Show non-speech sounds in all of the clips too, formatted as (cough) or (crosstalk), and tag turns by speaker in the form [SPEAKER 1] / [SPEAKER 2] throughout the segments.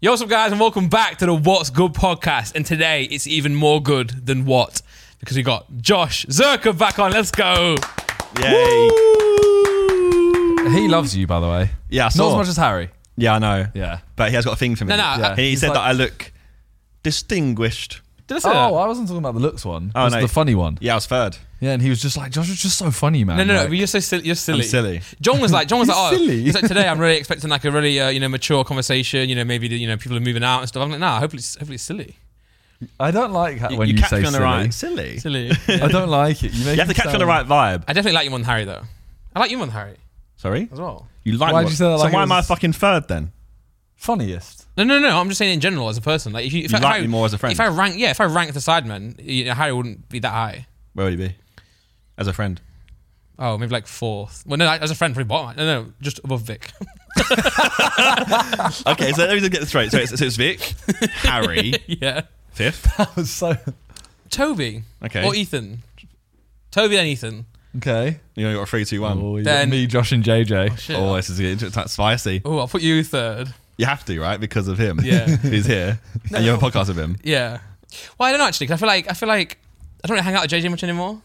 [SPEAKER 1] Yo, what's up, guys, and welcome back to the What's Good podcast. And today it's even more good than what because we got Josh Zerka back on. Let's go.
[SPEAKER 2] Yay.
[SPEAKER 3] He loves you, by the way.
[SPEAKER 2] Yeah, I
[SPEAKER 3] Not
[SPEAKER 2] saw.
[SPEAKER 3] as much as Harry.
[SPEAKER 2] yeah, I know.
[SPEAKER 3] Yeah.
[SPEAKER 2] But he has got a thing for me.
[SPEAKER 1] No, no,
[SPEAKER 3] Yeah.
[SPEAKER 1] I,
[SPEAKER 2] He
[SPEAKER 3] He's
[SPEAKER 2] said
[SPEAKER 3] like-
[SPEAKER 2] that I look distinguished.
[SPEAKER 1] did I say
[SPEAKER 3] Oh,
[SPEAKER 1] that?
[SPEAKER 3] I wasn't talking about the looks one.
[SPEAKER 2] Oh,
[SPEAKER 3] it was
[SPEAKER 2] no.
[SPEAKER 3] the funny one.
[SPEAKER 2] Yeah, I was third.
[SPEAKER 3] Yeah, and he was just like, Josh was just so funny, man.
[SPEAKER 1] No, no, no.
[SPEAKER 3] Like,
[SPEAKER 1] But you're so silly. You're silly.
[SPEAKER 2] I'm silly.
[SPEAKER 1] John was like, John
[SPEAKER 2] (laughs)
[SPEAKER 1] was like, oh,
[SPEAKER 3] He's silly.
[SPEAKER 1] he's like, today I'm really expecting like a really uh, you know mature conversation. You know, maybe the, you know people are moving out and stuff. I'm like, nah. Hopefully, it's, hopefully it's silly.
[SPEAKER 3] I don't like ha- when you,
[SPEAKER 2] catch
[SPEAKER 3] say
[SPEAKER 2] me on the
[SPEAKER 3] silly.
[SPEAKER 2] right. Silly.
[SPEAKER 1] (laughs) Silly.
[SPEAKER 3] I don't like it. You, make
[SPEAKER 2] You have to
[SPEAKER 3] it
[SPEAKER 2] catch me on
[SPEAKER 3] sound-
[SPEAKER 2] the right vibe.
[SPEAKER 1] I definitely like you more than Harry though. I like you more than Harry
[SPEAKER 2] Sorry?
[SPEAKER 1] as well.
[SPEAKER 2] You like
[SPEAKER 3] Why'd
[SPEAKER 2] what-
[SPEAKER 3] you say that
[SPEAKER 2] So
[SPEAKER 3] like
[SPEAKER 2] why
[SPEAKER 3] it
[SPEAKER 2] am I
[SPEAKER 3] was-
[SPEAKER 2] fucking third then?
[SPEAKER 3] Funniest. (laughs)
[SPEAKER 1] No, no, no. I'm just saying in general as a person. Like if you, if
[SPEAKER 2] You
[SPEAKER 1] I,
[SPEAKER 2] like
[SPEAKER 1] if I-
[SPEAKER 2] me more as a friend.
[SPEAKER 1] If I rank, yeah, if I ranked the sidemen, you know, Harry wouldn't be that high.
[SPEAKER 2] Where would he be? As a friend.
[SPEAKER 1] Oh, maybe like fourth. Well, no, as a friend, probably bottom. No, no, just above Vic. (laughs)
[SPEAKER 2] Okay, so let me just get this straight. So it's, so it's Vic,
[SPEAKER 3] (laughs)
[SPEAKER 2] Harry,
[SPEAKER 1] yeah.
[SPEAKER 2] fifth.
[SPEAKER 3] That was so.
[SPEAKER 1] Toby.
[SPEAKER 3] Oh,
[SPEAKER 2] Okay.
[SPEAKER 1] Or Ethan. Toby and Ethan.
[SPEAKER 3] Okay.
[SPEAKER 2] You know, you got three, two, one.
[SPEAKER 3] Oh, you
[SPEAKER 1] Then-
[SPEAKER 3] got me, Josh, and JJ.
[SPEAKER 1] Shit.
[SPEAKER 2] Oh,
[SPEAKER 1] Oh,
[SPEAKER 2] this is getting that's spicy.
[SPEAKER 1] I'll put you third.
[SPEAKER 2] You have to, right? Because of him.
[SPEAKER 1] Yeah.
[SPEAKER 2] (laughs) He's here. And you have a podcast with him.
[SPEAKER 1] Yeah. Well, I don't know actually. 'cause I feel like I feel like I don't really hang out with JJ much anymore.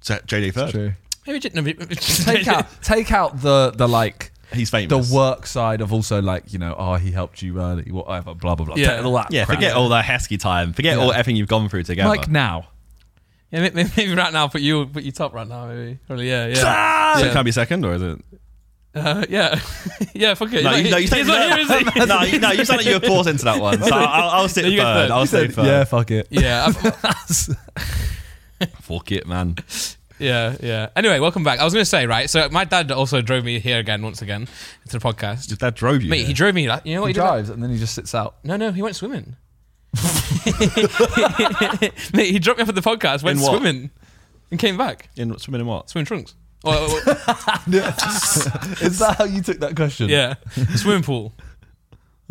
[SPEAKER 2] So JD third.
[SPEAKER 3] That's true.
[SPEAKER 1] Maybe J- no, (laughs) maybe-
[SPEAKER 3] Take out,
[SPEAKER 2] (laughs)
[SPEAKER 3] take out the the like
[SPEAKER 2] He's
[SPEAKER 3] the
[SPEAKER 2] famous.
[SPEAKER 3] work side of also like you know oh he helped you early whatever blah blah blah
[SPEAKER 1] Yeah.
[SPEAKER 3] Take all that
[SPEAKER 2] Yeah,
[SPEAKER 3] crap.
[SPEAKER 2] forget all that hesky time. Forget
[SPEAKER 3] Yeah.
[SPEAKER 2] all everything you've gone through together.
[SPEAKER 3] like now
[SPEAKER 1] Yeah, may- maybe, maybe right now I'll put you I'll put you top right now. Maybe probably yeah (laughs) yeah
[SPEAKER 2] Ah! So
[SPEAKER 1] Yeah.
[SPEAKER 2] it can't be second, or is it?
[SPEAKER 1] uh, yeah (laughs) yeah. Fuck it.
[SPEAKER 2] No,
[SPEAKER 1] He's not-
[SPEAKER 2] you, no, you
[SPEAKER 1] he's not here, is he?
[SPEAKER 2] (laughs) no, you, no, you sound like you were forced into that one. So I'll, I'll sit
[SPEAKER 1] No, (laughs) you
[SPEAKER 2] third.
[SPEAKER 1] get third.
[SPEAKER 2] I'll
[SPEAKER 1] You
[SPEAKER 2] say
[SPEAKER 3] Said,
[SPEAKER 2] third.
[SPEAKER 3] yeah fuck it
[SPEAKER 1] (laughs) Yeah, I've-
[SPEAKER 2] Fuck it, man.
[SPEAKER 1] yeah, yeah. Anyway, welcome back. I was gonna say right. So my dad also drove me here again once again to the podcast.
[SPEAKER 2] Your dad drove you.
[SPEAKER 1] Mate,
[SPEAKER 2] here.
[SPEAKER 1] he drove me. Like, you know what
[SPEAKER 3] he
[SPEAKER 1] he, did?
[SPEAKER 3] drives and then he just sits out
[SPEAKER 1] No, no, he went swimming. (laughs) Mate, he dropped me off at the podcast, went
[SPEAKER 2] In what?
[SPEAKER 1] swimming, and came back.
[SPEAKER 2] in swimming in what?
[SPEAKER 1] Swimming trunks. Oh, oh, oh,
[SPEAKER 3] (laughs) Is that how you took that
[SPEAKER 1] (laughs)
[SPEAKER 3] question?
[SPEAKER 1] yeah, swimming pool.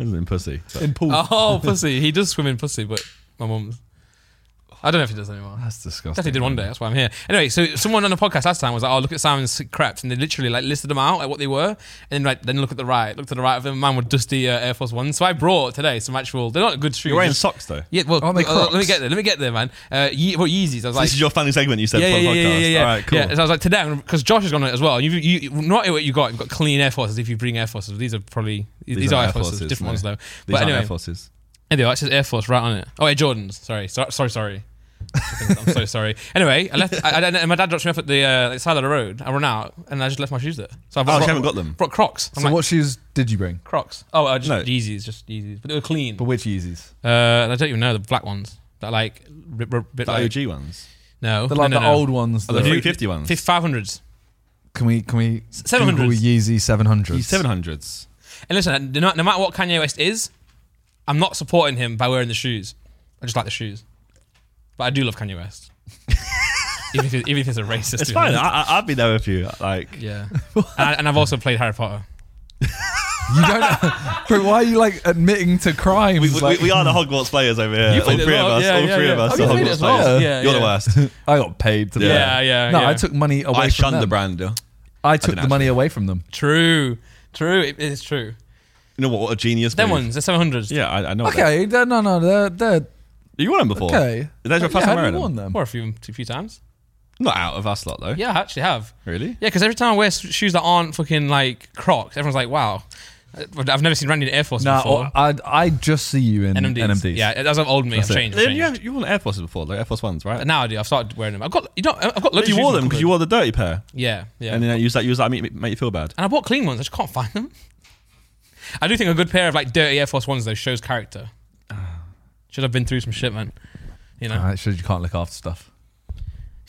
[SPEAKER 2] In pussy.
[SPEAKER 3] In pool.
[SPEAKER 1] Oh, pussy. He does swim in pussy, but my mum's. I don't know if he does anymore.
[SPEAKER 3] That's disgusting.
[SPEAKER 1] Definitely did one day. That's why I'm here. Anyway, so someone on the podcast last time was like, "Oh, look at Simon's crepes," and they literally like listed them out, like what they were, and then like then look at the right, look to the right of them. Man with dusty uh, Air Force Ones. So I brought today some actual. They're not good shoes.
[SPEAKER 2] You're wearing
[SPEAKER 1] just-
[SPEAKER 2] socks though.
[SPEAKER 1] yeah, well,
[SPEAKER 3] Aren't they
[SPEAKER 1] uh, let me
[SPEAKER 3] Crocs?
[SPEAKER 1] get there. Let me get there, man. Uh, Ye- well, Yeezys. I was
[SPEAKER 2] So
[SPEAKER 1] like,
[SPEAKER 2] this is your family segment you said
[SPEAKER 1] yeah,
[SPEAKER 2] for
[SPEAKER 1] yeah,
[SPEAKER 2] the
[SPEAKER 1] yeah,
[SPEAKER 2] podcast.
[SPEAKER 1] yeah, yeah, yeah.
[SPEAKER 2] All right, cool.
[SPEAKER 1] Yeah, so I was like, today, because Josh has gone on it as well. You, you, you, not what you got. You've got clean Air Forces. If you bring Air Forces, these are probably these,
[SPEAKER 2] These
[SPEAKER 1] are Air
[SPEAKER 2] aren't Air
[SPEAKER 1] Forces,
[SPEAKER 2] Forces,
[SPEAKER 1] different
[SPEAKER 2] no.
[SPEAKER 1] ones though.
[SPEAKER 2] These
[SPEAKER 1] but
[SPEAKER 2] aren't
[SPEAKER 1] anyway,
[SPEAKER 2] Air Forces.
[SPEAKER 1] anyway, it says Air Force right on it. Oh, yeah, Jordans. Sorry, so, sorry, sorry. I'm so sorry. Anyway, I left. I, I, and my dad dropped me off at the uh, like, side of the road. I ran out and I just left my shoes there. So I
[SPEAKER 2] Oh,
[SPEAKER 1] brought,
[SPEAKER 2] you haven't got them.
[SPEAKER 1] brought Crocs. I'm
[SPEAKER 3] So
[SPEAKER 1] like,
[SPEAKER 3] what shoes did you bring?
[SPEAKER 1] Crocs? Oh, uh, just
[SPEAKER 2] No.
[SPEAKER 1] Yeezys, just Yeezys, but they were clean.
[SPEAKER 3] But which Yeezys?
[SPEAKER 1] Uh, and I don't even know the black ones. That like, r- r- bit
[SPEAKER 2] The
[SPEAKER 1] like
[SPEAKER 2] OG ones.
[SPEAKER 1] no,
[SPEAKER 3] The like
[SPEAKER 1] no, no,
[SPEAKER 3] the
[SPEAKER 1] no.
[SPEAKER 3] old ones.
[SPEAKER 2] Oh, the
[SPEAKER 3] that-
[SPEAKER 1] you-
[SPEAKER 2] 350 ones.
[SPEAKER 1] five hundreds.
[SPEAKER 3] can we can we
[SPEAKER 1] 700s.
[SPEAKER 3] Google Yeezy seven hundreds?
[SPEAKER 2] 700s.
[SPEAKER 1] And listen, uh, no, no matter what Kanye West is, I'm not supporting him by wearing the shoes. I just like the shoes, but I do love Kanye
[SPEAKER 3] (laughs)
[SPEAKER 1] West. even, if, even if it's a racist.
[SPEAKER 2] It's
[SPEAKER 1] to be
[SPEAKER 2] fine. I,
[SPEAKER 1] honest.
[SPEAKER 2] I, I'd be there with you. Like,
[SPEAKER 3] (laughs)
[SPEAKER 1] yeah, and, I, and I've also played Harry Potter.
[SPEAKER 3] You don't. (laughs) but why are you like admitting to crimes?
[SPEAKER 2] we, we,
[SPEAKER 3] like,
[SPEAKER 2] we are the Hogwarts players over here.
[SPEAKER 1] You
[SPEAKER 2] all
[SPEAKER 1] played it
[SPEAKER 2] three of
[SPEAKER 1] well.
[SPEAKER 2] us.
[SPEAKER 1] Yeah,
[SPEAKER 2] all
[SPEAKER 1] yeah,
[SPEAKER 2] three
[SPEAKER 1] yeah.
[SPEAKER 2] of us
[SPEAKER 3] Oh, you
[SPEAKER 2] are
[SPEAKER 3] played it
[SPEAKER 2] Hogwarts
[SPEAKER 3] as well.
[SPEAKER 2] players.
[SPEAKER 1] Yeah,
[SPEAKER 2] You're the
[SPEAKER 1] yeah.
[SPEAKER 2] worst.
[SPEAKER 3] I got paid to. play.
[SPEAKER 1] Yeah, yeah.
[SPEAKER 3] No,
[SPEAKER 1] yeah.
[SPEAKER 3] I took money away.
[SPEAKER 2] I
[SPEAKER 3] from
[SPEAKER 2] shunned
[SPEAKER 3] them.
[SPEAKER 2] the brand. You
[SPEAKER 3] I took
[SPEAKER 2] didn't
[SPEAKER 3] the money away from them.
[SPEAKER 1] True, true. It is true.
[SPEAKER 2] know what? What a genius.
[SPEAKER 1] Them
[SPEAKER 2] move.
[SPEAKER 1] ones, the seven hundreds.
[SPEAKER 2] Yeah, I, I know. that.
[SPEAKER 3] Okay, they're- no, no, they're they're
[SPEAKER 2] You won them before.
[SPEAKER 3] okay.
[SPEAKER 2] That's your
[SPEAKER 3] Yeah,
[SPEAKER 2] first time
[SPEAKER 3] how do you
[SPEAKER 2] wearing
[SPEAKER 3] warn
[SPEAKER 2] them.
[SPEAKER 3] them.
[SPEAKER 1] or a few, a few times.
[SPEAKER 2] Not out of us lot though.
[SPEAKER 1] Yeah, I actually have.
[SPEAKER 2] Really?
[SPEAKER 1] Yeah, because every time I wear s- shoes that aren't fucking like Crocs, everyone's like, "Wow, Uh, I've never seen Randy in Air Force
[SPEAKER 3] Nah,
[SPEAKER 1] before."
[SPEAKER 3] or- uh, I I oh, just see you in
[SPEAKER 1] NMDs.
[SPEAKER 3] NMDs.
[SPEAKER 1] Yeah, that's an old me. I've
[SPEAKER 3] That's it.
[SPEAKER 1] changed. I've
[SPEAKER 2] Then
[SPEAKER 1] changed.
[SPEAKER 2] you, have, you worn Air Forces before, like Air Force Ones, right?
[SPEAKER 1] But now I do. I've started wearing them. I've got you know I've got
[SPEAKER 2] But
[SPEAKER 1] loads.
[SPEAKER 2] you wore them because you wore the dirty pair,
[SPEAKER 1] Yeah, yeah.
[SPEAKER 2] and
[SPEAKER 1] And,
[SPEAKER 2] then you used that. You used that to make, make you feel bad.
[SPEAKER 1] I bought clean ones. I just can't find them. I do think a good pair of like dirty Air Force ones though shows character.
[SPEAKER 2] Ah.
[SPEAKER 1] Should have been through some shit, man. You know.
[SPEAKER 3] Uh, it shows you can't look after stuff.
[SPEAKER 1] (laughs)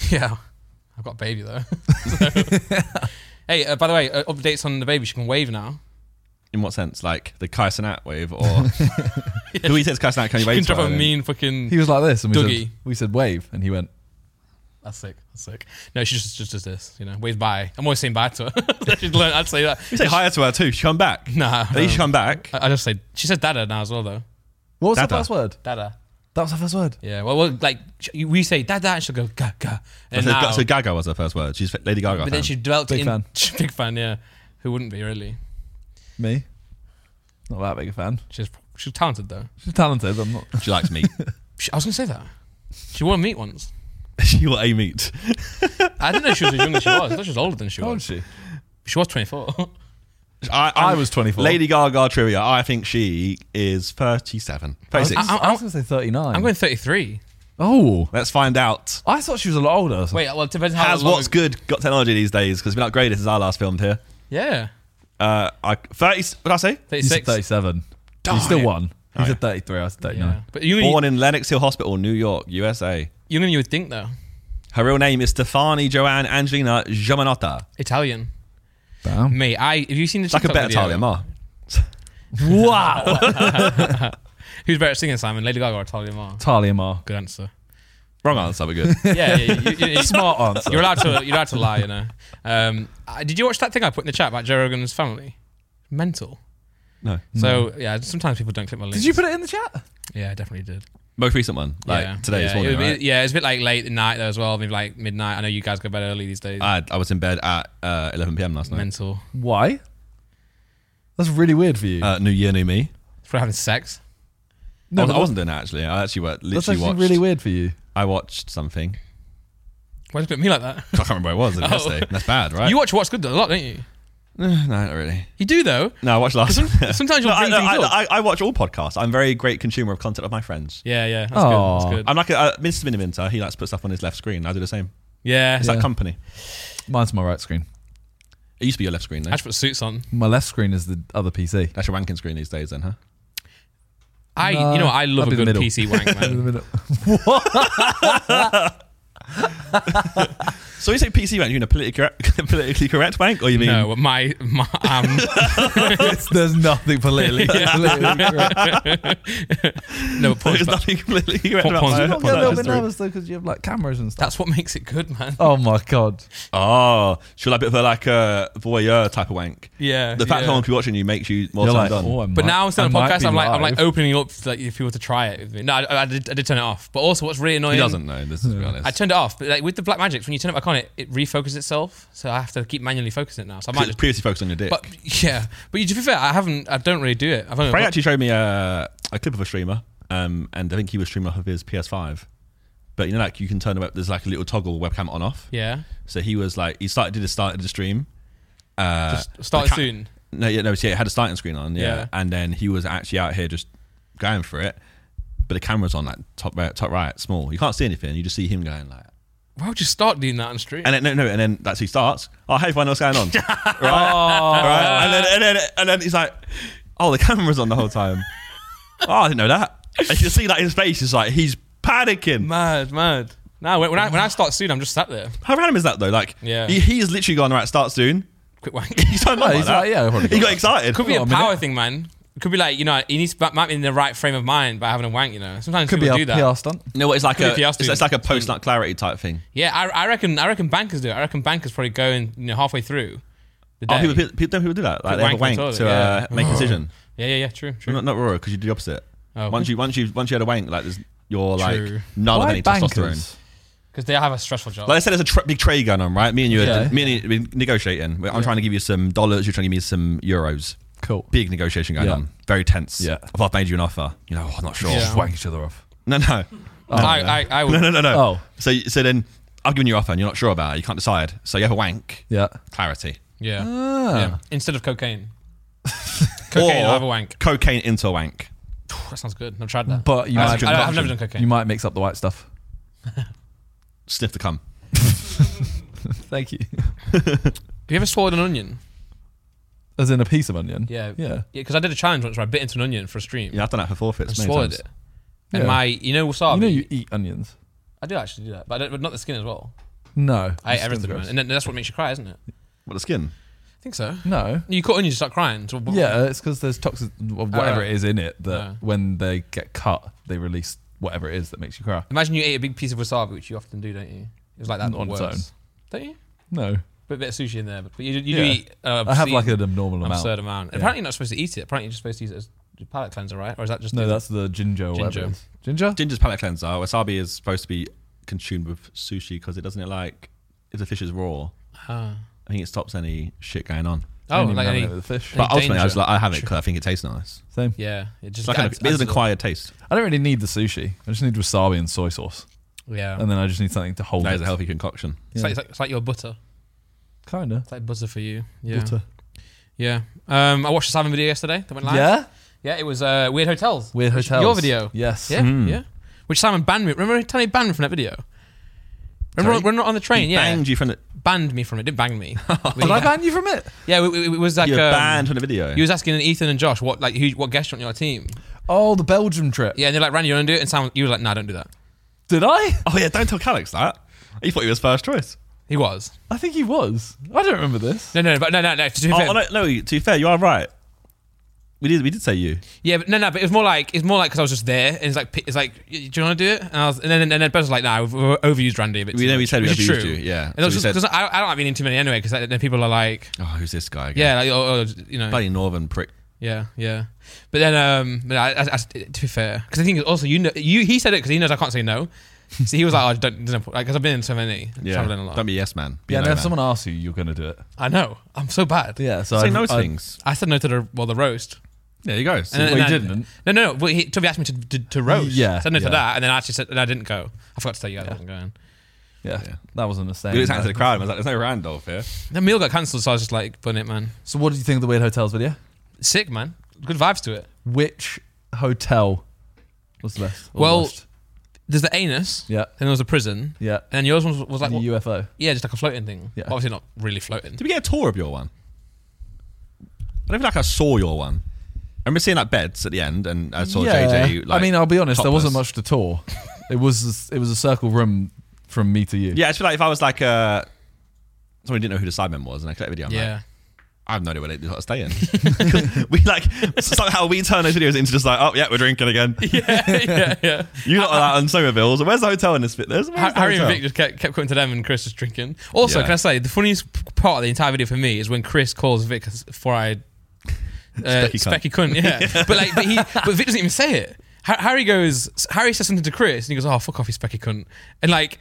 [SPEAKER 1] Yeah. I've got a baby though. (laughs)
[SPEAKER 2] (laughs)
[SPEAKER 1] So- Hey, uh, by the way, uh, updates on the baby. She can wave now.
[SPEAKER 2] In what sense? Like the Kaisenat wave, or who he says Kaisenat can
[SPEAKER 1] She
[SPEAKER 2] you
[SPEAKER 1] can
[SPEAKER 2] wave?
[SPEAKER 1] drop a mean fucking.
[SPEAKER 3] He was like this, and we
[SPEAKER 1] Dougie.
[SPEAKER 3] said we said wave, and he went.
[SPEAKER 1] That's sick. That's sick. No, she just just does this. You know, wave bye. I'm always saying bye to her. (laughs) She'd learn. I'd say that.
[SPEAKER 2] You say hi to her too. She come back.
[SPEAKER 1] (laughs) Nah.
[SPEAKER 2] At least she come back.
[SPEAKER 1] I, I just say she says dada now as well though.
[SPEAKER 3] What was
[SPEAKER 2] Dada.
[SPEAKER 3] the first word?
[SPEAKER 1] Dada.
[SPEAKER 3] That was the first word.
[SPEAKER 1] Yeah, well, well like sh- we say dad, dad, and she'll go ga ga,
[SPEAKER 2] So,
[SPEAKER 1] and now,
[SPEAKER 2] so Gaga was her first word. She's Lady Gaga.
[SPEAKER 1] but
[SPEAKER 2] fan.
[SPEAKER 1] then she dwelt
[SPEAKER 3] Big
[SPEAKER 1] in (laughs)
[SPEAKER 3] fan.
[SPEAKER 1] big fan, yeah. Who wouldn't be really?
[SPEAKER 3] Me. Not that big a fan.
[SPEAKER 1] She's She's talented though.
[SPEAKER 3] She's talented. I'm (laughs) not.
[SPEAKER 2] She likes meat.
[SPEAKER 1] She, I was gonna say that. She wore meat once.
[SPEAKER 2] she will a meat.
[SPEAKER 1] I didn't know she was as young as she was. I thought she was older than she
[SPEAKER 3] How old
[SPEAKER 1] was.
[SPEAKER 3] is she?
[SPEAKER 1] She was 24.
[SPEAKER 2] I,
[SPEAKER 3] I was 24.
[SPEAKER 2] Um, Lady Gaga trivia. I think she is 37. 36.
[SPEAKER 1] I-
[SPEAKER 3] I was gonna say
[SPEAKER 1] (laughs)
[SPEAKER 3] 39.
[SPEAKER 1] I'm going 33.
[SPEAKER 3] oh,
[SPEAKER 2] Let's find out.
[SPEAKER 3] I thought she was a lot older.
[SPEAKER 1] Wait, well, it depends how
[SPEAKER 2] Has
[SPEAKER 1] long
[SPEAKER 2] what's good got technology these days? Because we upgraded since I last filmed here.
[SPEAKER 1] Yeah.
[SPEAKER 2] Uh, I, 30, what did I say?
[SPEAKER 3] you
[SPEAKER 1] 36.
[SPEAKER 3] said 37.
[SPEAKER 2] Darn
[SPEAKER 3] you still
[SPEAKER 2] it.
[SPEAKER 3] won. You
[SPEAKER 2] Oh,
[SPEAKER 3] said 33. I said
[SPEAKER 1] yeah.
[SPEAKER 3] 39.
[SPEAKER 1] But you knew,
[SPEAKER 2] Born in Lenox Hill Hospital, New York, USA.
[SPEAKER 1] you knew you would think though.
[SPEAKER 2] Her real name is Stefani Joanne Angelina Giamanotta.
[SPEAKER 1] Italian.
[SPEAKER 3] Damn.
[SPEAKER 1] Mate, I have you seen the
[SPEAKER 2] Like a
[SPEAKER 1] TikTok
[SPEAKER 2] better
[SPEAKER 1] video?
[SPEAKER 2] Italian, ma.
[SPEAKER 3] Wow.
[SPEAKER 1] (laughs) Who's better at singing, Simon? Lady Gaga or Italian Ma?
[SPEAKER 3] Talia Mar.
[SPEAKER 1] Good answer.
[SPEAKER 2] Wrong answer, but good.
[SPEAKER 1] Yeah, yeah you, you, you, (laughs)
[SPEAKER 3] Smart answer.
[SPEAKER 1] you're allowed to you're allowed to lie, you know. Um, I- did you watch that thing I put in the chat about Joe Rogan's family? Mental.
[SPEAKER 2] no.
[SPEAKER 1] So yeah, sometimes people don't click my links.
[SPEAKER 3] Did you put it in the chat?
[SPEAKER 1] Yeah, I definitely did.
[SPEAKER 2] Most recent one, like
[SPEAKER 1] yeah.
[SPEAKER 2] today,
[SPEAKER 1] yeah,
[SPEAKER 2] this
[SPEAKER 1] it
[SPEAKER 2] morning,
[SPEAKER 1] would be-
[SPEAKER 2] right?
[SPEAKER 1] Yeah, it's a bit like late at night though as well. Maybe like midnight. I know you guys go bed early these days.
[SPEAKER 2] I, I was in bed at uh, 11 p.m. last night.
[SPEAKER 1] Mental.
[SPEAKER 3] Why? That's really weird for you.
[SPEAKER 2] Uh, new year, new me.
[SPEAKER 1] For having sex.
[SPEAKER 2] No, I,
[SPEAKER 3] but
[SPEAKER 2] was, I wasn't doing that actually. I actually wa- literally
[SPEAKER 3] That's actually
[SPEAKER 2] watched.
[SPEAKER 3] really weird for you.
[SPEAKER 2] I watched something.
[SPEAKER 1] Why did you put me like that?
[SPEAKER 2] (laughs) I can't remember where it was. I did it
[SPEAKER 1] Oh.
[SPEAKER 2] yesterday. That's bad, right?
[SPEAKER 1] You watch What's Good though, a lot, don't you?
[SPEAKER 2] (sighs) no, not really.
[SPEAKER 1] You do though.
[SPEAKER 2] No, I watched last.
[SPEAKER 1] Some-
[SPEAKER 2] (laughs)
[SPEAKER 1] Sometimes you'll
[SPEAKER 2] No, I,
[SPEAKER 1] bring
[SPEAKER 2] no,
[SPEAKER 1] things up.
[SPEAKER 2] I, I, I watch all podcasts. I'm a very great consumer of content of my friends.
[SPEAKER 1] yeah, yeah. That's
[SPEAKER 3] Aw.
[SPEAKER 1] good. That's good.
[SPEAKER 2] I'm like a, uh, Mr. Miniminter. He likes to put stuff on his left screen. I do the same.
[SPEAKER 1] Yeah.
[SPEAKER 2] It's
[SPEAKER 3] Yeah.
[SPEAKER 2] like company.
[SPEAKER 3] Mine's my right screen.
[SPEAKER 2] It used to be your left screen though.
[SPEAKER 1] I just put suits on.
[SPEAKER 3] My left screen is the other PC.
[SPEAKER 2] That's your wanking screen these days, then, huh?
[SPEAKER 1] I,
[SPEAKER 3] Nah,
[SPEAKER 1] you know, I love
[SPEAKER 3] I'll
[SPEAKER 1] a
[SPEAKER 3] be the
[SPEAKER 1] good
[SPEAKER 3] middle.
[SPEAKER 1] PC wank,
[SPEAKER 3] (laughs)
[SPEAKER 1] man.
[SPEAKER 2] So you say PC wank? You mean a politically correct, (laughs) politically correct wank, or you mean
[SPEAKER 1] no, my, my um,
[SPEAKER 3] It's- There's nothing (laughs) politically. politically correct.
[SPEAKER 1] (laughs) no but
[SPEAKER 2] (laughs) there's
[SPEAKER 1] pause, but
[SPEAKER 2] nothing politically correct
[SPEAKER 1] Porn-
[SPEAKER 2] about
[SPEAKER 1] porn's- porn's
[SPEAKER 2] my-
[SPEAKER 3] I get a
[SPEAKER 2] about
[SPEAKER 3] little
[SPEAKER 2] my
[SPEAKER 3] bit
[SPEAKER 2] history?
[SPEAKER 3] nervous though because you have like cameras and stuff.
[SPEAKER 1] That's what makes it good, man.
[SPEAKER 3] Oh my god.
[SPEAKER 2] Oh, should I bit of a like a voyeur type of wank?
[SPEAKER 1] Yeah.
[SPEAKER 2] The fact
[SPEAKER 1] yeah. "Oh,
[SPEAKER 2] that no one could be watching you makes you more time done.
[SPEAKER 3] "Oh, I
[SPEAKER 1] But
[SPEAKER 3] might-
[SPEAKER 1] now instead of
[SPEAKER 3] I might
[SPEAKER 1] podcast,
[SPEAKER 3] be
[SPEAKER 1] I'm like I'm
[SPEAKER 3] live.
[SPEAKER 1] like oh, opening up to, like if you were to try it with me. No, I, I, did, I did turn it off. But also, what's really annoying?
[SPEAKER 2] He doesn't know. This is to be honest.
[SPEAKER 1] I turned it off, but like with the black magics, when you turn it back on, it, it refocuses itself. So I have to keep manually focusing it now. So I might
[SPEAKER 2] Pre-
[SPEAKER 1] just.
[SPEAKER 2] previously focused on your dick.
[SPEAKER 1] But yeah, but you- to be fair, I haven't. I don't really do it. I've only.
[SPEAKER 2] Frank actually showed me a, a clip of a streamer, um, and I think he was streaming off of his PS5. But you know, like you can turn the web. There's like a little toggle webcam on off.
[SPEAKER 1] yeah.
[SPEAKER 2] So he was like, he started did a started the stream. Uh,
[SPEAKER 1] Just start
[SPEAKER 2] the ca-
[SPEAKER 1] soon.
[SPEAKER 2] No, yeah, no, yeah, it had a starting screen on. Yeah.
[SPEAKER 1] Yeah.
[SPEAKER 2] and then he was actually out here just going for it. But the camera's on like top right, top right, small. You can't see anything. You just see him going like.
[SPEAKER 1] Why would you start doing that on stream?
[SPEAKER 2] And then, no, no, and then that's he starts. Oh, hey, everyone, what's going on? (laughs) right? right? And, then, and, then, and then he's like, oh, the camera's on the whole time. (laughs) oh, I didn't know that. And you can see that his face is like, he's panicking.
[SPEAKER 1] Mad, mad. No, when, when I when I start soon, I'm just sat there.
[SPEAKER 2] How random is that, though? Like,
[SPEAKER 1] Yeah.
[SPEAKER 2] he, he has literally gone, right, start soon. (laughs)
[SPEAKER 1] Quick wank.
[SPEAKER 2] He's done
[SPEAKER 3] Well,
[SPEAKER 2] like
[SPEAKER 3] he's
[SPEAKER 2] that.
[SPEAKER 3] like, yeah, I probably
[SPEAKER 2] he
[SPEAKER 3] got
[SPEAKER 2] got excited.
[SPEAKER 1] Could be a,
[SPEAKER 3] Hold on a
[SPEAKER 1] power thing, man. Could be like you know he needs to, might be in the right frame of mind by having a wank. You know, sometimes
[SPEAKER 3] Could be
[SPEAKER 1] people do
[SPEAKER 3] a
[SPEAKER 1] that.
[SPEAKER 3] PR stunt.
[SPEAKER 2] no, it's like
[SPEAKER 1] Could be
[SPEAKER 2] a,
[SPEAKER 1] if he has
[SPEAKER 2] it's,
[SPEAKER 1] to.
[SPEAKER 2] it's like a post nut clarity type thing.
[SPEAKER 1] Yeah, I, I reckon I reckon bankers do it. I reckon bankers probably go in you know halfway through. The day.
[SPEAKER 2] Oh, people, people, people, don't people do that. Like,
[SPEAKER 1] Could
[SPEAKER 2] they have
[SPEAKER 1] wank
[SPEAKER 2] a
[SPEAKER 1] in
[SPEAKER 2] wank
[SPEAKER 1] the toilet,
[SPEAKER 2] to uh, make
[SPEAKER 1] (laughs)
[SPEAKER 2] a decision.
[SPEAKER 1] yeah, yeah, yeah. True, true.
[SPEAKER 2] Not, not Aurora, because you do the opposite.
[SPEAKER 1] Oh.
[SPEAKER 2] Once you, once you, once you had a wank, like there's, you're
[SPEAKER 1] True.
[SPEAKER 2] like null of
[SPEAKER 3] Why
[SPEAKER 2] any testosterone.
[SPEAKER 3] bankers?
[SPEAKER 1] Because they have a stressful job.
[SPEAKER 2] Like I said, there's a tr- big trade going on, right? Me and you,
[SPEAKER 3] Yeah.
[SPEAKER 2] me and you, we're negotiating. We're- I'm trying to give you some dollars. You're trying to give me some euros.
[SPEAKER 3] Cool.
[SPEAKER 2] Big negotiation going
[SPEAKER 3] Yeah.
[SPEAKER 2] on. Very tense.
[SPEAKER 3] Yeah.
[SPEAKER 2] If I've made you an offer, you know, oh, I'm not sure.
[SPEAKER 1] Yeah.
[SPEAKER 3] Just wank each other off.
[SPEAKER 2] (laughs) No, no,
[SPEAKER 1] Oh, I, I, I would.
[SPEAKER 3] (laughs)
[SPEAKER 2] no, no, no, no.
[SPEAKER 3] Oh.
[SPEAKER 2] So, so then I've given you an offer, and you're not sure about it. You can't decide. So you have a wank.
[SPEAKER 3] Yeah.
[SPEAKER 2] Clarity.
[SPEAKER 1] Yeah.
[SPEAKER 3] Ah.
[SPEAKER 1] yeah. Instead of
[SPEAKER 3] (laughs)
[SPEAKER 1] cocaine. cocaine,
[SPEAKER 2] Or-
[SPEAKER 1] I'll have a wank.
[SPEAKER 2] Cocaine into a wank.
[SPEAKER 1] That sounds good. I've tried that.
[SPEAKER 3] But you
[SPEAKER 1] I,
[SPEAKER 3] might,
[SPEAKER 1] I, I've never done
[SPEAKER 3] you
[SPEAKER 1] cocaine.
[SPEAKER 3] might mix up the white stuff.
[SPEAKER 2] Sniff the cum.
[SPEAKER 3] Thank you.
[SPEAKER 1] Have you ever swallowed an onion?
[SPEAKER 3] (laughs) As in a piece of onion.
[SPEAKER 1] Yeah.
[SPEAKER 3] Yeah.
[SPEAKER 1] Because I did a challenge once where I bit into an onion for a stream.
[SPEAKER 2] Yeah, I've done that for forfeits.
[SPEAKER 1] and
[SPEAKER 2] many
[SPEAKER 1] swallowed
[SPEAKER 2] times.
[SPEAKER 1] it. And
[SPEAKER 3] Yeah.
[SPEAKER 1] my, you know, wasabi.
[SPEAKER 3] You know you eat onions.
[SPEAKER 1] I do actually do that, but, I don't, but not the skin as well.
[SPEAKER 3] No.
[SPEAKER 1] I ate
[SPEAKER 3] That's
[SPEAKER 1] everything, man.
[SPEAKER 3] gross.
[SPEAKER 1] and then- that's what makes you cry, isn't it? I
[SPEAKER 2] What the skin?
[SPEAKER 1] think so.
[SPEAKER 3] No.
[SPEAKER 1] You cut onions, you start crying. So
[SPEAKER 3] Yeah, it's because there's toxic, or whatever
[SPEAKER 1] right.
[SPEAKER 3] it is in it, that
[SPEAKER 1] Yeah.
[SPEAKER 3] when they get cut, they release whatever it is that makes you cry.
[SPEAKER 1] Imagine you ate a big piece of wasabi, which you often do, don't you? It was like that
[SPEAKER 3] Not on
[SPEAKER 1] but
[SPEAKER 3] its
[SPEAKER 1] worse. Don't you?
[SPEAKER 3] No.
[SPEAKER 1] Put a bit of sushi in there, but you, you do
[SPEAKER 3] Yeah.
[SPEAKER 1] eat. Uh,
[SPEAKER 3] I have
[SPEAKER 1] obscene-
[SPEAKER 3] like an abnormal amount.
[SPEAKER 1] absurd amount.
[SPEAKER 3] Yeah.
[SPEAKER 1] Apparently, you're not supposed to eat it. Apparently, you're just supposed to use it as a palate cleanser, right? Or is that just
[SPEAKER 3] No, that's the ginger. Or whatever
[SPEAKER 1] Ginger. Oh,
[SPEAKER 3] it is. Ginger?
[SPEAKER 2] Ginger's palate cleanser. Wasabi is supposed to be consumed with sushi because it doesn't it like if the fish is raw.
[SPEAKER 1] Ah.
[SPEAKER 2] I think it stops any shit going on.
[SPEAKER 1] Oh,
[SPEAKER 3] don't even
[SPEAKER 1] like
[SPEAKER 3] have
[SPEAKER 1] any-
[SPEAKER 3] any of the fish.
[SPEAKER 1] any
[SPEAKER 2] But ultimately, I was
[SPEAKER 1] danger.
[SPEAKER 2] like, I have it because I think it tastes nice.
[SPEAKER 3] Same.
[SPEAKER 1] yeah, it just
[SPEAKER 2] It's like an,
[SPEAKER 1] adds-
[SPEAKER 2] it's an
[SPEAKER 1] adds a-
[SPEAKER 2] acquired taste.
[SPEAKER 3] I don't really need the sushi. I just need wasabi and soy sauce,
[SPEAKER 1] Yeah,
[SPEAKER 3] and then I just need something to hold
[SPEAKER 2] That
[SPEAKER 3] it.
[SPEAKER 2] is a healthy concoction.
[SPEAKER 1] it's, like, it's like it's like your butter.
[SPEAKER 3] Kinda.
[SPEAKER 1] It's like butter for you. Yeah. Yeah. Um, I watched a Simon video yesterday that went live.
[SPEAKER 3] Yeah.
[SPEAKER 1] Yeah, it was uh, Weird Hotels.
[SPEAKER 3] Weird
[SPEAKER 1] Which-
[SPEAKER 3] hotels.
[SPEAKER 1] Your video.
[SPEAKER 3] Yes. Mm-hmm.
[SPEAKER 1] Yeah,
[SPEAKER 2] Hmm.
[SPEAKER 1] yeah. Which Simon banned me. Remember Tony banned me from that video? Remember
[SPEAKER 2] Sorry?
[SPEAKER 1] when we were on the train?
[SPEAKER 2] He
[SPEAKER 1] yeah.
[SPEAKER 2] Banged you from the.
[SPEAKER 1] Banned me from it. Didn't bang
[SPEAKER 2] (laughs)
[SPEAKER 1] me.
[SPEAKER 3] Did I ban you from it?
[SPEAKER 1] yeah, it, it- it was like.
[SPEAKER 2] you were
[SPEAKER 1] um,
[SPEAKER 2] banned from the video.
[SPEAKER 1] He was asking Ethan and Josh what like who, what guest you want on your team.
[SPEAKER 3] Oh, the Belgium trip.
[SPEAKER 1] Yeah, and they're like, Randy, you want to do it? And Simon, you were like, nah, don't do that.
[SPEAKER 3] Did I?
[SPEAKER 2] oh yeah, don't tell Calix that. He thought he was first choice.
[SPEAKER 1] He was.
[SPEAKER 3] I think he was. I don't remember this.
[SPEAKER 1] No, no, but no, no, no. To be
[SPEAKER 2] Oh,
[SPEAKER 1] fair-
[SPEAKER 2] oh, no, no, to be fair, you are right. We did, we did say you.
[SPEAKER 1] Yeah, but no, no. But it was more like it's more like because I was just there, and it's like p- it's like, y- do you want to do it? And I was, and then and then Bez was like, nah, we've we've overused Randy a bit.
[SPEAKER 2] We
[SPEAKER 1] too
[SPEAKER 2] know we
[SPEAKER 1] much,"
[SPEAKER 2] said we
[SPEAKER 1] which is
[SPEAKER 2] overused
[SPEAKER 1] true.
[SPEAKER 2] you, yeah.
[SPEAKER 1] And it was
[SPEAKER 2] So we
[SPEAKER 1] just
[SPEAKER 2] said-
[SPEAKER 1] 'cause I, I don't like being in too many anyway, because then people are like,
[SPEAKER 2] Oh, who's this guy again?
[SPEAKER 1] yeah, like, oh, oh, you know,
[SPEAKER 2] bloody northern prick.
[SPEAKER 1] Yeah, yeah. But then, um, but I, I, I, to be fair, because I think also you know, you he said it because he knows I can't say no. So he was like, (laughs) oh, I don't, don't like, because I've been in so many, I'm traveling a lot.
[SPEAKER 2] Don't be a yes man. Be
[SPEAKER 3] Yeah,
[SPEAKER 2] a
[SPEAKER 3] and
[SPEAKER 2] no
[SPEAKER 3] if
[SPEAKER 2] man.
[SPEAKER 3] someone asks you, you're gonna do it.
[SPEAKER 1] I know, I'm so bad.
[SPEAKER 3] Yeah. So
[SPEAKER 2] say
[SPEAKER 3] I've-
[SPEAKER 2] no to
[SPEAKER 3] I-
[SPEAKER 2] things.
[SPEAKER 1] I said no to the well the roast.
[SPEAKER 2] There you go. See,
[SPEAKER 1] then-
[SPEAKER 3] well,
[SPEAKER 1] then
[SPEAKER 3] you
[SPEAKER 1] I-
[SPEAKER 3] didn't.
[SPEAKER 1] No, no, no. Well, he, Toby asked me to, to, to roast.
[SPEAKER 3] Yeah,
[SPEAKER 1] I said no
[SPEAKER 3] yeah.
[SPEAKER 1] to that, and then I actually said, and I didn't go. I forgot to tell you guys I wasn't going.
[SPEAKER 3] Yeah.
[SPEAKER 2] Yeah.
[SPEAKER 3] That was a mistake.
[SPEAKER 2] we looked out into the crowd and I was like, "There's no Randolph here."
[SPEAKER 1] The meal got cancelled, so I was just like, "Bun it, man.
[SPEAKER 3] So what did you think of the Weird Hotels video?
[SPEAKER 1] Sick, man. Good vibes to it.
[SPEAKER 3] Which hotel was the best? Or
[SPEAKER 1] Well-
[SPEAKER 3] the worst?
[SPEAKER 1] There's the anus,
[SPEAKER 3] yeah,
[SPEAKER 1] then there was the prison,
[SPEAKER 3] yeah.
[SPEAKER 1] and then yours was, was like,
[SPEAKER 3] And the
[SPEAKER 1] what-
[SPEAKER 3] UFO.
[SPEAKER 1] yeah, just like a floating thing.
[SPEAKER 3] Yeah.
[SPEAKER 1] Obviously not really floating.
[SPEAKER 2] Did we get a tour of your one? I don't feel like I saw your one. I remember seeing like beds at the end, and I saw JJ. Like,
[SPEAKER 3] I mean, I'll be honest. There wasn't
[SPEAKER 2] topless.
[SPEAKER 3] much to tour. it was it was a circle room from me to you.
[SPEAKER 2] yeah, I just feel like if I was like uh, somebody didn't know who the sideman was, and I clicked that video, I'm like,
[SPEAKER 1] Yeah.
[SPEAKER 2] I have no idea where they got to stay in. (laughs) 'Cause we like somehow we turn those videos into just like, oh yeah, we're drinking again.
[SPEAKER 1] (laughs)
[SPEAKER 3] (laughs)
[SPEAKER 1] yeah, yeah, yeah.
[SPEAKER 2] You lot are out on Somerville. So where's the hotel in this bit? There's where's
[SPEAKER 1] Ha-
[SPEAKER 2] the
[SPEAKER 1] Harry and
[SPEAKER 2] hotel?
[SPEAKER 1] Vic just kept, kept coming to them, and Chris was drinking. Also,
[SPEAKER 2] Yeah.
[SPEAKER 1] can I say the funniest p- part of the entire video for me is when Chris calls Vic a four-eyed uh,
[SPEAKER 2] (laughs) Specky cunt.
[SPEAKER 1] specky cunt. Yeah,
[SPEAKER 2] (laughs)
[SPEAKER 1] but like, but he, but Vic doesn't even say it. Ha- Harry goes, Harry says something to Chris, and he goes, "Oh, fuck off, you specky cunt," and like,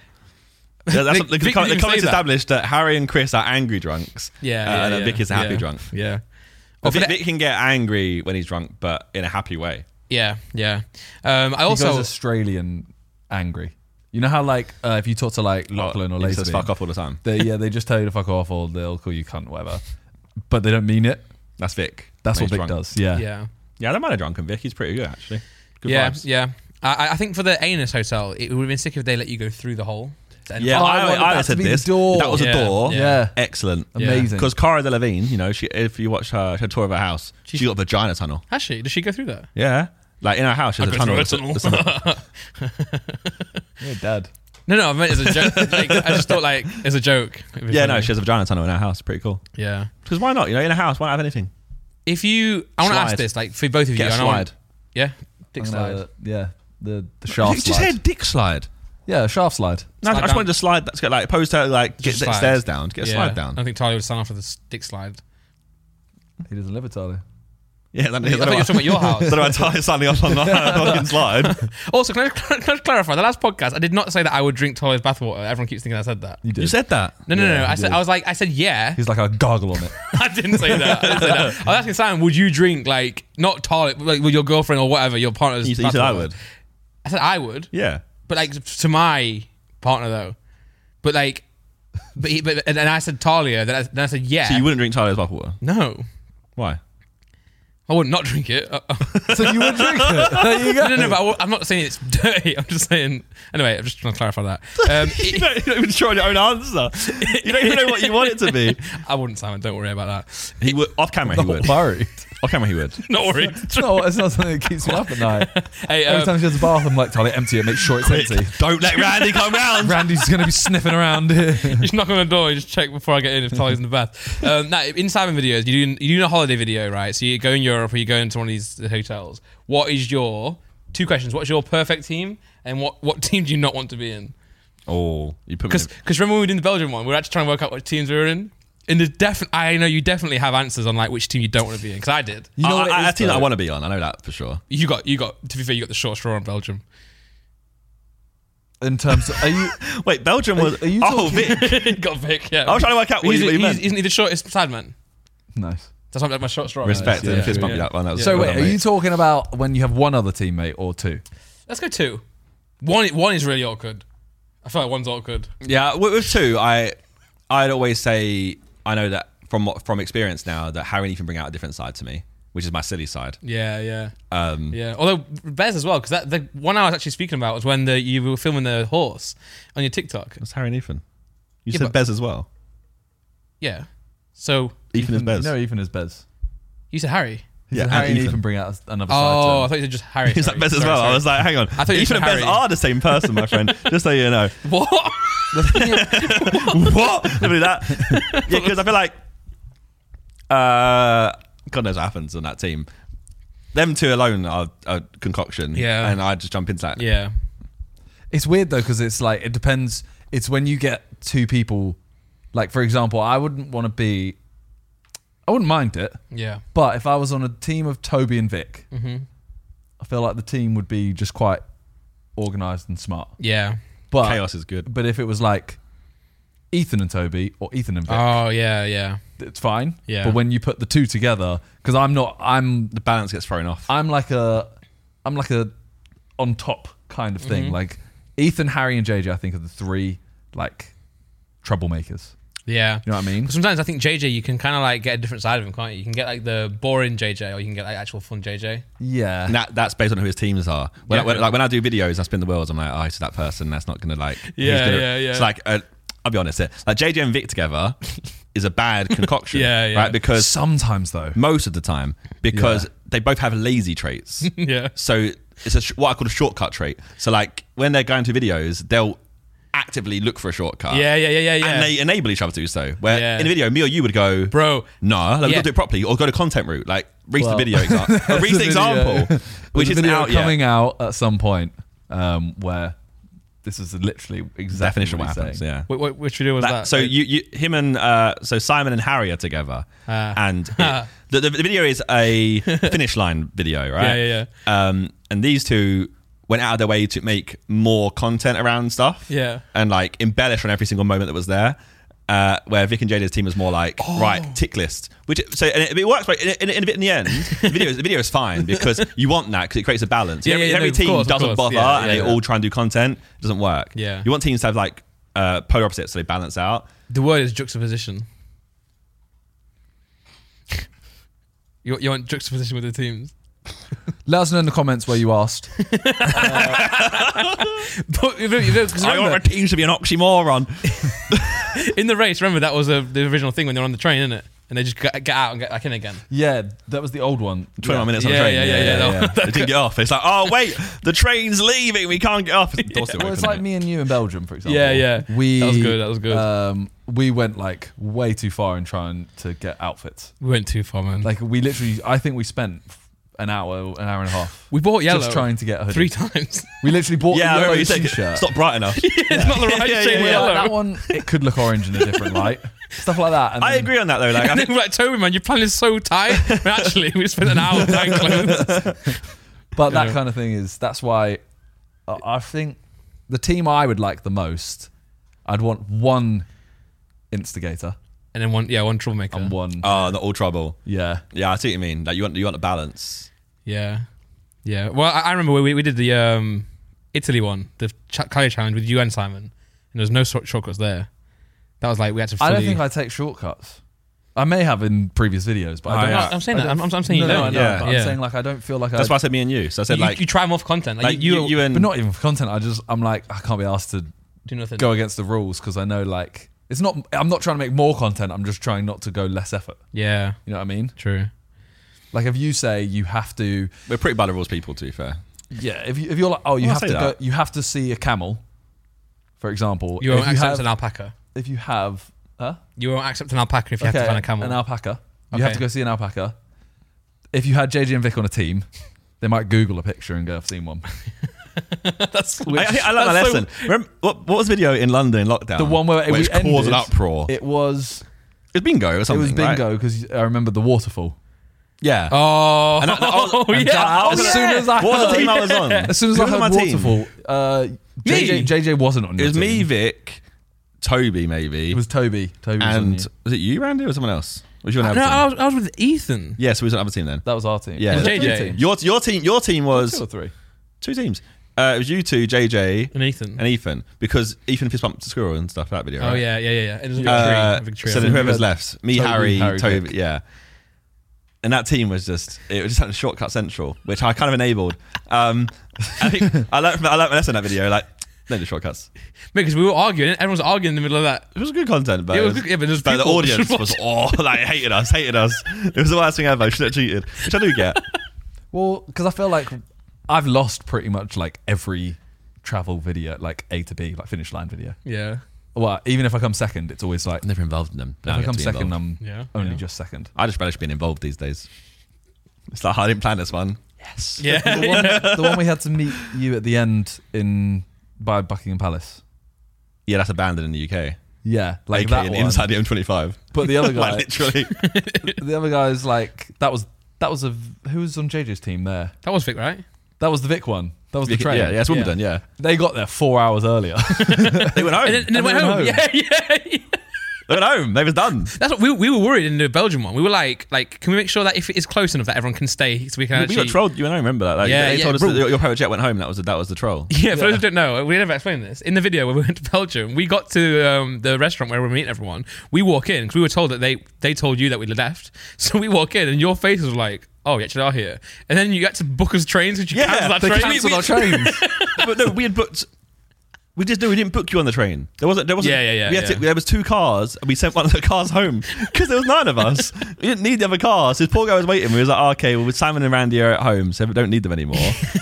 [SPEAKER 2] Yeah, that's
[SPEAKER 1] Vic-
[SPEAKER 2] the, the,
[SPEAKER 1] Vic
[SPEAKER 2] com- the
[SPEAKER 1] didn't
[SPEAKER 2] comments
[SPEAKER 1] say that.
[SPEAKER 2] established that Harry and Chris are angry drunks.
[SPEAKER 1] yeah,
[SPEAKER 2] uh,
[SPEAKER 1] yeah,
[SPEAKER 2] and then
[SPEAKER 1] yeah,
[SPEAKER 2] Vic is a happy
[SPEAKER 1] yeah,
[SPEAKER 2] drunk.
[SPEAKER 1] Yeah. Oh,
[SPEAKER 2] But
[SPEAKER 1] for
[SPEAKER 2] Vic,
[SPEAKER 1] the-
[SPEAKER 2] Vic can get angry when he's drunk, but in a happy way.
[SPEAKER 1] yeah, yeah. Um, I
[SPEAKER 3] He goes
[SPEAKER 1] also
[SPEAKER 3] Australian angry. You know how like uh, if you talk to like Lachlan or
[SPEAKER 2] He says
[SPEAKER 3] Lazy,
[SPEAKER 2] fuck off all the time.
[SPEAKER 3] they yeah they just tell you to fuck off or they'll call you cunt whatever, but they don't mean it.
[SPEAKER 2] That's Vic.
[SPEAKER 3] That's
[SPEAKER 2] when
[SPEAKER 3] what
[SPEAKER 2] he's
[SPEAKER 3] Vic
[SPEAKER 2] drunk.
[SPEAKER 3] does. Yeah.
[SPEAKER 1] yeah,
[SPEAKER 2] Yeah, I don't mind a drunken Vic. He's pretty good actually. uh, Good
[SPEAKER 1] yeah,
[SPEAKER 2] vibes.
[SPEAKER 1] yeah. I, I- I think for the anus hotel, it would have been sick if they let you go through the hole. to end
[SPEAKER 2] Yeah,
[SPEAKER 1] up-
[SPEAKER 3] Oh, I
[SPEAKER 2] I,
[SPEAKER 3] wanted
[SPEAKER 2] I,
[SPEAKER 3] that to
[SPEAKER 2] said
[SPEAKER 3] be the
[SPEAKER 2] this.
[SPEAKER 3] door.
[SPEAKER 2] That was
[SPEAKER 1] Yeah,
[SPEAKER 2] a door.
[SPEAKER 1] yeah.
[SPEAKER 3] Yeah.
[SPEAKER 2] Excellent.
[SPEAKER 1] Yeah.
[SPEAKER 3] Amazing.
[SPEAKER 2] Because Cara Delevingne, you know, she if you watch her, her tour of her house, she, got a vagina tunnel.
[SPEAKER 1] Actually, does she go through that?
[SPEAKER 2] Yeah. Like in her house, there's a tunnel. It's a- it's a-
[SPEAKER 3] Yeah, Dad.
[SPEAKER 1] No, no, I meant as a
[SPEAKER 2] (laughs)
[SPEAKER 1] joke. like, I just thought like as a joke. It'd be
[SPEAKER 2] (laughs) yeah,
[SPEAKER 1] (laughs)
[SPEAKER 2] no,
[SPEAKER 1] funny.
[SPEAKER 2] she has a vagina tunnel in her house. Pretty cool.
[SPEAKER 1] yeah.
[SPEAKER 2] Because why not? You know, in a house, why not have anything?
[SPEAKER 1] If you, I want to ask
[SPEAKER 2] Slide.
[SPEAKER 1] this, like for both of
[SPEAKER 2] Get
[SPEAKER 1] you,
[SPEAKER 2] a
[SPEAKER 1] and I want-
[SPEAKER 2] slide.
[SPEAKER 1] yeah, dick
[SPEAKER 3] I'm
[SPEAKER 1] slide.
[SPEAKER 3] gonna- yeah. The the
[SPEAKER 2] Did (laughs)
[SPEAKER 3] shaft
[SPEAKER 2] you
[SPEAKER 3] slide.
[SPEAKER 2] say a dick slide?
[SPEAKER 3] yeah, shaft slide.
[SPEAKER 2] No, I
[SPEAKER 1] Slide
[SPEAKER 2] just
[SPEAKER 1] down.
[SPEAKER 2] wanted to slide. That's good. Like opposed to like get
[SPEAKER 1] Just
[SPEAKER 2] the
[SPEAKER 1] slide.
[SPEAKER 2] stairs down, get a
[SPEAKER 1] Yeah.
[SPEAKER 2] slide
[SPEAKER 1] I
[SPEAKER 2] down.
[SPEAKER 1] don't think Tyler would sign off for the s- dick slide.
[SPEAKER 3] He doesn't live at Tally.
[SPEAKER 2] Yeah, that,
[SPEAKER 1] I thought you were talking about your house.
[SPEAKER 2] Don't know why signing
[SPEAKER 1] (laughs)
[SPEAKER 2] off on that fucking slide.
[SPEAKER 1] Also, can I, (laughs) can I clarify the last podcast? I did not say that I would drink Tyler's bathwater. Everyone keeps thinking I said that.
[SPEAKER 3] You did.
[SPEAKER 2] You said that.
[SPEAKER 1] No, no,
[SPEAKER 3] Yeah,
[SPEAKER 1] no. no.
[SPEAKER 3] you
[SPEAKER 1] I said
[SPEAKER 3] did.
[SPEAKER 1] I was like I said
[SPEAKER 2] (laughs)
[SPEAKER 1] yeah. (laughs)
[SPEAKER 3] He's like I gargle on it.
[SPEAKER 1] I didn't say that. I, didn't say that. I was asking Simon, would you drink like not Tyler, like with your girlfriend or whatever your partner's?
[SPEAKER 2] You said, you said I
[SPEAKER 1] bathwater?
[SPEAKER 2] would.
[SPEAKER 1] I said I would.
[SPEAKER 2] Yeah.
[SPEAKER 1] but like to my partner though. But like, but he, but and then I said Talia. Then I, then I said yeah.
[SPEAKER 2] So you wouldn't drink Tyler's bottled water?
[SPEAKER 1] no,
[SPEAKER 2] Why?
[SPEAKER 1] I would not drink it. Uh, uh.
[SPEAKER 3] so you would
[SPEAKER 2] (laughs)
[SPEAKER 3] drink it. There (laughs) you
[SPEAKER 1] (laughs)
[SPEAKER 3] go.
[SPEAKER 1] no, no, no. But I will, I'm not saying it's dirty. I'm just saying. Anyway, I'm just trying to clarify that.
[SPEAKER 3] (laughs)
[SPEAKER 1] Um,
[SPEAKER 2] you,
[SPEAKER 1] it-
[SPEAKER 2] don't, you don't even try your own answer. You don't even know what you want it to be.
[SPEAKER 1] I wouldn't, Simon. Don't worry about that.
[SPEAKER 2] He would off camera. He would
[SPEAKER 3] Not worried. (laughs)
[SPEAKER 2] off camera. He would.
[SPEAKER 1] Not worry.
[SPEAKER 3] No, it's not something that keeps me up at night.
[SPEAKER 1] hey,
[SPEAKER 3] Every
[SPEAKER 1] um,
[SPEAKER 3] time she goes to the bath, I'm like, Tally, empty it. Make sure it's empty.
[SPEAKER 2] Don't let Randy come (laughs) round.
[SPEAKER 3] Randy's gonna be sniffing around here.
[SPEAKER 1] you (laughs) just knock on the door. You just check before I get in if Talia's in the bath. Um, now, in Simon videos, you do you do a holiday video, right? So you go in Europe or you go into one of these hotels. What is your two questions? What's your perfect team, and what what team do you not want to be in?
[SPEAKER 2] Oh, you put me.
[SPEAKER 1] Because
[SPEAKER 2] in-
[SPEAKER 1] remember when we did the Belgium one, we were actually trying to work out what teams we were in. And there's definitely, I know you definitely have answers on like which team you don't want to be in. Because I did.
[SPEAKER 3] (laughs) You know
[SPEAKER 2] I,
[SPEAKER 3] what it
[SPEAKER 2] I,
[SPEAKER 3] is,
[SPEAKER 2] I think I
[SPEAKER 3] though?
[SPEAKER 2] want to be on. I know that for sure.
[SPEAKER 1] You got, you got. To be fair, you got the short straw on
[SPEAKER 2] (laughs)
[SPEAKER 1] Belgium.
[SPEAKER 3] In terms of, are you?
[SPEAKER 2] Wait, Belgium was.
[SPEAKER 3] are you
[SPEAKER 2] oh,
[SPEAKER 3] talking-
[SPEAKER 2] Vic.
[SPEAKER 1] you (laughs) got Vic. Yeah.
[SPEAKER 2] I was trying to work out what
[SPEAKER 1] He's-
[SPEAKER 2] you, what you
[SPEAKER 1] he's-
[SPEAKER 2] meant.
[SPEAKER 1] Isn't he the shortest sideman?
[SPEAKER 3] (laughs) Nice.
[SPEAKER 1] That's why I'm like my short straw.
[SPEAKER 2] Respect
[SPEAKER 1] Yeah.
[SPEAKER 2] and
[SPEAKER 3] yeah,
[SPEAKER 2] fist bump
[SPEAKER 1] yeah.
[SPEAKER 2] you up, man. That was
[SPEAKER 1] Yeah.
[SPEAKER 3] So
[SPEAKER 2] well
[SPEAKER 3] wait,
[SPEAKER 2] done,
[SPEAKER 3] are you
[SPEAKER 2] mate.
[SPEAKER 3] talking about when you have one other teammate or two?
[SPEAKER 1] Let's go two. One, one is really awkward. I feel like one's awkward.
[SPEAKER 2] Yeah, with, with two, I I'd always say I know that from what- from experience now that Harry and Ethan bring out a different side to me, which is my silly side.
[SPEAKER 1] Yeah, yeah,
[SPEAKER 2] Um,
[SPEAKER 1] yeah. Although Bez as well, because that the one I was actually speaking about was when the, you were filming the horse on your TikTok.
[SPEAKER 2] It's Harry and Ethan. You
[SPEAKER 1] Yeah,
[SPEAKER 2] said
[SPEAKER 1] but-
[SPEAKER 2] Bez as well.
[SPEAKER 1] Yeah. So
[SPEAKER 2] Ethan, is Bez.
[SPEAKER 3] No, Ethan is Bez.
[SPEAKER 1] you said Harry.
[SPEAKER 3] He
[SPEAKER 2] Yeah,
[SPEAKER 3] said, Harry
[SPEAKER 2] and
[SPEAKER 3] and
[SPEAKER 2] Ethan.
[SPEAKER 3] Ethan bring out another
[SPEAKER 1] Oh, I
[SPEAKER 3] side.
[SPEAKER 1] thought you said just
[SPEAKER 2] (laughs)
[SPEAKER 1] Harry.
[SPEAKER 2] He's
[SPEAKER 1] sorry.
[SPEAKER 2] like Bez as
[SPEAKER 1] Sorry,
[SPEAKER 2] well.
[SPEAKER 1] sorry.
[SPEAKER 2] I was like, hang on.
[SPEAKER 1] thought you
[SPEAKER 2] Ethan
[SPEAKER 1] said
[SPEAKER 2] and Bez
[SPEAKER 1] Harry.
[SPEAKER 2] are the same person,
[SPEAKER 1] (laughs)
[SPEAKER 2] my friend. Just so you know. (laughs)
[SPEAKER 1] what?
[SPEAKER 2] what? Don't
[SPEAKER 1] (laughs)
[SPEAKER 2] do that. Yeah, because I feel like, uh, God knows what happens on that team. Them two alone are a concoction.
[SPEAKER 1] Yeah.
[SPEAKER 2] And I just jump into
[SPEAKER 1] (laughs)
[SPEAKER 2] that.
[SPEAKER 1] yeah.
[SPEAKER 3] It's weird though because it's like it depends. It's when you get two people. Like for example, I wouldn't want to be. I wouldn't mind it,
[SPEAKER 1] Yeah.
[SPEAKER 3] but if I was on a team of Toby and Vic, I feel like the team would be just quite organized and smart.
[SPEAKER 1] Yeah.
[SPEAKER 3] But
[SPEAKER 2] Chaos is good.
[SPEAKER 3] But if it was like Ethan and Toby or Ethan and Vic,
[SPEAKER 2] Ah.
[SPEAKER 1] Oh yeah, yeah.
[SPEAKER 3] it's fine.
[SPEAKER 1] Yeah.
[SPEAKER 3] But when you put the two together, because I'm not, I'm,
[SPEAKER 2] The balance gets thrown off.
[SPEAKER 3] I'm like a, I'm like a, on top kind of
[SPEAKER 2] Mm-hmm.
[SPEAKER 3] thing. Like Ethan, Harry, and JJ, I think are the three like troublemakers.
[SPEAKER 1] Yeah.
[SPEAKER 3] You know what I mean?
[SPEAKER 1] But sometimes I think JJ, you can kind of like get a different side of him, can't you? You can get like the boring JJ, or you can get like actual fun JJ.
[SPEAKER 3] Yeah.
[SPEAKER 2] And that, that's based on who his teams are. When, I,
[SPEAKER 1] Yeah.
[SPEAKER 2] when, like, when I do videos, I spin the wheels. I'm like, oh, it's that person. That's not going to like. he's
[SPEAKER 1] Yeah,
[SPEAKER 2] gonna-
[SPEAKER 1] yeah, yeah.
[SPEAKER 2] It's like, uh, I'll be honest here. Like JJ and
[SPEAKER 1] (laughs)
[SPEAKER 2] Vic together is a bad concoction.
[SPEAKER 1] Yeah, yeah.
[SPEAKER 2] Right? Because
[SPEAKER 3] Sometimes though.
[SPEAKER 2] most of the time, because
[SPEAKER 3] Yeah.
[SPEAKER 2] they both have lazy
[SPEAKER 3] (laughs)
[SPEAKER 2] traits.
[SPEAKER 1] yeah.
[SPEAKER 2] So it's a sh- what I call a shortcut trait. So like when they're going to videos, they'll actively look for a
[SPEAKER 1] (laughs)
[SPEAKER 2] shortcut.
[SPEAKER 1] Yeah, yeah, yeah, yeah, yeah.
[SPEAKER 2] And they enable each other to do so. Where
[SPEAKER 1] Yeah.
[SPEAKER 2] in a video, me or you would go,
[SPEAKER 1] Bro.
[SPEAKER 2] nah, like, we
[SPEAKER 1] Yeah.
[SPEAKER 2] gotta do it properly, or go to content route, like reach
[SPEAKER 3] Well,
[SPEAKER 2] the video
[SPEAKER 3] (laughs)
[SPEAKER 2] example, or reach
[SPEAKER 3] There's
[SPEAKER 2] the
[SPEAKER 3] a video-
[SPEAKER 2] example, which
[SPEAKER 3] there's a
[SPEAKER 2] isn't
[SPEAKER 3] video
[SPEAKER 2] out
[SPEAKER 3] coming
[SPEAKER 2] yet.
[SPEAKER 3] out at some point um, where this is literally exactly
[SPEAKER 2] Definition of
[SPEAKER 3] what
[SPEAKER 2] what
[SPEAKER 3] he's
[SPEAKER 2] happens.
[SPEAKER 3] saying.
[SPEAKER 2] Yeah.
[SPEAKER 1] Wh- wh- which video was that?
[SPEAKER 2] That- so you, you, him and uh, so Simon and Harry are together,
[SPEAKER 1] Ah.
[SPEAKER 2] and
[SPEAKER 1] (laughs)
[SPEAKER 2] it- the, the video is a finish line video, right?
[SPEAKER 1] Yeah, yeah,
[SPEAKER 2] yeah. Um, and these two went out of their way to make more content around stuff,
[SPEAKER 1] Yeah.
[SPEAKER 2] and like embellish on every single moment that was there. Uh, where Vic and Jada's team was more like
[SPEAKER 1] Oh.
[SPEAKER 2] right tick list, which so and it, it works. Right, in, in, in, in the end, the video, is- the video is fine because
[SPEAKER 1] (laughs)
[SPEAKER 2] you want that because it creates a balance.
[SPEAKER 1] Yeah,
[SPEAKER 2] every
[SPEAKER 1] yeah,
[SPEAKER 2] every
[SPEAKER 1] no, of
[SPEAKER 2] team
[SPEAKER 1] course, of
[SPEAKER 2] doesn't
[SPEAKER 1] course.
[SPEAKER 2] bother,
[SPEAKER 1] Yeah,
[SPEAKER 2] and
[SPEAKER 1] yeah,
[SPEAKER 2] they
[SPEAKER 1] yeah.
[SPEAKER 2] all try and do content. It doesn't work.
[SPEAKER 1] Yeah.
[SPEAKER 2] you want teams to have like uh, polar opposites, so they balance out.
[SPEAKER 1] the word is juxtaposition. you, you want juxtaposition with the teams? (laughs)
[SPEAKER 3] Let us know in the comments where you asked. (laughs)
[SPEAKER 1] But you know, you know, 'cause
[SPEAKER 2] I want my
[SPEAKER 1] remember,
[SPEAKER 2] teams to be an oxymoron.
[SPEAKER 1] in the race, remember that was a, the original thing when they're on the train, isn't it? And they just get, get out and get back in again.
[SPEAKER 3] yeah, that was the old one.
[SPEAKER 2] 21
[SPEAKER 3] Yeah.
[SPEAKER 2] minutes on
[SPEAKER 1] Yeah,
[SPEAKER 2] the train.
[SPEAKER 1] yeah, yeah, yeah, that (laughs) one-
[SPEAKER 2] They didn't get off. It's like, oh, wait, the train's leaving. We can't get off. It's, the door's still
[SPEAKER 3] Well, it's
[SPEAKER 2] open,
[SPEAKER 3] like
[SPEAKER 2] isn't it?
[SPEAKER 3] me and you in Belgium, for example.
[SPEAKER 1] Yeah, yeah.
[SPEAKER 3] We
[SPEAKER 1] That was good, that was good.
[SPEAKER 3] Um, we went like way too far in trying to get outfits.
[SPEAKER 1] We went too far, man.
[SPEAKER 3] Like we literally, I think we spent an hour, an hour and a half
[SPEAKER 1] (laughs) we bought yellow
[SPEAKER 3] just trying to get a hoodie.
[SPEAKER 1] three times. (laughs)
[SPEAKER 3] we literally bought
[SPEAKER 2] Yeah, I
[SPEAKER 3] a
[SPEAKER 2] remember
[SPEAKER 3] yellow
[SPEAKER 2] you said
[SPEAKER 3] t-shirt.
[SPEAKER 2] it's not bright enough.
[SPEAKER 1] it's not the right
[SPEAKER 2] Yeah, yeah,
[SPEAKER 1] shade
[SPEAKER 2] yeah.
[SPEAKER 1] of
[SPEAKER 3] We're
[SPEAKER 1] yellow.
[SPEAKER 3] like,
[SPEAKER 1] (laughs)
[SPEAKER 3] that one, it could look orange in a different light. Stuff like that. And
[SPEAKER 2] I
[SPEAKER 3] then-
[SPEAKER 2] agree on that, though. Like, I
[SPEAKER 1] And
[SPEAKER 2] think (laughs)
[SPEAKER 1] then we're like, Toby, man, your plan is so tight. (laughs) But actually, we spent an hour (laughs) buying
[SPEAKER 2] (laughs)
[SPEAKER 1] clothes.
[SPEAKER 3] But that
[SPEAKER 1] Yeah.
[SPEAKER 3] kind of thing is that's why I I think the team I would like the most, I'd want one instigator
[SPEAKER 1] And then one, yeah, one troublemaker.
[SPEAKER 3] and one.
[SPEAKER 2] oh, the all trouble.
[SPEAKER 3] yeah.
[SPEAKER 2] Yeah, I see what you mean. Like, you want you want a balance.
[SPEAKER 3] Uh,
[SPEAKER 1] Yeah, yeah. Well, I, I remember we- we, we did the um, Italy one, the ch- Cali challenge with you and Simon, and there was no short- shortcuts there. That was like we had to. Fully,
[SPEAKER 3] I don't think I take shortcuts. I may have in previous videos, but I
[SPEAKER 2] Oh,
[SPEAKER 3] don't.
[SPEAKER 1] No,
[SPEAKER 2] yeah.
[SPEAKER 1] I'm saying that. I'm, I'm saying
[SPEAKER 3] no,
[SPEAKER 1] you
[SPEAKER 3] no,
[SPEAKER 1] don't.
[SPEAKER 3] I know,
[SPEAKER 2] yeah.
[SPEAKER 3] but
[SPEAKER 1] Yeah.
[SPEAKER 3] I'm saying like I don't feel like
[SPEAKER 2] That's
[SPEAKER 3] I.
[SPEAKER 2] why I said me and you. So I said,
[SPEAKER 1] you,
[SPEAKER 2] like,
[SPEAKER 1] you try more for content. Like,
[SPEAKER 2] like
[SPEAKER 1] you,
[SPEAKER 2] you, you and.
[SPEAKER 3] But not even for content. I just I'm like I can't be asked to
[SPEAKER 1] do nothing.
[SPEAKER 3] go against the rules because I know like it's not. I'm not trying to make more content. I'm just trying not to go less effort.
[SPEAKER 1] Yeah,
[SPEAKER 3] You know what I mean?
[SPEAKER 1] true.
[SPEAKER 3] Like if you say you have to,
[SPEAKER 2] we're pretty by the rules people, to be fair.
[SPEAKER 3] yeah. If you if you're like oh you
[SPEAKER 2] Well, I
[SPEAKER 3] have to
[SPEAKER 2] say
[SPEAKER 3] go,
[SPEAKER 2] that.
[SPEAKER 3] you have to see a camel, for example.
[SPEAKER 1] You
[SPEAKER 3] if
[SPEAKER 1] won't accept
[SPEAKER 3] have,
[SPEAKER 1] an alpaca.
[SPEAKER 3] if you have huh?
[SPEAKER 1] You won't accept an alpaca if you have to find a camel.
[SPEAKER 3] an alpaca. You have
[SPEAKER 1] Okay.
[SPEAKER 3] to go see an alpaca. If you had JJ and Vic on a team, they might Google a picture and go, "I've (laughs) seen one."
[SPEAKER 1] That's
[SPEAKER 2] I, I, think I learned my
[SPEAKER 3] That's so-
[SPEAKER 2] lesson. Remember, what, what was the video in London in lockdown?
[SPEAKER 3] The one where it
[SPEAKER 2] Which
[SPEAKER 3] we ended,
[SPEAKER 2] caused an uprow. It,
[SPEAKER 3] It was
[SPEAKER 2] was bingo or
[SPEAKER 3] it
[SPEAKER 2] something.
[SPEAKER 3] was
[SPEAKER 2] right?
[SPEAKER 3] bingo because I remember the waterfall.
[SPEAKER 2] Yeah.
[SPEAKER 1] (laughs) oh,
[SPEAKER 2] And I- I
[SPEAKER 3] (laughs)
[SPEAKER 1] yeah.
[SPEAKER 2] was- and I was-
[SPEAKER 1] Oh,
[SPEAKER 3] as
[SPEAKER 1] yeah.
[SPEAKER 3] soon as
[SPEAKER 2] What
[SPEAKER 3] I
[SPEAKER 2] was the
[SPEAKER 3] heard-
[SPEAKER 2] team I was on?
[SPEAKER 3] As (laughs) soon as
[SPEAKER 2] Who
[SPEAKER 3] I
[SPEAKER 2] was on
[SPEAKER 3] heard
[SPEAKER 2] my team?
[SPEAKER 3] waterfall, uh,
[SPEAKER 1] Me?
[SPEAKER 3] JJ, JJ wasn't on.
[SPEAKER 2] It
[SPEAKER 3] your
[SPEAKER 2] was me,
[SPEAKER 3] team.
[SPEAKER 2] Vic, Toby, maybe.
[SPEAKER 3] It was Toby. Toby was on
[SPEAKER 2] and
[SPEAKER 3] you.
[SPEAKER 2] was it you, Randy, or someone else? Was you on
[SPEAKER 1] No,
[SPEAKER 2] Everton?
[SPEAKER 1] I was, I was with Ethan.
[SPEAKER 2] yeah, so he was on Everton then.
[SPEAKER 3] That was our team.
[SPEAKER 2] Yeah.
[SPEAKER 3] Was it
[SPEAKER 1] JJ.
[SPEAKER 3] three teams?
[SPEAKER 2] Your your team your team was
[SPEAKER 3] Two or three.
[SPEAKER 2] two teams. Uh, it was you two, JJ,
[SPEAKER 1] And Ethan.
[SPEAKER 2] and Ethan, because Ethan fist bumped to squirrel and stuff that video.
[SPEAKER 1] oh,
[SPEAKER 2] right?
[SPEAKER 1] yeah, yeah, yeah, yeah. And it was a big
[SPEAKER 2] Uh,
[SPEAKER 1] tree. a big tree.
[SPEAKER 2] so then whoever's left, me,
[SPEAKER 3] Toby,
[SPEAKER 2] Harry,
[SPEAKER 3] Harry,
[SPEAKER 2] Toby,
[SPEAKER 3] Vic.
[SPEAKER 2] yeah. And that team was just it was just like shortcut central, which I kind of enabled. Um, I think (laughs) I learned from, I learned my lesson in that video. Like, no do shortcuts.
[SPEAKER 1] Because we were arguing. Everyone was arguing in the middle of that.
[SPEAKER 2] It was good content, but
[SPEAKER 1] It
[SPEAKER 2] it
[SPEAKER 1] was
[SPEAKER 2] was-
[SPEAKER 1] good- yeah, but there's
[SPEAKER 2] the
[SPEAKER 1] people (laughs)
[SPEAKER 2] audience
[SPEAKER 1] watching.
[SPEAKER 2] was oh, (laughs) like hated us, hated us. It was the worst thing ever. I should have cheated, which I do get.
[SPEAKER 3] Well, because I feel like I've lost pretty much like every travel video, like A to B, like finish line video.
[SPEAKER 1] Yeah.
[SPEAKER 3] Well, even if I come second, it's always
[SPEAKER 2] (laughs)
[SPEAKER 3] like
[SPEAKER 2] Never involved in them.
[SPEAKER 3] if I come second, I'm
[SPEAKER 1] Yeah,
[SPEAKER 3] only
[SPEAKER 1] yeah.
[SPEAKER 3] just second.
[SPEAKER 2] I just relish being involved these days. It's like I didn't plan this one. (laughs) Yes.
[SPEAKER 1] Yeah.
[SPEAKER 3] The one, the one we had to meet you at the end in by Buckingham Palace.
[SPEAKER 2] Yeah, that's abandoned in the UK.
[SPEAKER 3] Yeah, like
[SPEAKER 2] Like
[SPEAKER 3] that one.
[SPEAKER 2] inside the M25.
[SPEAKER 3] But the other
[SPEAKER 2] (laughs) like
[SPEAKER 3] guy,
[SPEAKER 2] literally.
[SPEAKER 3] the other guy's like that was that was a v- who was on JJ's team there.
[SPEAKER 1] That was Vic, right?
[SPEAKER 3] That was the Vic one. That was the train.
[SPEAKER 2] Yeah, yeah, it's Wimbledon. Yeah.
[SPEAKER 3] They got there four hours earlier. (laughs)
[SPEAKER 2] They (laughs) went home.
[SPEAKER 1] And then, and then
[SPEAKER 3] And
[SPEAKER 1] went
[SPEAKER 3] they
[SPEAKER 1] home.
[SPEAKER 3] went
[SPEAKER 1] Yeah, yeah, yeah.
[SPEAKER 2] they went home. They was done.
[SPEAKER 1] That's what we, we were worried in the Belgian one. We were like, like, can we make sure that if it is close enough that everyone can stay so we can
[SPEAKER 2] We
[SPEAKER 1] actually.
[SPEAKER 2] got trolled. You and I remember that. Like,
[SPEAKER 1] Yeah,
[SPEAKER 2] they
[SPEAKER 1] yeah,
[SPEAKER 2] told us
[SPEAKER 1] bro.
[SPEAKER 2] that your, your private jet went home. That was that was the (laughs) troll.
[SPEAKER 1] (laughs) Yeah, for those who don't know, we never explained this. In the video when we went to Belgium, we got to um, the restaurant where we were meeting everyone. We walk in because we were told that they they told you that we'd left. (laughs) So we walk in and your face was like, "Oh, you actually are here." And then you had to book us trains, which you
[SPEAKER 2] Yeah,
[SPEAKER 1] cancelled our
[SPEAKER 2] they
[SPEAKER 1] train. (laughs)
[SPEAKER 2] cancelled
[SPEAKER 1] We-
[SPEAKER 3] our trains.
[SPEAKER 2] but no, we had booked. We just no, we didn't book you on the train. There wasn't. There wasn't.
[SPEAKER 1] Yeah, yeah, yeah,
[SPEAKER 2] We had
[SPEAKER 1] yeah.
[SPEAKER 2] To, there was two cars, and we sent one of the cars (laughs) home because there was nine of us. we didn't need the other cars. This poor guy was waiting. We was like, oh, okay, well, Simon and Randy are at home, so we don't need them (laughs) anymore.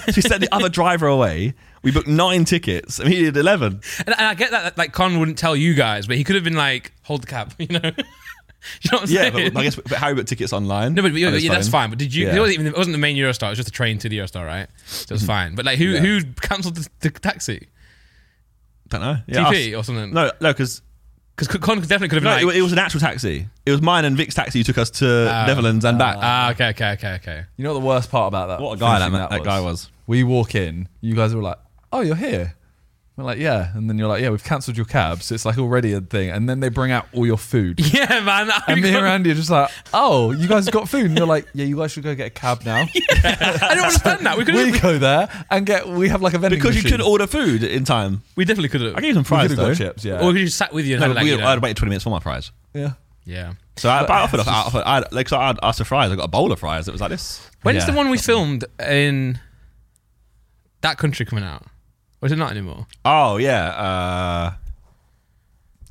[SPEAKER 2] so we sent the other driver away. We booked nine tickets, and he did eleven.
[SPEAKER 1] and, and I get that, that like Con wouldn't tell you guys, but he could have been like, "Hold the cab," (laughs) you know. you know what I'm
[SPEAKER 2] Yeah,
[SPEAKER 1] saying?
[SPEAKER 2] but I guess but Harry booked tickets online.
[SPEAKER 1] No, but, yeah,
[SPEAKER 2] On his
[SPEAKER 1] yeah, that's
[SPEAKER 2] phone.
[SPEAKER 1] fine. But did you?
[SPEAKER 2] Yeah. Mm-hmm.
[SPEAKER 1] It, wasn't even, it wasn't the main Eurostar. It was just a train to the Eurostar, right? So it was fine. But like, who who cancelled the, the taxi?
[SPEAKER 2] Don't know. Yeah,
[SPEAKER 1] TP
[SPEAKER 2] us.
[SPEAKER 1] or something?
[SPEAKER 2] No, no, because
[SPEAKER 1] because Con definitely could have been
[SPEAKER 2] No,
[SPEAKER 1] like,
[SPEAKER 2] it, it was an actual taxi. It was mine and Vic's taxi who took us to
[SPEAKER 1] Oh,
[SPEAKER 2] Netherlands and back.
[SPEAKER 1] Ah, okay, okay, okay, okay. (laughs)
[SPEAKER 3] You know what the worst part about that?
[SPEAKER 2] What a guy that
[SPEAKER 3] finishing
[SPEAKER 2] ma- that guy was.
[SPEAKER 3] We walk in, you guys were like, "Oh, you're here." We're like, "Yeah," and then you're like, "Yeah, we've cancelled your cab, so it's like already a thing." And then they bring out all your food,
[SPEAKER 2] (laughs)
[SPEAKER 1] Yeah, man. I
[SPEAKER 3] and me and
[SPEAKER 1] got-
[SPEAKER 3] Randy are just like, "Oh, you guys got food?" And you're like, "Yeah, you guys should go get a cab now."
[SPEAKER 1] I don't understand that. Uh, We
[SPEAKER 2] (laughs)
[SPEAKER 1] could
[SPEAKER 3] we
[SPEAKER 1] have.
[SPEAKER 3] go there and get we have like a vending
[SPEAKER 2] because you
[SPEAKER 3] machine.
[SPEAKER 2] could order food in time.
[SPEAKER 1] We definitely could have.
[SPEAKER 2] I gave them
[SPEAKER 3] we could
[SPEAKER 2] fries
[SPEAKER 3] have
[SPEAKER 2] though.
[SPEAKER 3] got chips, yeah,
[SPEAKER 1] Or we could have just sat with you and
[SPEAKER 2] No,
[SPEAKER 1] had like,
[SPEAKER 2] we,
[SPEAKER 1] you know-
[SPEAKER 2] I'd wait 20 minutes for my fries.
[SPEAKER 3] yeah.
[SPEAKER 1] yeah.
[SPEAKER 2] So I, but I offered, I offered I, like, so I'd asked for fries. I got a bowl of fries. It was like this.
[SPEAKER 1] When's
[SPEAKER 3] Yeah.
[SPEAKER 1] the one we filmed in that country coming out? Or is it not anymore?
[SPEAKER 2] Oh, yeah. Uh,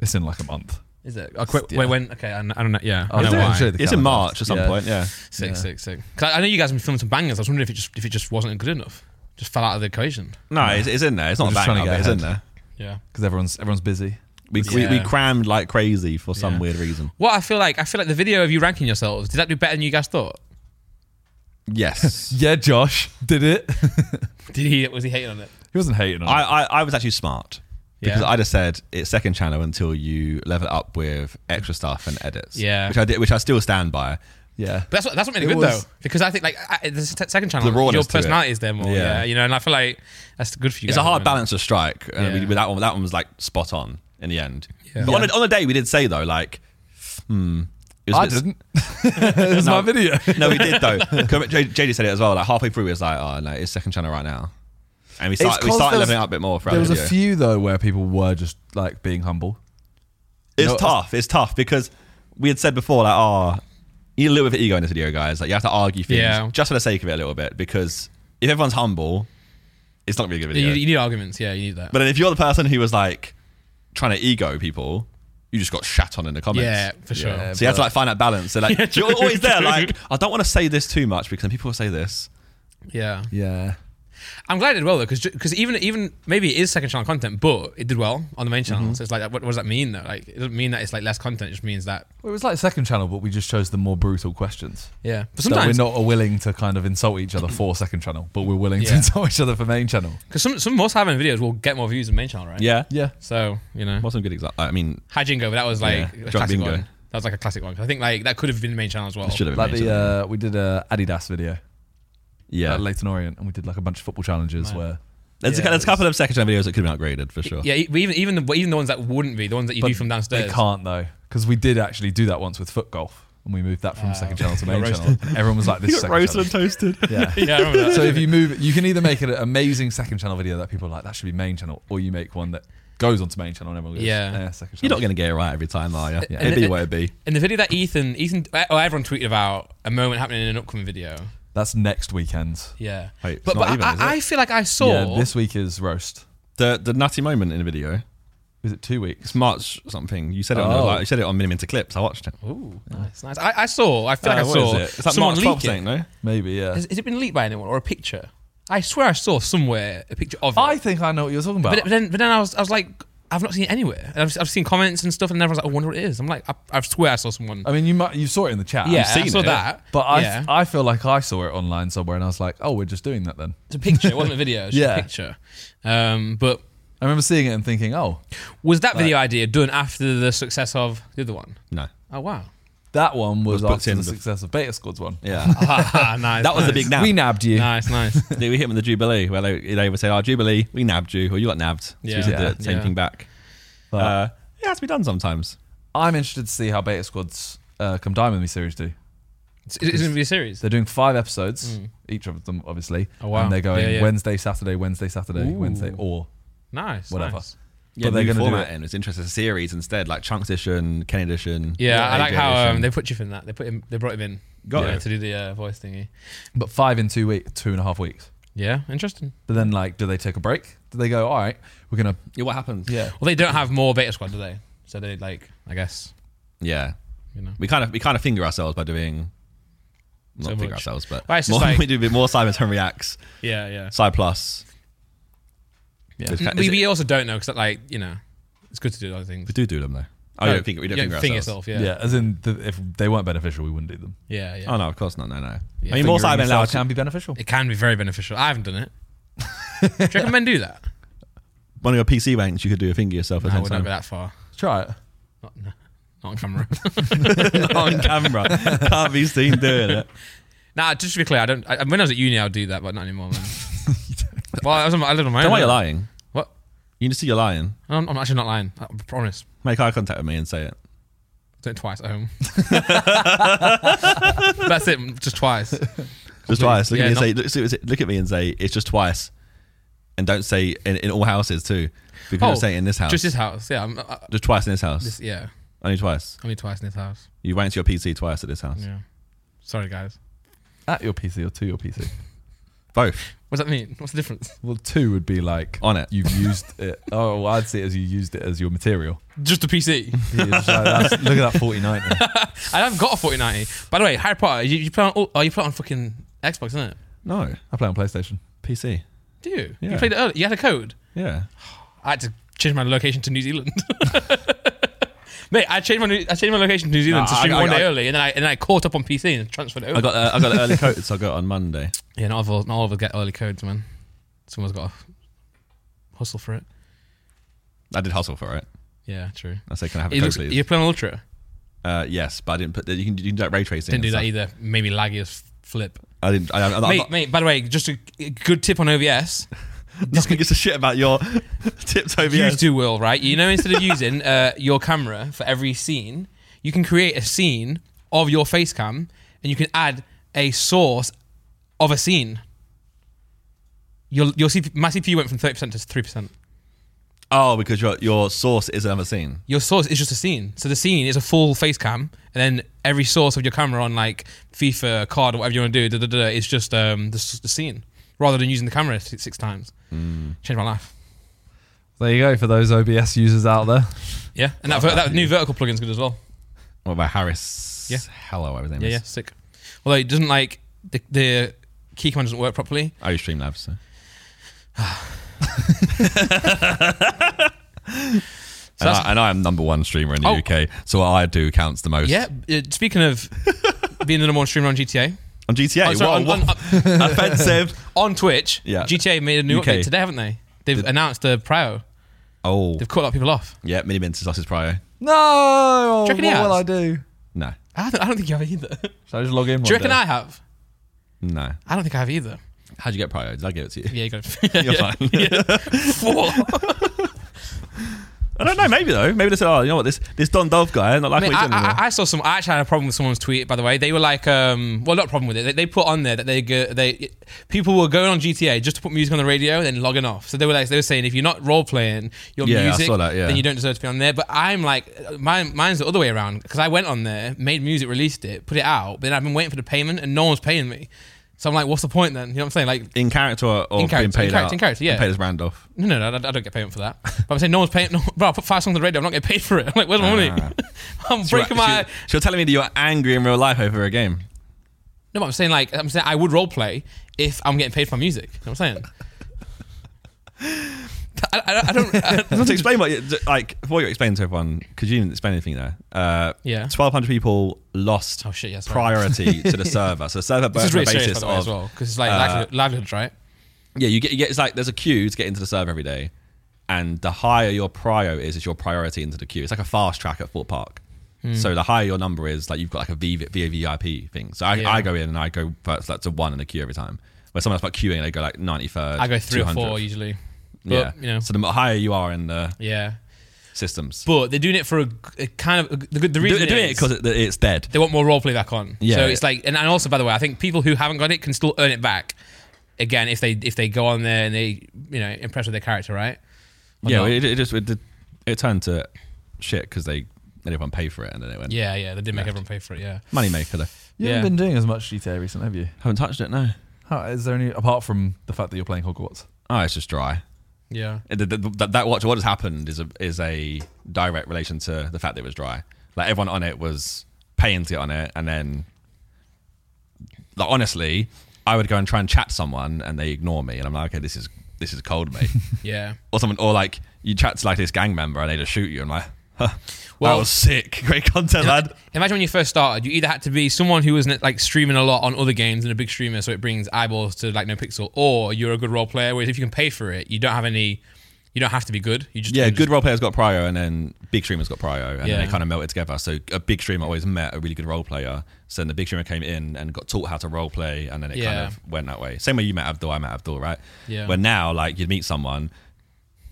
[SPEAKER 3] It's in like a month.
[SPEAKER 1] Is it? Oh, quick,
[SPEAKER 3] Yeah.
[SPEAKER 1] Wait, when? Okay, I, I don't know. Yeah,
[SPEAKER 2] Oh,
[SPEAKER 3] I'll
[SPEAKER 1] I know
[SPEAKER 3] show
[SPEAKER 1] why.
[SPEAKER 3] you
[SPEAKER 1] Sick,
[SPEAKER 3] the
[SPEAKER 2] uh, it's in
[SPEAKER 3] calendar.
[SPEAKER 2] March at some
[SPEAKER 3] Yeah.
[SPEAKER 2] point, yeah.
[SPEAKER 1] sick, sick, Because I, I know you guys have been filming some bangers. I was wondering if it just if it just wasn't good enough, just fell out of the equation.
[SPEAKER 2] No, It's, it's in there. It's not
[SPEAKER 3] We're
[SPEAKER 2] a
[SPEAKER 3] just
[SPEAKER 2] bang,
[SPEAKER 3] trying to
[SPEAKER 2] but
[SPEAKER 3] get
[SPEAKER 2] it's in
[SPEAKER 3] ahead.
[SPEAKER 2] there.
[SPEAKER 1] Yeah.
[SPEAKER 3] because everyone's everyone's busy.
[SPEAKER 2] We, we, we
[SPEAKER 1] Yeah.
[SPEAKER 2] crammed like crazy for some
[SPEAKER 1] Yeah.
[SPEAKER 2] weird reason.
[SPEAKER 1] What I feel like, I feel like the video of you ranking yourselves did that do better than you guys thought?
[SPEAKER 2] (laughs) Yes.
[SPEAKER 3] Yeah, Josh did it.
[SPEAKER 1] Did he? Was he hating on it?
[SPEAKER 3] he wasn't hating on
[SPEAKER 2] I,
[SPEAKER 3] it.
[SPEAKER 2] I, I was actually smart because
[SPEAKER 1] Yeah.
[SPEAKER 2] I just said it's second channel until you level it up with extra stuff and edits.
[SPEAKER 1] Yeah.
[SPEAKER 2] which I did, which I still stand by.
[SPEAKER 3] Yeah,
[SPEAKER 1] But that's what that's what made it,
[SPEAKER 3] It
[SPEAKER 1] good
[SPEAKER 3] was-
[SPEAKER 1] though, because I think like I, the s- second channel,
[SPEAKER 2] The rawness
[SPEAKER 1] your
[SPEAKER 2] to it.
[SPEAKER 1] personality is there more.
[SPEAKER 2] Yeah.
[SPEAKER 1] Yeah. you know, and I feel like that's good for you.
[SPEAKER 2] It's a
[SPEAKER 1] guys,
[SPEAKER 2] hard
[SPEAKER 1] man.
[SPEAKER 2] balance to strike, and we,
[SPEAKER 1] Yeah.
[SPEAKER 2] with that one, that one was like spot on in the end.
[SPEAKER 1] Yeah.
[SPEAKER 2] But On, the, on the day, we did say though, like, hmm, it was a
[SPEAKER 3] I
[SPEAKER 2] bit-
[SPEAKER 3] didn't. (laughs) it was my video.
[SPEAKER 2] (laughs) No, we did though.
[SPEAKER 3] (laughs)
[SPEAKER 2] 'Cause J- JD said it as well. Like halfway through, it was like, oh no, it's second channel right now, and we started, we
[SPEAKER 3] 'cause
[SPEAKER 2] started
[SPEAKER 3] there was-
[SPEAKER 2] leveling up a bit more. throughout
[SPEAKER 3] There was
[SPEAKER 2] the
[SPEAKER 3] a
[SPEAKER 2] video.
[SPEAKER 3] few though where people were just like being humble.
[SPEAKER 2] It's
[SPEAKER 3] No,
[SPEAKER 1] uh,
[SPEAKER 2] tough. It's tough because we had said before, like, oh, you need a little bit of ego in this video, guys. Like, you have to argue things
[SPEAKER 1] Yeah.
[SPEAKER 2] just for the sake of it a little bit because if everyone's humble, it's not going to be a good
[SPEAKER 1] You,
[SPEAKER 2] video.
[SPEAKER 1] you need arguments, yeah, you need that.
[SPEAKER 2] but then if you're the person who was like trying to ego people, you just got shat on in the comments.
[SPEAKER 1] yeah, for sure.
[SPEAKER 3] Yeah.
[SPEAKER 2] So you have to like find that balance.
[SPEAKER 1] (laughs)
[SPEAKER 2] So like
[SPEAKER 1] true,
[SPEAKER 2] you're always there.
[SPEAKER 1] true.
[SPEAKER 2] Like I don't want to say this too much because then people will say this.
[SPEAKER 1] Yeah,
[SPEAKER 3] Yeah,
[SPEAKER 1] I'm glad it did well though, because even even maybe it is second channel content, but it did well on the main channel.
[SPEAKER 2] Mm-hmm.
[SPEAKER 1] So it's like, what, what does that mean though? Like, it doesn't mean that it's like less content. It just means that
[SPEAKER 3] well, it was like second channel, but we just chose the more brutal questions.
[SPEAKER 1] yeah. But
[SPEAKER 3] That
[SPEAKER 1] sometimes
[SPEAKER 3] we're not willing to kind of insult each other for second channel, but we're willing to
[SPEAKER 1] Yeah.
[SPEAKER 3] insult each other for main channel.
[SPEAKER 1] because some some most having videos will get more views than main channel, right?
[SPEAKER 2] Yeah.
[SPEAKER 3] Yeah,
[SPEAKER 1] So you know,
[SPEAKER 2] What's some good example? I mean,
[SPEAKER 1] Hi Jingo, but that was like
[SPEAKER 2] Yeah.
[SPEAKER 1] a
[SPEAKER 2] Drop
[SPEAKER 1] classic
[SPEAKER 2] Bingo.
[SPEAKER 1] one. That was like a classic one. 'Cause I think like that could have been the main channel as well.
[SPEAKER 2] it should have been
[SPEAKER 3] like
[SPEAKER 2] made,
[SPEAKER 3] the
[SPEAKER 2] shouldn't it?
[SPEAKER 3] uh, we did a Adidas video
[SPEAKER 2] yeah.
[SPEAKER 3] at Leighton Orient, and we did like a bunch of football challenges
[SPEAKER 1] Man.
[SPEAKER 3] where
[SPEAKER 2] there's, a,
[SPEAKER 1] yeah,
[SPEAKER 2] there's a couple of second channel videos that could have been upgraded for sure.
[SPEAKER 1] Yeah, e- but even even the even the ones that wouldn't be the ones that you
[SPEAKER 3] But
[SPEAKER 1] do from downstairs.
[SPEAKER 3] they can't though because we did actually do that once with foot golf. and we moved that
[SPEAKER 1] Ah.
[SPEAKER 3] from second channel to
[SPEAKER 2] You got
[SPEAKER 3] main channel. And
[SPEAKER 2] (laughs)
[SPEAKER 3] everyone was like, "This
[SPEAKER 2] You
[SPEAKER 3] is
[SPEAKER 2] got
[SPEAKER 3] second
[SPEAKER 2] roasted
[SPEAKER 3] channel."
[SPEAKER 2] and toasted.
[SPEAKER 3] Yeah.
[SPEAKER 2] (laughs)
[SPEAKER 1] Yeah, I remember that.
[SPEAKER 3] So if you move, you can either make an amazing second channel video that people are like, "That should be main channel," or you make one that goes onto main channel and everyone goes,
[SPEAKER 1] Yeah.
[SPEAKER 3] "Eh, second
[SPEAKER 2] You're
[SPEAKER 3] channel."
[SPEAKER 2] not going to get it right every time, are you?
[SPEAKER 3] Yeah.
[SPEAKER 2] It'd be what it'd be.
[SPEAKER 1] in the video that Ethan, Ethan, oh, everyone tweeted about a moment happening in an upcoming video.
[SPEAKER 3] That's next weekend.
[SPEAKER 1] Yeah,
[SPEAKER 2] Wait, it's
[SPEAKER 1] but
[SPEAKER 2] not
[SPEAKER 1] but
[SPEAKER 2] even,
[SPEAKER 1] I,
[SPEAKER 2] is it?
[SPEAKER 1] I feel like I saw
[SPEAKER 3] Yeah, this week is roast.
[SPEAKER 2] The the nutty moment in the video.
[SPEAKER 3] Is it two weeks?
[SPEAKER 2] It's March something. You said it on
[SPEAKER 3] Oh.
[SPEAKER 2] like, you said it on Miniminter clips. I watched it.
[SPEAKER 1] Ooh, nice, nice. I, I saw. I feel like
[SPEAKER 2] Uh,
[SPEAKER 1] I
[SPEAKER 2] what is
[SPEAKER 1] saw
[SPEAKER 2] it? It's like
[SPEAKER 1] someone
[SPEAKER 2] March 12th,
[SPEAKER 1] leak it.
[SPEAKER 2] ain't no?
[SPEAKER 3] Maybe, yeah.
[SPEAKER 1] Has, has it been leaked by anyone or a picture? I swear I saw somewhere a picture of it.
[SPEAKER 3] I think I know what you're talking about.
[SPEAKER 1] but, but then, but then I was, I was like, I've not seen it anywhere. And I've, I've seen comments and stuff, and everyone's like, I wonder what it is. I'm like, I, I swear I saw someone.
[SPEAKER 3] I mean, you might you saw it in the chat.
[SPEAKER 1] yeah,
[SPEAKER 3] I've seen
[SPEAKER 1] I saw
[SPEAKER 2] it,
[SPEAKER 1] that.
[SPEAKER 3] But I,
[SPEAKER 1] yeah.
[SPEAKER 3] I feel like I saw it online somewhere, and I was like, "Oh, we're just doing that then."
[SPEAKER 1] it's a picture. It wasn't a video. It's just
[SPEAKER 3] Yeah.
[SPEAKER 1] a picture. Um, but
[SPEAKER 3] I remember seeing it and thinking, "Oh,
[SPEAKER 1] was that video idea done after the success of the other one?
[SPEAKER 2] No.
[SPEAKER 1] Oh wow,
[SPEAKER 3] that one
[SPEAKER 2] Was
[SPEAKER 3] was,
[SPEAKER 2] booked
[SPEAKER 3] after
[SPEAKER 2] in
[SPEAKER 3] the
[SPEAKER 2] bef-
[SPEAKER 3] success of Beta Squad's one."
[SPEAKER 2] Yeah.
[SPEAKER 1] (laughs) Ah, nice.
[SPEAKER 2] (laughs) that was the
[SPEAKER 1] nice. (laughs)
[SPEAKER 2] big nab.
[SPEAKER 3] We nabbed you.
[SPEAKER 1] Nice, (laughs) nice.
[SPEAKER 2] They- we hit them with the Jubilee, where they, they would say, oh, Jubilee, we nabbed you, or you got nabbed. So
[SPEAKER 1] Yeah.
[SPEAKER 2] we did
[SPEAKER 1] Yeah.
[SPEAKER 2] the same
[SPEAKER 1] Yeah.
[SPEAKER 2] thing back.
[SPEAKER 3] But
[SPEAKER 2] uh, it has to be done sometimes.
[SPEAKER 3] I'm interested to see how Beta Squad's uh, Come Dine With Me series do.
[SPEAKER 1] It's, it's going to be a series.
[SPEAKER 3] They're doing five episodes, each of them, obviously.
[SPEAKER 1] Oh, wow.
[SPEAKER 3] And they're going
[SPEAKER 1] Yeah, yeah.
[SPEAKER 3] Wednesday, Saturday, Wednesday, Saturday,
[SPEAKER 1] Ooh.
[SPEAKER 3] Wednesday, or
[SPEAKER 1] Nice,
[SPEAKER 3] Whatever.
[SPEAKER 1] nice.
[SPEAKER 2] Yeah,
[SPEAKER 3] they're
[SPEAKER 2] they're going
[SPEAKER 3] gonna
[SPEAKER 2] to
[SPEAKER 3] do
[SPEAKER 2] format it. It's interesting. It's a series instead, like Chunks Edition, Kenny Edition.
[SPEAKER 1] Yeah, I
[SPEAKER 2] AJ
[SPEAKER 1] like how um,
[SPEAKER 2] edition.
[SPEAKER 1] they put Chief in that. They put him. They brought him in.
[SPEAKER 2] Got
[SPEAKER 1] yeah,
[SPEAKER 2] it.
[SPEAKER 1] to do the uh, voice thingy.
[SPEAKER 3] but five in two week, two and a half weeks.
[SPEAKER 1] Yeah, interesting.
[SPEAKER 3] But then, like, do they take a break? Do they go? All right, we're gonna
[SPEAKER 2] Yeah, what happens?
[SPEAKER 3] yeah.
[SPEAKER 1] Well, they don't have more Beta Squad, do they? So they like, I guess,
[SPEAKER 2] Yeah.
[SPEAKER 1] you know.
[SPEAKER 2] We kind of we kind of finger ourselves by doing. Not
[SPEAKER 1] So
[SPEAKER 2] finger
[SPEAKER 1] much.
[SPEAKER 2] ourselves, but
[SPEAKER 1] Well, it's just
[SPEAKER 2] more, (laughs)
[SPEAKER 1] like-
[SPEAKER 2] we do a bit more Simon Henry Reacts,
[SPEAKER 1] Yeah, yeah.
[SPEAKER 2] Side Plus.
[SPEAKER 3] Yeah.
[SPEAKER 2] There's-
[SPEAKER 1] Mm, we,
[SPEAKER 2] is it-
[SPEAKER 1] we also don't know because, like, you know, it's good to do other things.
[SPEAKER 2] we do do them though. Oh,
[SPEAKER 1] No,
[SPEAKER 2] yeah, we finger, we don't
[SPEAKER 1] yeah,
[SPEAKER 2] finger,
[SPEAKER 1] yourself.
[SPEAKER 2] ourselves.
[SPEAKER 1] Yeah,
[SPEAKER 3] Yeah. as in, the, if they weren't beneficial, we wouldn't do them.
[SPEAKER 1] yeah, yeah.
[SPEAKER 2] Oh no, of course not. No, no.
[SPEAKER 1] Yeah,
[SPEAKER 2] I mean, more
[SPEAKER 3] Fingering
[SPEAKER 2] Simon allowed
[SPEAKER 3] yourself
[SPEAKER 2] to,
[SPEAKER 3] can be beneficial.
[SPEAKER 1] It can be very beneficial. I haven't done it. do you reckon men do that?
[SPEAKER 2] one of your PC ranks, you could do a finger yourself at
[SPEAKER 1] No,
[SPEAKER 2] the
[SPEAKER 1] we're
[SPEAKER 2] same
[SPEAKER 1] not go
[SPEAKER 2] time.
[SPEAKER 1] that far.
[SPEAKER 3] Try it.
[SPEAKER 1] Not, no, not on camera.
[SPEAKER 2] (laughs)
[SPEAKER 1] (laughs)
[SPEAKER 2] Not on camera, (laughs) can't be seen doing it.
[SPEAKER 1] nah, just to be clear, I don't. I, when I was at uni, I'd do that, but not anymore,
[SPEAKER 2] (laughs)
[SPEAKER 1] man. well, I, was on, my- I lived on my
[SPEAKER 2] Don't
[SPEAKER 1] own.
[SPEAKER 2] why you're lying.
[SPEAKER 1] What?
[SPEAKER 2] You can see you're lying.
[SPEAKER 1] I'm, I'm actually not lying. I promise.
[SPEAKER 2] Make eye contact with me and say it.
[SPEAKER 1] Do it twice at
[SPEAKER 2] (laughs)
[SPEAKER 1] home. That's it. Just twice.
[SPEAKER 2] Just twice. Look
[SPEAKER 1] Yeah,
[SPEAKER 2] at me and
[SPEAKER 1] not-
[SPEAKER 2] say. Look, see- look at me and say it's just twice, and don't say in, in all houses too. Because you're saying in this house,
[SPEAKER 1] Oh, Just
[SPEAKER 2] just,
[SPEAKER 1] this house. Yeah. I'm, I,
[SPEAKER 2] twice in this house,
[SPEAKER 1] this, yeah.
[SPEAKER 2] only twice.
[SPEAKER 1] Only twice in this house.
[SPEAKER 2] You went to your PC twice at this house.
[SPEAKER 1] Yeah. Sorry, guys.
[SPEAKER 3] At your PC or to your PC.
[SPEAKER 2] Both
[SPEAKER 1] (laughs) What does that mean? What's the difference?
[SPEAKER 3] Well, two would be like
[SPEAKER 2] on it.
[SPEAKER 3] you've used it. Oh, well, I'd see it as you used it as your material.
[SPEAKER 1] Just the
[SPEAKER 2] (laughs)
[SPEAKER 1] PC.
[SPEAKER 3] It's like, that's- look at that 49.
[SPEAKER 1] I haven't got a 4090. By the way, Harry Potter, you, you play on, oh, you play on fucking Xbox, isn't it?
[SPEAKER 2] No
[SPEAKER 3] I play on PlayStation.
[SPEAKER 2] PC.
[SPEAKER 1] Do you? You
[SPEAKER 2] Yeah.
[SPEAKER 1] played it early. You had a code.
[SPEAKER 2] Yeah.
[SPEAKER 1] I had to change my location to New Zealand. (laughs) Mate, I changed my new, I changed my location to New Zealand
[SPEAKER 2] Nah,
[SPEAKER 1] to stream
[SPEAKER 2] I- I-
[SPEAKER 1] one day
[SPEAKER 2] I-
[SPEAKER 1] early, and then I and then I caught up on PC and transferred it over.
[SPEAKER 2] I got uh, I got an early coat, so I got it on Monday.
[SPEAKER 1] yeah, not all, of us- not all of us get early codes, man. Someone's got to hustle for it.
[SPEAKER 2] I did hustle for it.
[SPEAKER 1] Yeah, true.
[SPEAKER 2] I said, "Can I have a
[SPEAKER 1] It
[SPEAKER 2] coat,
[SPEAKER 1] looks,
[SPEAKER 2] please?"
[SPEAKER 1] you're playing Ultra.
[SPEAKER 2] Uh, yes, but I didn't put. You can, you can do like ray tracing.
[SPEAKER 1] Didn't do
[SPEAKER 2] and
[SPEAKER 1] that
[SPEAKER 2] stuff.
[SPEAKER 1] either. Maybe laggy as flip.
[SPEAKER 2] I didn't. I, I'm, I'm,
[SPEAKER 1] mate,
[SPEAKER 2] not,
[SPEAKER 1] mate. By the way, just a a good tip on OBS.
[SPEAKER 2] nothing gives a shit about your (laughs) tips over
[SPEAKER 1] You
[SPEAKER 2] here.
[SPEAKER 1] do will right. You know, instead of using uh, your camera for every scene, you can create a scene of your face cam, and you can add a source of a scene. Your your CP, my CPU went from thirty percent to three percent.
[SPEAKER 2] Oh, because your your source is another scene.
[SPEAKER 1] Your source is just a scene, so the scene is a full face cam, and then every source of your camera on like FIFA, card, or whatever you want to do, da, da, da, is just um, the, s- the scene rather than using the camera six, six times. Changed my life.
[SPEAKER 3] There you go for those OBS users out there.
[SPEAKER 1] Yeah, and that, ver- that new vertical plugin's good as well.
[SPEAKER 2] What about Harris?
[SPEAKER 1] Yeah.
[SPEAKER 2] Hello, I was name
[SPEAKER 1] Yeah, yeah,
[SPEAKER 2] is.
[SPEAKER 1] sick. Although it doesn't like the, the key command doesn't work properly.
[SPEAKER 2] I use Streamlabs.
[SPEAKER 1] (sighs)
[SPEAKER 2] So. (laughs) and,
[SPEAKER 1] that's-
[SPEAKER 2] I, and I am number one streamer in the
[SPEAKER 1] Oh.
[SPEAKER 2] UK, so what I do counts the most.
[SPEAKER 1] Yeah. uh, Speaking
[SPEAKER 2] (laughs)
[SPEAKER 1] of being the number one streamer on GTA,
[SPEAKER 2] On GTA,
[SPEAKER 1] oh, sorry,
[SPEAKER 2] what-
[SPEAKER 1] on,
[SPEAKER 2] what-
[SPEAKER 1] on-
[SPEAKER 2] offensive.
[SPEAKER 1] on Twitch,
[SPEAKER 2] (laughs) Yeah.
[SPEAKER 1] GTA made a new
[SPEAKER 2] UK.
[SPEAKER 1] update today, haven't they? They've announced the prio.
[SPEAKER 2] Oh,
[SPEAKER 1] They've cut a lot of people off.
[SPEAKER 2] yeah, Mini Mints is lost his prior.
[SPEAKER 3] No,
[SPEAKER 1] Do you reckon he
[SPEAKER 3] Oh, what will
[SPEAKER 1] has?
[SPEAKER 3] I do?
[SPEAKER 2] No,
[SPEAKER 1] I don't, I don't think you have either. Do
[SPEAKER 3] Should I just log in? one
[SPEAKER 1] you reckon
[SPEAKER 3] day?
[SPEAKER 1] I have?
[SPEAKER 2] no.
[SPEAKER 1] I don't think I have either.
[SPEAKER 2] How'd you
[SPEAKER 1] (laughs)
[SPEAKER 2] get prior? Did I give it to you? (laughs)
[SPEAKER 1] Yeah, you got it.
[SPEAKER 2] You're fine.
[SPEAKER 1] Four.
[SPEAKER 2] I don't know. Maybe though. Maybe they said, "Oh, you know what? This this Don Dove guy, I'm not
[SPEAKER 1] I,
[SPEAKER 2] liking
[SPEAKER 1] mean,
[SPEAKER 2] what he's
[SPEAKER 1] I,
[SPEAKER 2] doing anymore."
[SPEAKER 1] I, I saw some. I actually had a problem with someone's tweet. By the way, they were like, um, "Well, not a problem with it." They, they put on there that they go, they people were going on GTA just to put music on the radio and then logging off. So they were like, they were saying, if you're not role playing your
[SPEAKER 2] Yeah, I
[SPEAKER 1] music,
[SPEAKER 2] saw that, yeah.
[SPEAKER 1] then you don't deserve to be on there. But I'm like, mine, mine's the other way around because I went on there, made music, released it, put it out, but then I've been waiting for the payment and no one's paying me. So I'm like, what's the point then? You know what I'm saying? Like,
[SPEAKER 2] in character or being
[SPEAKER 1] character, in
[SPEAKER 2] paid
[SPEAKER 1] character,
[SPEAKER 2] out,
[SPEAKER 1] in character, yeah.
[SPEAKER 2] Being paid as Randolph.
[SPEAKER 1] no, no, no, I, I don't get payment for that. But I'm saying no one's paying. No, bro, I put five songs on the radio. I'm not getting paid for it. (laughs) I'm like, where's my money? I'm breaking my.
[SPEAKER 2] Right, she- She, was telling me that you're angry in real life over
[SPEAKER 1] (laughs)
[SPEAKER 2] a game.
[SPEAKER 1] No, but I'm saying like I'm saying I would role play if I'm getting paid for my music. You know what I'm saying? I, I, I don't. I don't
[SPEAKER 2] to explain what, you- like, before you explain to everyone, because you didn't explain anything there. Uh,
[SPEAKER 1] (laughs) Yeah.
[SPEAKER 2] Twelve hundred people lost
[SPEAKER 1] Oh, shit, yeah, sorry. (laughs)
[SPEAKER 2] priority to the server. So the server
[SPEAKER 1] this
[SPEAKER 2] burns
[SPEAKER 1] is
[SPEAKER 2] the
[SPEAKER 1] really serious by
[SPEAKER 2] basis
[SPEAKER 1] the way, as
[SPEAKER 2] of
[SPEAKER 1] well because it's like
[SPEAKER 2] uh,
[SPEAKER 1] livelihood, livelihoods, right?
[SPEAKER 2] yeah. You get you get it's like there's a queue to get into the server every day, and the higher your prio is, it's your priority into the queue. It's like a fast track at Fort Park.
[SPEAKER 1] Hmm.
[SPEAKER 2] So the higher your number is, like you've got like a V VVIP thing. So I,
[SPEAKER 1] Yeah.
[SPEAKER 2] I go in and I go first, like to one in the queue every time. Where someone else like queuing, they go like ninety third.
[SPEAKER 1] I go three or four usually. But,
[SPEAKER 2] Yeah.
[SPEAKER 1] You know.
[SPEAKER 2] So the higher you are in the
[SPEAKER 1] yeah.
[SPEAKER 2] systems,
[SPEAKER 1] But they're doing it for a, g- a kind of the, good- the
[SPEAKER 2] Do-
[SPEAKER 1] reason
[SPEAKER 2] they're doing it
[SPEAKER 1] is-
[SPEAKER 2] because it's dead.
[SPEAKER 1] they want more roleplay back on.
[SPEAKER 2] Yeah.
[SPEAKER 1] So it's like, and, and also by the way, I think people who haven't got it can still earn it back. Again, if they if they go on there and they you know impress with their character, right? Or
[SPEAKER 2] yeah,
[SPEAKER 1] not.
[SPEAKER 2] it, it just it, did- it turned to shit because they they didn't pay for it and then it went
[SPEAKER 1] yeah, yeah. They did make everyone pay for it. Yeah.
[SPEAKER 2] money maker though.
[SPEAKER 3] You
[SPEAKER 1] Yeah.
[SPEAKER 3] haven't been doing as much GTA recently, have you?
[SPEAKER 2] Haven't touched it no.
[SPEAKER 3] How, is there any apart from the fact that you're playing Hogwarts?
[SPEAKER 2] Oh, it's just dry.
[SPEAKER 1] Yeah.
[SPEAKER 2] It- th- th- That, that what what has happened is a is a direct relation to the fact that it was dry. Like everyone on it was paying to get on it, and then like honestly, I would go and try and chat to someone, and they ignore me, and I'm like, okay, this is this is cold, mate.
[SPEAKER 1] Yeah.
[SPEAKER 2] or someone, or like you chat to like this gang member, and they just shoot you. I'm like, huh, that
[SPEAKER 1] Well-
[SPEAKER 2] was sick, (laughs) great content, lad.
[SPEAKER 1] Imagine when you first started, you either had to be someone who was like streaming a lot on other games and a big streamer, so it brings eyeballs to like no pixel, or you're a good role player. Whereas if you can pay for it, you don't have any, you don't have to be good. You just
[SPEAKER 2] Yeah,
[SPEAKER 1] can
[SPEAKER 2] good
[SPEAKER 1] just-
[SPEAKER 2] role player's got prio, and then big streamer's got prio, and
[SPEAKER 1] Yeah.
[SPEAKER 2] then they kind of melted together. So a big streamer always met a really good role player. So then the big streamer came in and got taught how to role play, and then it
[SPEAKER 1] Yeah.
[SPEAKER 2] kind of went that way. Same way you met Abdul, I met Abdul, right?
[SPEAKER 1] Yeah.
[SPEAKER 2] Where now, like, you'd meet someone,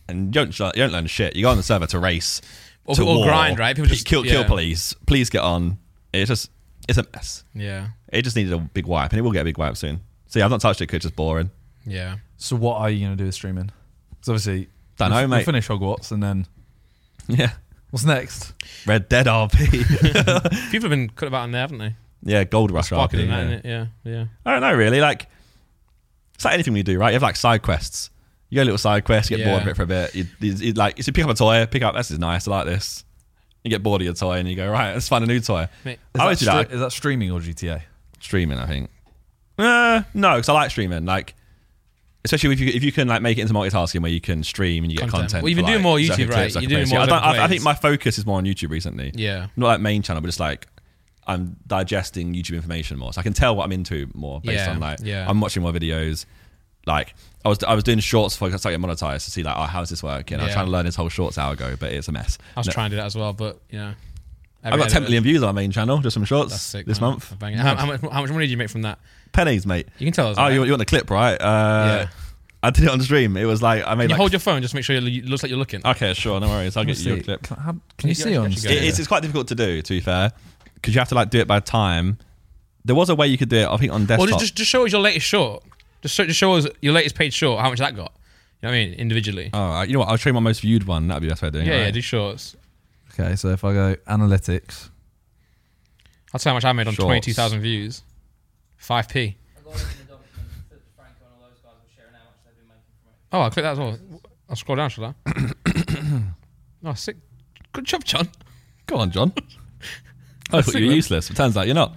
[SPEAKER 2] and you don't you don't learn shit. You go on the server to race,
[SPEAKER 1] Or-
[SPEAKER 2] to
[SPEAKER 1] or
[SPEAKER 2] war,
[SPEAKER 1] grind, right? People
[SPEAKER 2] pe-
[SPEAKER 1] just-
[SPEAKER 2] kill kill
[SPEAKER 1] yeah.
[SPEAKER 2] police. Please get on. It's just it's a mess.
[SPEAKER 1] Yeah,
[SPEAKER 2] It just needed a big wipe, and it will get a big wipe soon. See, I've not touched it because it's just boring.
[SPEAKER 1] yeah.
[SPEAKER 3] So what are you going to do with streaming? Because obviously,
[SPEAKER 2] Dunno,
[SPEAKER 3] we'll- we'll
[SPEAKER 2] mate.
[SPEAKER 3] finish Hogwarts and then
[SPEAKER 2] Yeah.
[SPEAKER 3] what's next?
[SPEAKER 2] Red Dead RP.
[SPEAKER 1] People have been cut about on there, haven't they?
[SPEAKER 2] (laughs) yeah, Gold Rush RP.
[SPEAKER 1] Barking in
[SPEAKER 2] yeah.
[SPEAKER 1] that, innit? yeah, yeah.
[SPEAKER 2] I don't know really. Like it's like anything we do, right? You have like side quests. You go little side quests, you get
[SPEAKER 1] Yeah.
[SPEAKER 2] bored of it for a bit. You, you, you like you pick up a toy, pick up this is nice, I like this. You get bored of your toy and you go right, let's find a new toy.
[SPEAKER 1] Mate,
[SPEAKER 2] I always do
[SPEAKER 3] stre-
[SPEAKER 2] that
[SPEAKER 3] is that streaming or GTA?
[SPEAKER 2] streaming. I think. Uh, no, because I like streaming. Like especially if you if you can like make it into multitasking where you can stream and you get
[SPEAKER 1] Content.
[SPEAKER 2] content.
[SPEAKER 1] Well, you've been
[SPEAKER 2] for,
[SPEAKER 1] doing
[SPEAKER 2] like,
[SPEAKER 1] more
[SPEAKER 2] certain
[SPEAKER 1] YouTube,
[SPEAKER 2] things.
[SPEAKER 1] right?
[SPEAKER 2] Yeah, certain
[SPEAKER 1] You're doing
[SPEAKER 2] things.
[SPEAKER 1] more
[SPEAKER 2] Yeah, I, don't,
[SPEAKER 1] different
[SPEAKER 2] I, I think
[SPEAKER 1] ways.
[SPEAKER 2] my focus is more on YouTube recently.
[SPEAKER 1] Yeah.
[SPEAKER 2] not like main channel, but just like. I'm digesting YouTube information more, so I can tell what I'm into more based
[SPEAKER 1] Yeah,
[SPEAKER 2] on like
[SPEAKER 1] yeah.
[SPEAKER 2] I'm watching more videos. Like I was I was doing shorts for I started getting monetized to see like oh how's this working. I was
[SPEAKER 1] Yeah.
[SPEAKER 2] trying to learn this whole shorts hour ago, but it's a mess.
[SPEAKER 1] I was
[SPEAKER 2] No,
[SPEAKER 1] trying to do that as well, but you know,
[SPEAKER 2] I've got 10 million views on my main channel just from shorts
[SPEAKER 1] That's sick.
[SPEAKER 2] this
[SPEAKER 1] man.
[SPEAKER 2] month.
[SPEAKER 1] Bang it. How, how much, how much money did you make from that?
[SPEAKER 2] (laughs) Pennies, mate.
[SPEAKER 1] You can tell us.
[SPEAKER 2] Oh,
[SPEAKER 1] right?
[SPEAKER 2] you, you want the clip, right? Uh,
[SPEAKER 1] Yeah.
[SPEAKER 2] I did it on stream. It was like I made
[SPEAKER 1] Can you
[SPEAKER 2] like
[SPEAKER 1] hold your phone. Just make sure you- it looks like you're looking.
[SPEAKER 2] okay, sure, no worries. I'll
[SPEAKER 3] Can
[SPEAKER 2] get you your
[SPEAKER 3] see-
[SPEAKER 2] clip.
[SPEAKER 3] Can, how- can you
[SPEAKER 1] you
[SPEAKER 3] see on?
[SPEAKER 1] actually go
[SPEAKER 2] It-
[SPEAKER 1] Yeah.
[SPEAKER 2] it's, it's quite difficult to do, to be fair, because you have to like do it by time. There was a way you could do it. I think on
[SPEAKER 1] Well,
[SPEAKER 2] desktop.
[SPEAKER 1] just, just just show us your latest short. Just show, just show us your latest paid short. How much that got? You know what I mean? Individually.
[SPEAKER 2] Oh, uh, you know what? I'll show you my most viewed one. That'd be the best way of doing
[SPEAKER 1] yeah,
[SPEAKER 2] it.
[SPEAKER 1] yeah.
[SPEAKER 2] right?
[SPEAKER 1] Do shorts.
[SPEAKER 3] Okay, so if I go analytics,
[SPEAKER 1] That's how much I made on
[SPEAKER 2] Shorts.
[SPEAKER 1] twenty-two thousand views. Five p.
[SPEAKER 4] I got in the document that Franco and all those guys were sharing how much they've been making from it.
[SPEAKER 1] Oh, I'll click that as well. I'll scroll down, shall I?
[SPEAKER 2] (coughs)
[SPEAKER 1] oh, sick. Good job, John.
[SPEAKER 2] Go on, John. (laughs) I thought
[SPEAKER 1] see
[SPEAKER 2] you were
[SPEAKER 1] that.
[SPEAKER 2] useless. It turns out you're not.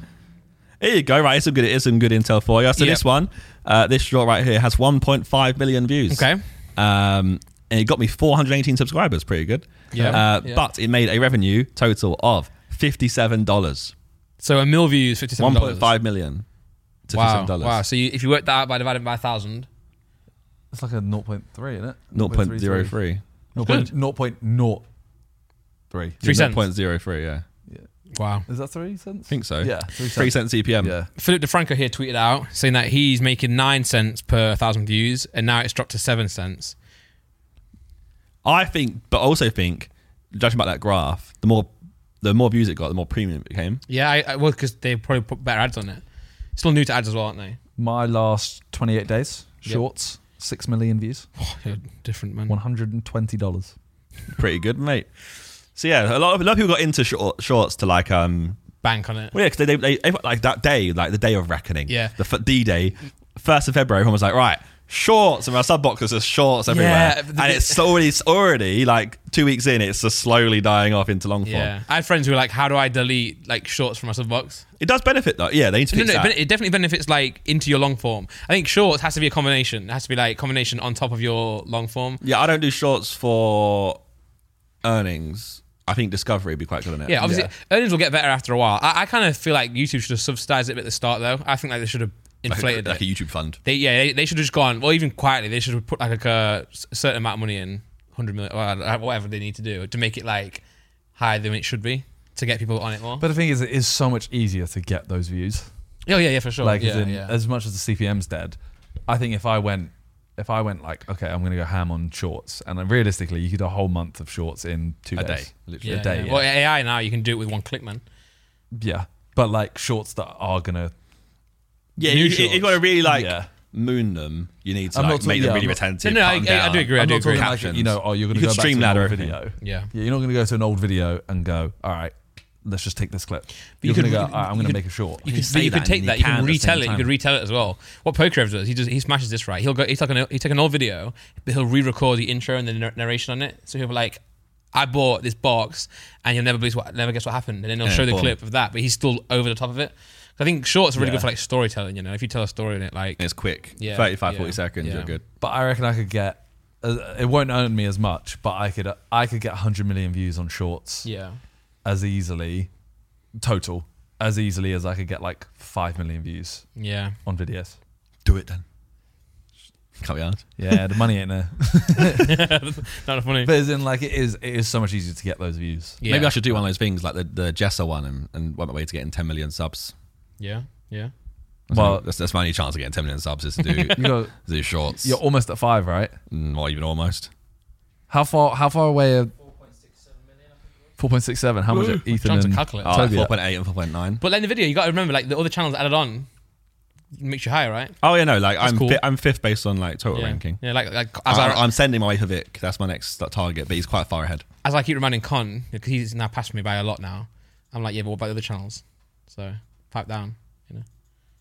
[SPEAKER 2] Here you go. Right, it's some good. It's some good intel for you. So
[SPEAKER 1] Yep.
[SPEAKER 2] this one, uh, this short right here, has 1.5 million views.
[SPEAKER 1] Okay.
[SPEAKER 2] Um, and it got me 418 subscribers. Pretty good.
[SPEAKER 1] Yeah.
[SPEAKER 2] Uh,
[SPEAKER 1] Yeah.
[SPEAKER 2] But it made a revenue total of fifty-seven dollars.
[SPEAKER 1] So a mil views, fifty-seven
[SPEAKER 2] One
[SPEAKER 1] dollars.
[SPEAKER 2] point five million. To
[SPEAKER 1] Wow.
[SPEAKER 2] $57.
[SPEAKER 1] Wow. So you, if you work that out by dividing by thousand,
[SPEAKER 3] it's like a 0.3, isn't it?
[SPEAKER 2] 0.03.
[SPEAKER 3] 0.03.
[SPEAKER 1] Three
[SPEAKER 2] Yeah,
[SPEAKER 1] cents.
[SPEAKER 2] 0.03, yeah. I
[SPEAKER 1] wow.
[SPEAKER 3] Is that three cents?
[SPEAKER 2] think so.
[SPEAKER 3] Yeah,
[SPEAKER 2] Three
[SPEAKER 3] three
[SPEAKER 2] cents, CPM.
[SPEAKER 3] Yeah.
[SPEAKER 1] Philip DeFranco here tweeted out saying that he's making nine cents per thousand views, and now it's dropped to seven cents.
[SPEAKER 2] I think, but also think judging by that graph, the more the more views it got, the more premium it became.
[SPEAKER 1] Yeah, I, I, well, because they probably put better ads on it. Still new to ads as well, aren't they?
[SPEAKER 3] My last 28 days,
[SPEAKER 1] Yep.
[SPEAKER 3] shorts, 6 million views,
[SPEAKER 1] You're different, man.
[SPEAKER 3] $120.
[SPEAKER 2] Pretty good, mate. So yeah, a lot of a lot of people got into short, shorts to like um
[SPEAKER 1] Bank on it.
[SPEAKER 2] well yeah because they, they, they like that day like the day of reckoning
[SPEAKER 1] Yeah.
[SPEAKER 2] the D day first of February everyone was like right shorts and my sub boxes are shorts everywhere
[SPEAKER 1] Yeah,
[SPEAKER 2] and
[SPEAKER 1] the- (laughs)
[SPEAKER 2] it's already it's already like two weeks in it's just slowly dying off into long form.
[SPEAKER 1] Yeah, I had friends who were like, "How do I delete like shorts from my sub box?"
[SPEAKER 2] It does benefit though. Yeah, they need to
[SPEAKER 1] No, no,
[SPEAKER 2] fix
[SPEAKER 1] it
[SPEAKER 2] that.
[SPEAKER 1] ben- it definitely benefits like into your long form. I think shorts has to be a combination. It has to be like combination on top of your long form.
[SPEAKER 2] Yeah, I don't do shorts for earnings. I think discovery would be quite good on it.
[SPEAKER 1] Yeah, obviously earnings will get better after a while. I, I kind of feel like YouTube should have subsidized it a bit at the start, though. I think like they should have
[SPEAKER 2] Like a-
[SPEAKER 1] inflated
[SPEAKER 2] like
[SPEAKER 1] it.
[SPEAKER 2] a YouTube fund.
[SPEAKER 1] They, yeah, they, they should have just gone. Well, even quietly, they should have put like a, c- certain amount of money in, hundred million, or whatever they need to do to make it like higher than it should be to get people on it more.
[SPEAKER 3] But the thing is, it is so much easier to get those views.
[SPEAKER 1] oh yeah, yeah, for sure.
[SPEAKER 3] like
[SPEAKER 1] yeah,
[SPEAKER 3] as, in,
[SPEAKER 1] yeah.
[SPEAKER 3] as much as the CPM's dead, I think if I went, if I went like, okay, I'm gonna go ham on shorts, and then realistically, you could do a whole month of shorts in two
[SPEAKER 2] A
[SPEAKER 3] days,
[SPEAKER 2] day.
[SPEAKER 3] literally
[SPEAKER 1] yeah,
[SPEAKER 3] a day.
[SPEAKER 1] yeah.
[SPEAKER 3] Yeah.
[SPEAKER 1] Well, AI now you can do it with one click, man.
[SPEAKER 3] Yeah. but like shorts that are gonna.
[SPEAKER 2] Yeah,
[SPEAKER 1] New
[SPEAKER 2] you, you,
[SPEAKER 1] shorts.
[SPEAKER 2] you got to really like
[SPEAKER 3] Yeah.
[SPEAKER 2] moon them. You need to
[SPEAKER 3] I'm
[SPEAKER 2] like,
[SPEAKER 3] not talking-
[SPEAKER 2] make
[SPEAKER 3] yeah,
[SPEAKER 2] them
[SPEAKER 3] I'm
[SPEAKER 2] really
[SPEAKER 3] not-
[SPEAKER 2] retentive.
[SPEAKER 1] No, no, I- I-
[SPEAKER 2] calm
[SPEAKER 1] I do
[SPEAKER 2] down.
[SPEAKER 1] agree, I
[SPEAKER 3] I'm
[SPEAKER 1] do
[SPEAKER 3] not
[SPEAKER 1] agree.
[SPEAKER 3] talking like you know, oh, you're gonna
[SPEAKER 2] You
[SPEAKER 3] go
[SPEAKER 2] could
[SPEAKER 3] back to an
[SPEAKER 2] streamladder
[SPEAKER 3] old
[SPEAKER 2] everything.
[SPEAKER 3] video.
[SPEAKER 1] Yeah.
[SPEAKER 3] yeah, you're not gonna go to an old video and go, all right, let's just take this clip.
[SPEAKER 1] you
[SPEAKER 3] You're
[SPEAKER 1] could-
[SPEAKER 3] gonna go,
[SPEAKER 1] you could-
[SPEAKER 3] all right, I'm
[SPEAKER 1] you
[SPEAKER 3] gonna
[SPEAKER 1] could-
[SPEAKER 3] make a short.
[SPEAKER 1] You
[SPEAKER 2] can
[SPEAKER 1] could,
[SPEAKER 2] say
[SPEAKER 1] you
[SPEAKER 2] that
[SPEAKER 1] could take
[SPEAKER 2] and
[SPEAKER 1] that. You
[SPEAKER 2] you can
[SPEAKER 1] can
[SPEAKER 2] at the same
[SPEAKER 1] retell it. You could
[SPEAKER 2] time.
[SPEAKER 1] retell it as well. What Pokerev does, he does. He smashes this right. He'll go. He's like an he took an old video, but he'll re-record the intro and the nar- narration on it. So he'll be like, "I bought this box, and you'll never believe what, never guess what happened." And then he'll
[SPEAKER 2] Yeah,
[SPEAKER 1] show the
[SPEAKER 2] boom.
[SPEAKER 1] clip of that, but he's still over the top of it. I think shorts are really
[SPEAKER 3] Yeah.
[SPEAKER 1] good for like storytelling. You know, if you tell a story in it, like
[SPEAKER 2] It's quick.
[SPEAKER 1] Yeah,
[SPEAKER 2] 35,
[SPEAKER 1] yeah,
[SPEAKER 2] 40 seconds,
[SPEAKER 1] yeah.
[SPEAKER 2] you're good.
[SPEAKER 3] But I reckon I could get. Uh, it won't earn me as much, but I could. I could get 100 million views on shorts.
[SPEAKER 1] yeah,
[SPEAKER 3] as easily total as easily as I could get like five million views
[SPEAKER 1] yeah.
[SPEAKER 3] on videos.
[SPEAKER 2] Do it then. Can't be honest.
[SPEAKER 3] Yeah, the money ain't there.
[SPEAKER 1] (laughs)
[SPEAKER 2] (laughs)
[SPEAKER 3] (laughs)
[SPEAKER 1] Not funny.
[SPEAKER 3] But as in like it is it is so much easier to get those views.
[SPEAKER 1] yeah.
[SPEAKER 2] Maybe I should do one of those things like the, the Jessa one and, and work my way to getting 10 million subs.
[SPEAKER 1] Yeah, yeah.
[SPEAKER 2] That's
[SPEAKER 3] Well-
[SPEAKER 2] my- that's, that's my only chance of getting 10 million subs is to do,
[SPEAKER 3] You go
[SPEAKER 2] do shorts.
[SPEAKER 3] you're almost at five, right?
[SPEAKER 2] Mm, Not even almost.
[SPEAKER 3] How far how far away are
[SPEAKER 4] 4.67 million, I think it was.
[SPEAKER 3] four point six seven? How much are Ethan
[SPEAKER 1] Trying to
[SPEAKER 3] and-
[SPEAKER 1] calculate.
[SPEAKER 2] Oh, like
[SPEAKER 3] Toby at?
[SPEAKER 1] (laughs)
[SPEAKER 2] 4.8 and 4.9.
[SPEAKER 1] But then the video, you got to remember, like the other channels added on, makes you higher, right?
[SPEAKER 2] Oh, yeah, no, like I'm,
[SPEAKER 1] cool.
[SPEAKER 2] fi- I'm fifth based on like total
[SPEAKER 1] yeah.
[SPEAKER 2] ranking. Uh,
[SPEAKER 1] Yeah, like like as I,
[SPEAKER 2] I, I'm sending my way for Vic. That's my next target, but he's quite far ahead.
[SPEAKER 1] as I keep reminding Con, because he's now passed me by a lot now, I'm like, yeah, but what about the other channels? So pipe down, you know.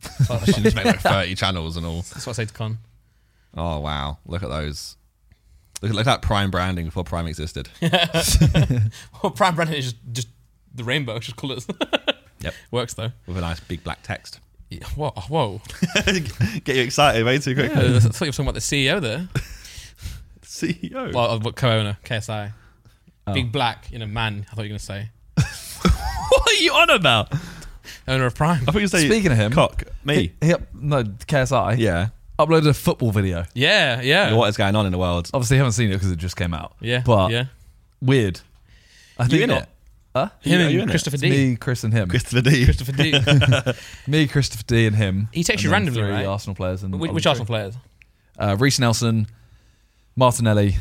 [SPEAKER 1] That's what,
[SPEAKER 2] She just made (laughs) like 30 channels and all.
[SPEAKER 1] that's what I say to Con.
[SPEAKER 2] Oh wow! Look at those. Look, look at that Prime branding before Prime existed.
[SPEAKER 1] (laughs) Well, Prime Brandon is just, just the rainbow, it's just colours.
[SPEAKER 2] (laughs) Yep.
[SPEAKER 1] Works though.
[SPEAKER 2] With a nice big black text.
[SPEAKER 1] Yeah, Whoa, oh, whoa.
[SPEAKER 2] (laughs) Get you excited way too quick.
[SPEAKER 1] I thought you were talking about the CEO there.
[SPEAKER 2] CEO.
[SPEAKER 1] Well, of what co-owner, KSI.
[SPEAKER 2] Oh.
[SPEAKER 1] Big black, you know, man. I thought you were gonna say
[SPEAKER 2] what are you on about? I
[SPEAKER 1] owner of
[SPEAKER 2] (laughs)
[SPEAKER 1] Prime.
[SPEAKER 2] thought you say
[SPEAKER 3] Speaking of him,
[SPEAKER 2] cock me.
[SPEAKER 3] He, he up, no, KSI.
[SPEAKER 2] yeah.
[SPEAKER 3] Uploaded a football video.
[SPEAKER 1] Yeah, yeah,
[SPEAKER 2] What is going on in the world?
[SPEAKER 3] Obviously, haven't seen it because it just came out.
[SPEAKER 1] yeah.
[SPEAKER 3] But
[SPEAKER 1] yeah,
[SPEAKER 3] weird. I
[SPEAKER 2] in
[SPEAKER 3] not-
[SPEAKER 2] it?
[SPEAKER 3] Huh?
[SPEAKER 1] him
[SPEAKER 2] you- are you in
[SPEAKER 1] and
[SPEAKER 2] it?
[SPEAKER 1] Christopher
[SPEAKER 3] It's
[SPEAKER 1] D.
[SPEAKER 3] me, Chris, and him.
[SPEAKER 2] Christopher D.
[SPEAKER 1] Christopher D.
[SPEAKER 3] Me, Christopher D, and him.
[SPEAKER 1] He texts
[SPEAKER 3] And
[SPEAKER 1] you
[SPEAKER 3] then
[SPEAKER 1] randomly,
[SPEAKER 3] three
[SPEAKER 1] right?
[SPEAKER 3] Arsenal players and
[SPEAKER 1] which, which
[SPEAKER 3] obviously-
[SPEAKER 1] Arsenal players?
[SPEAKER 3] uh, Reese Nelson, Martinelli,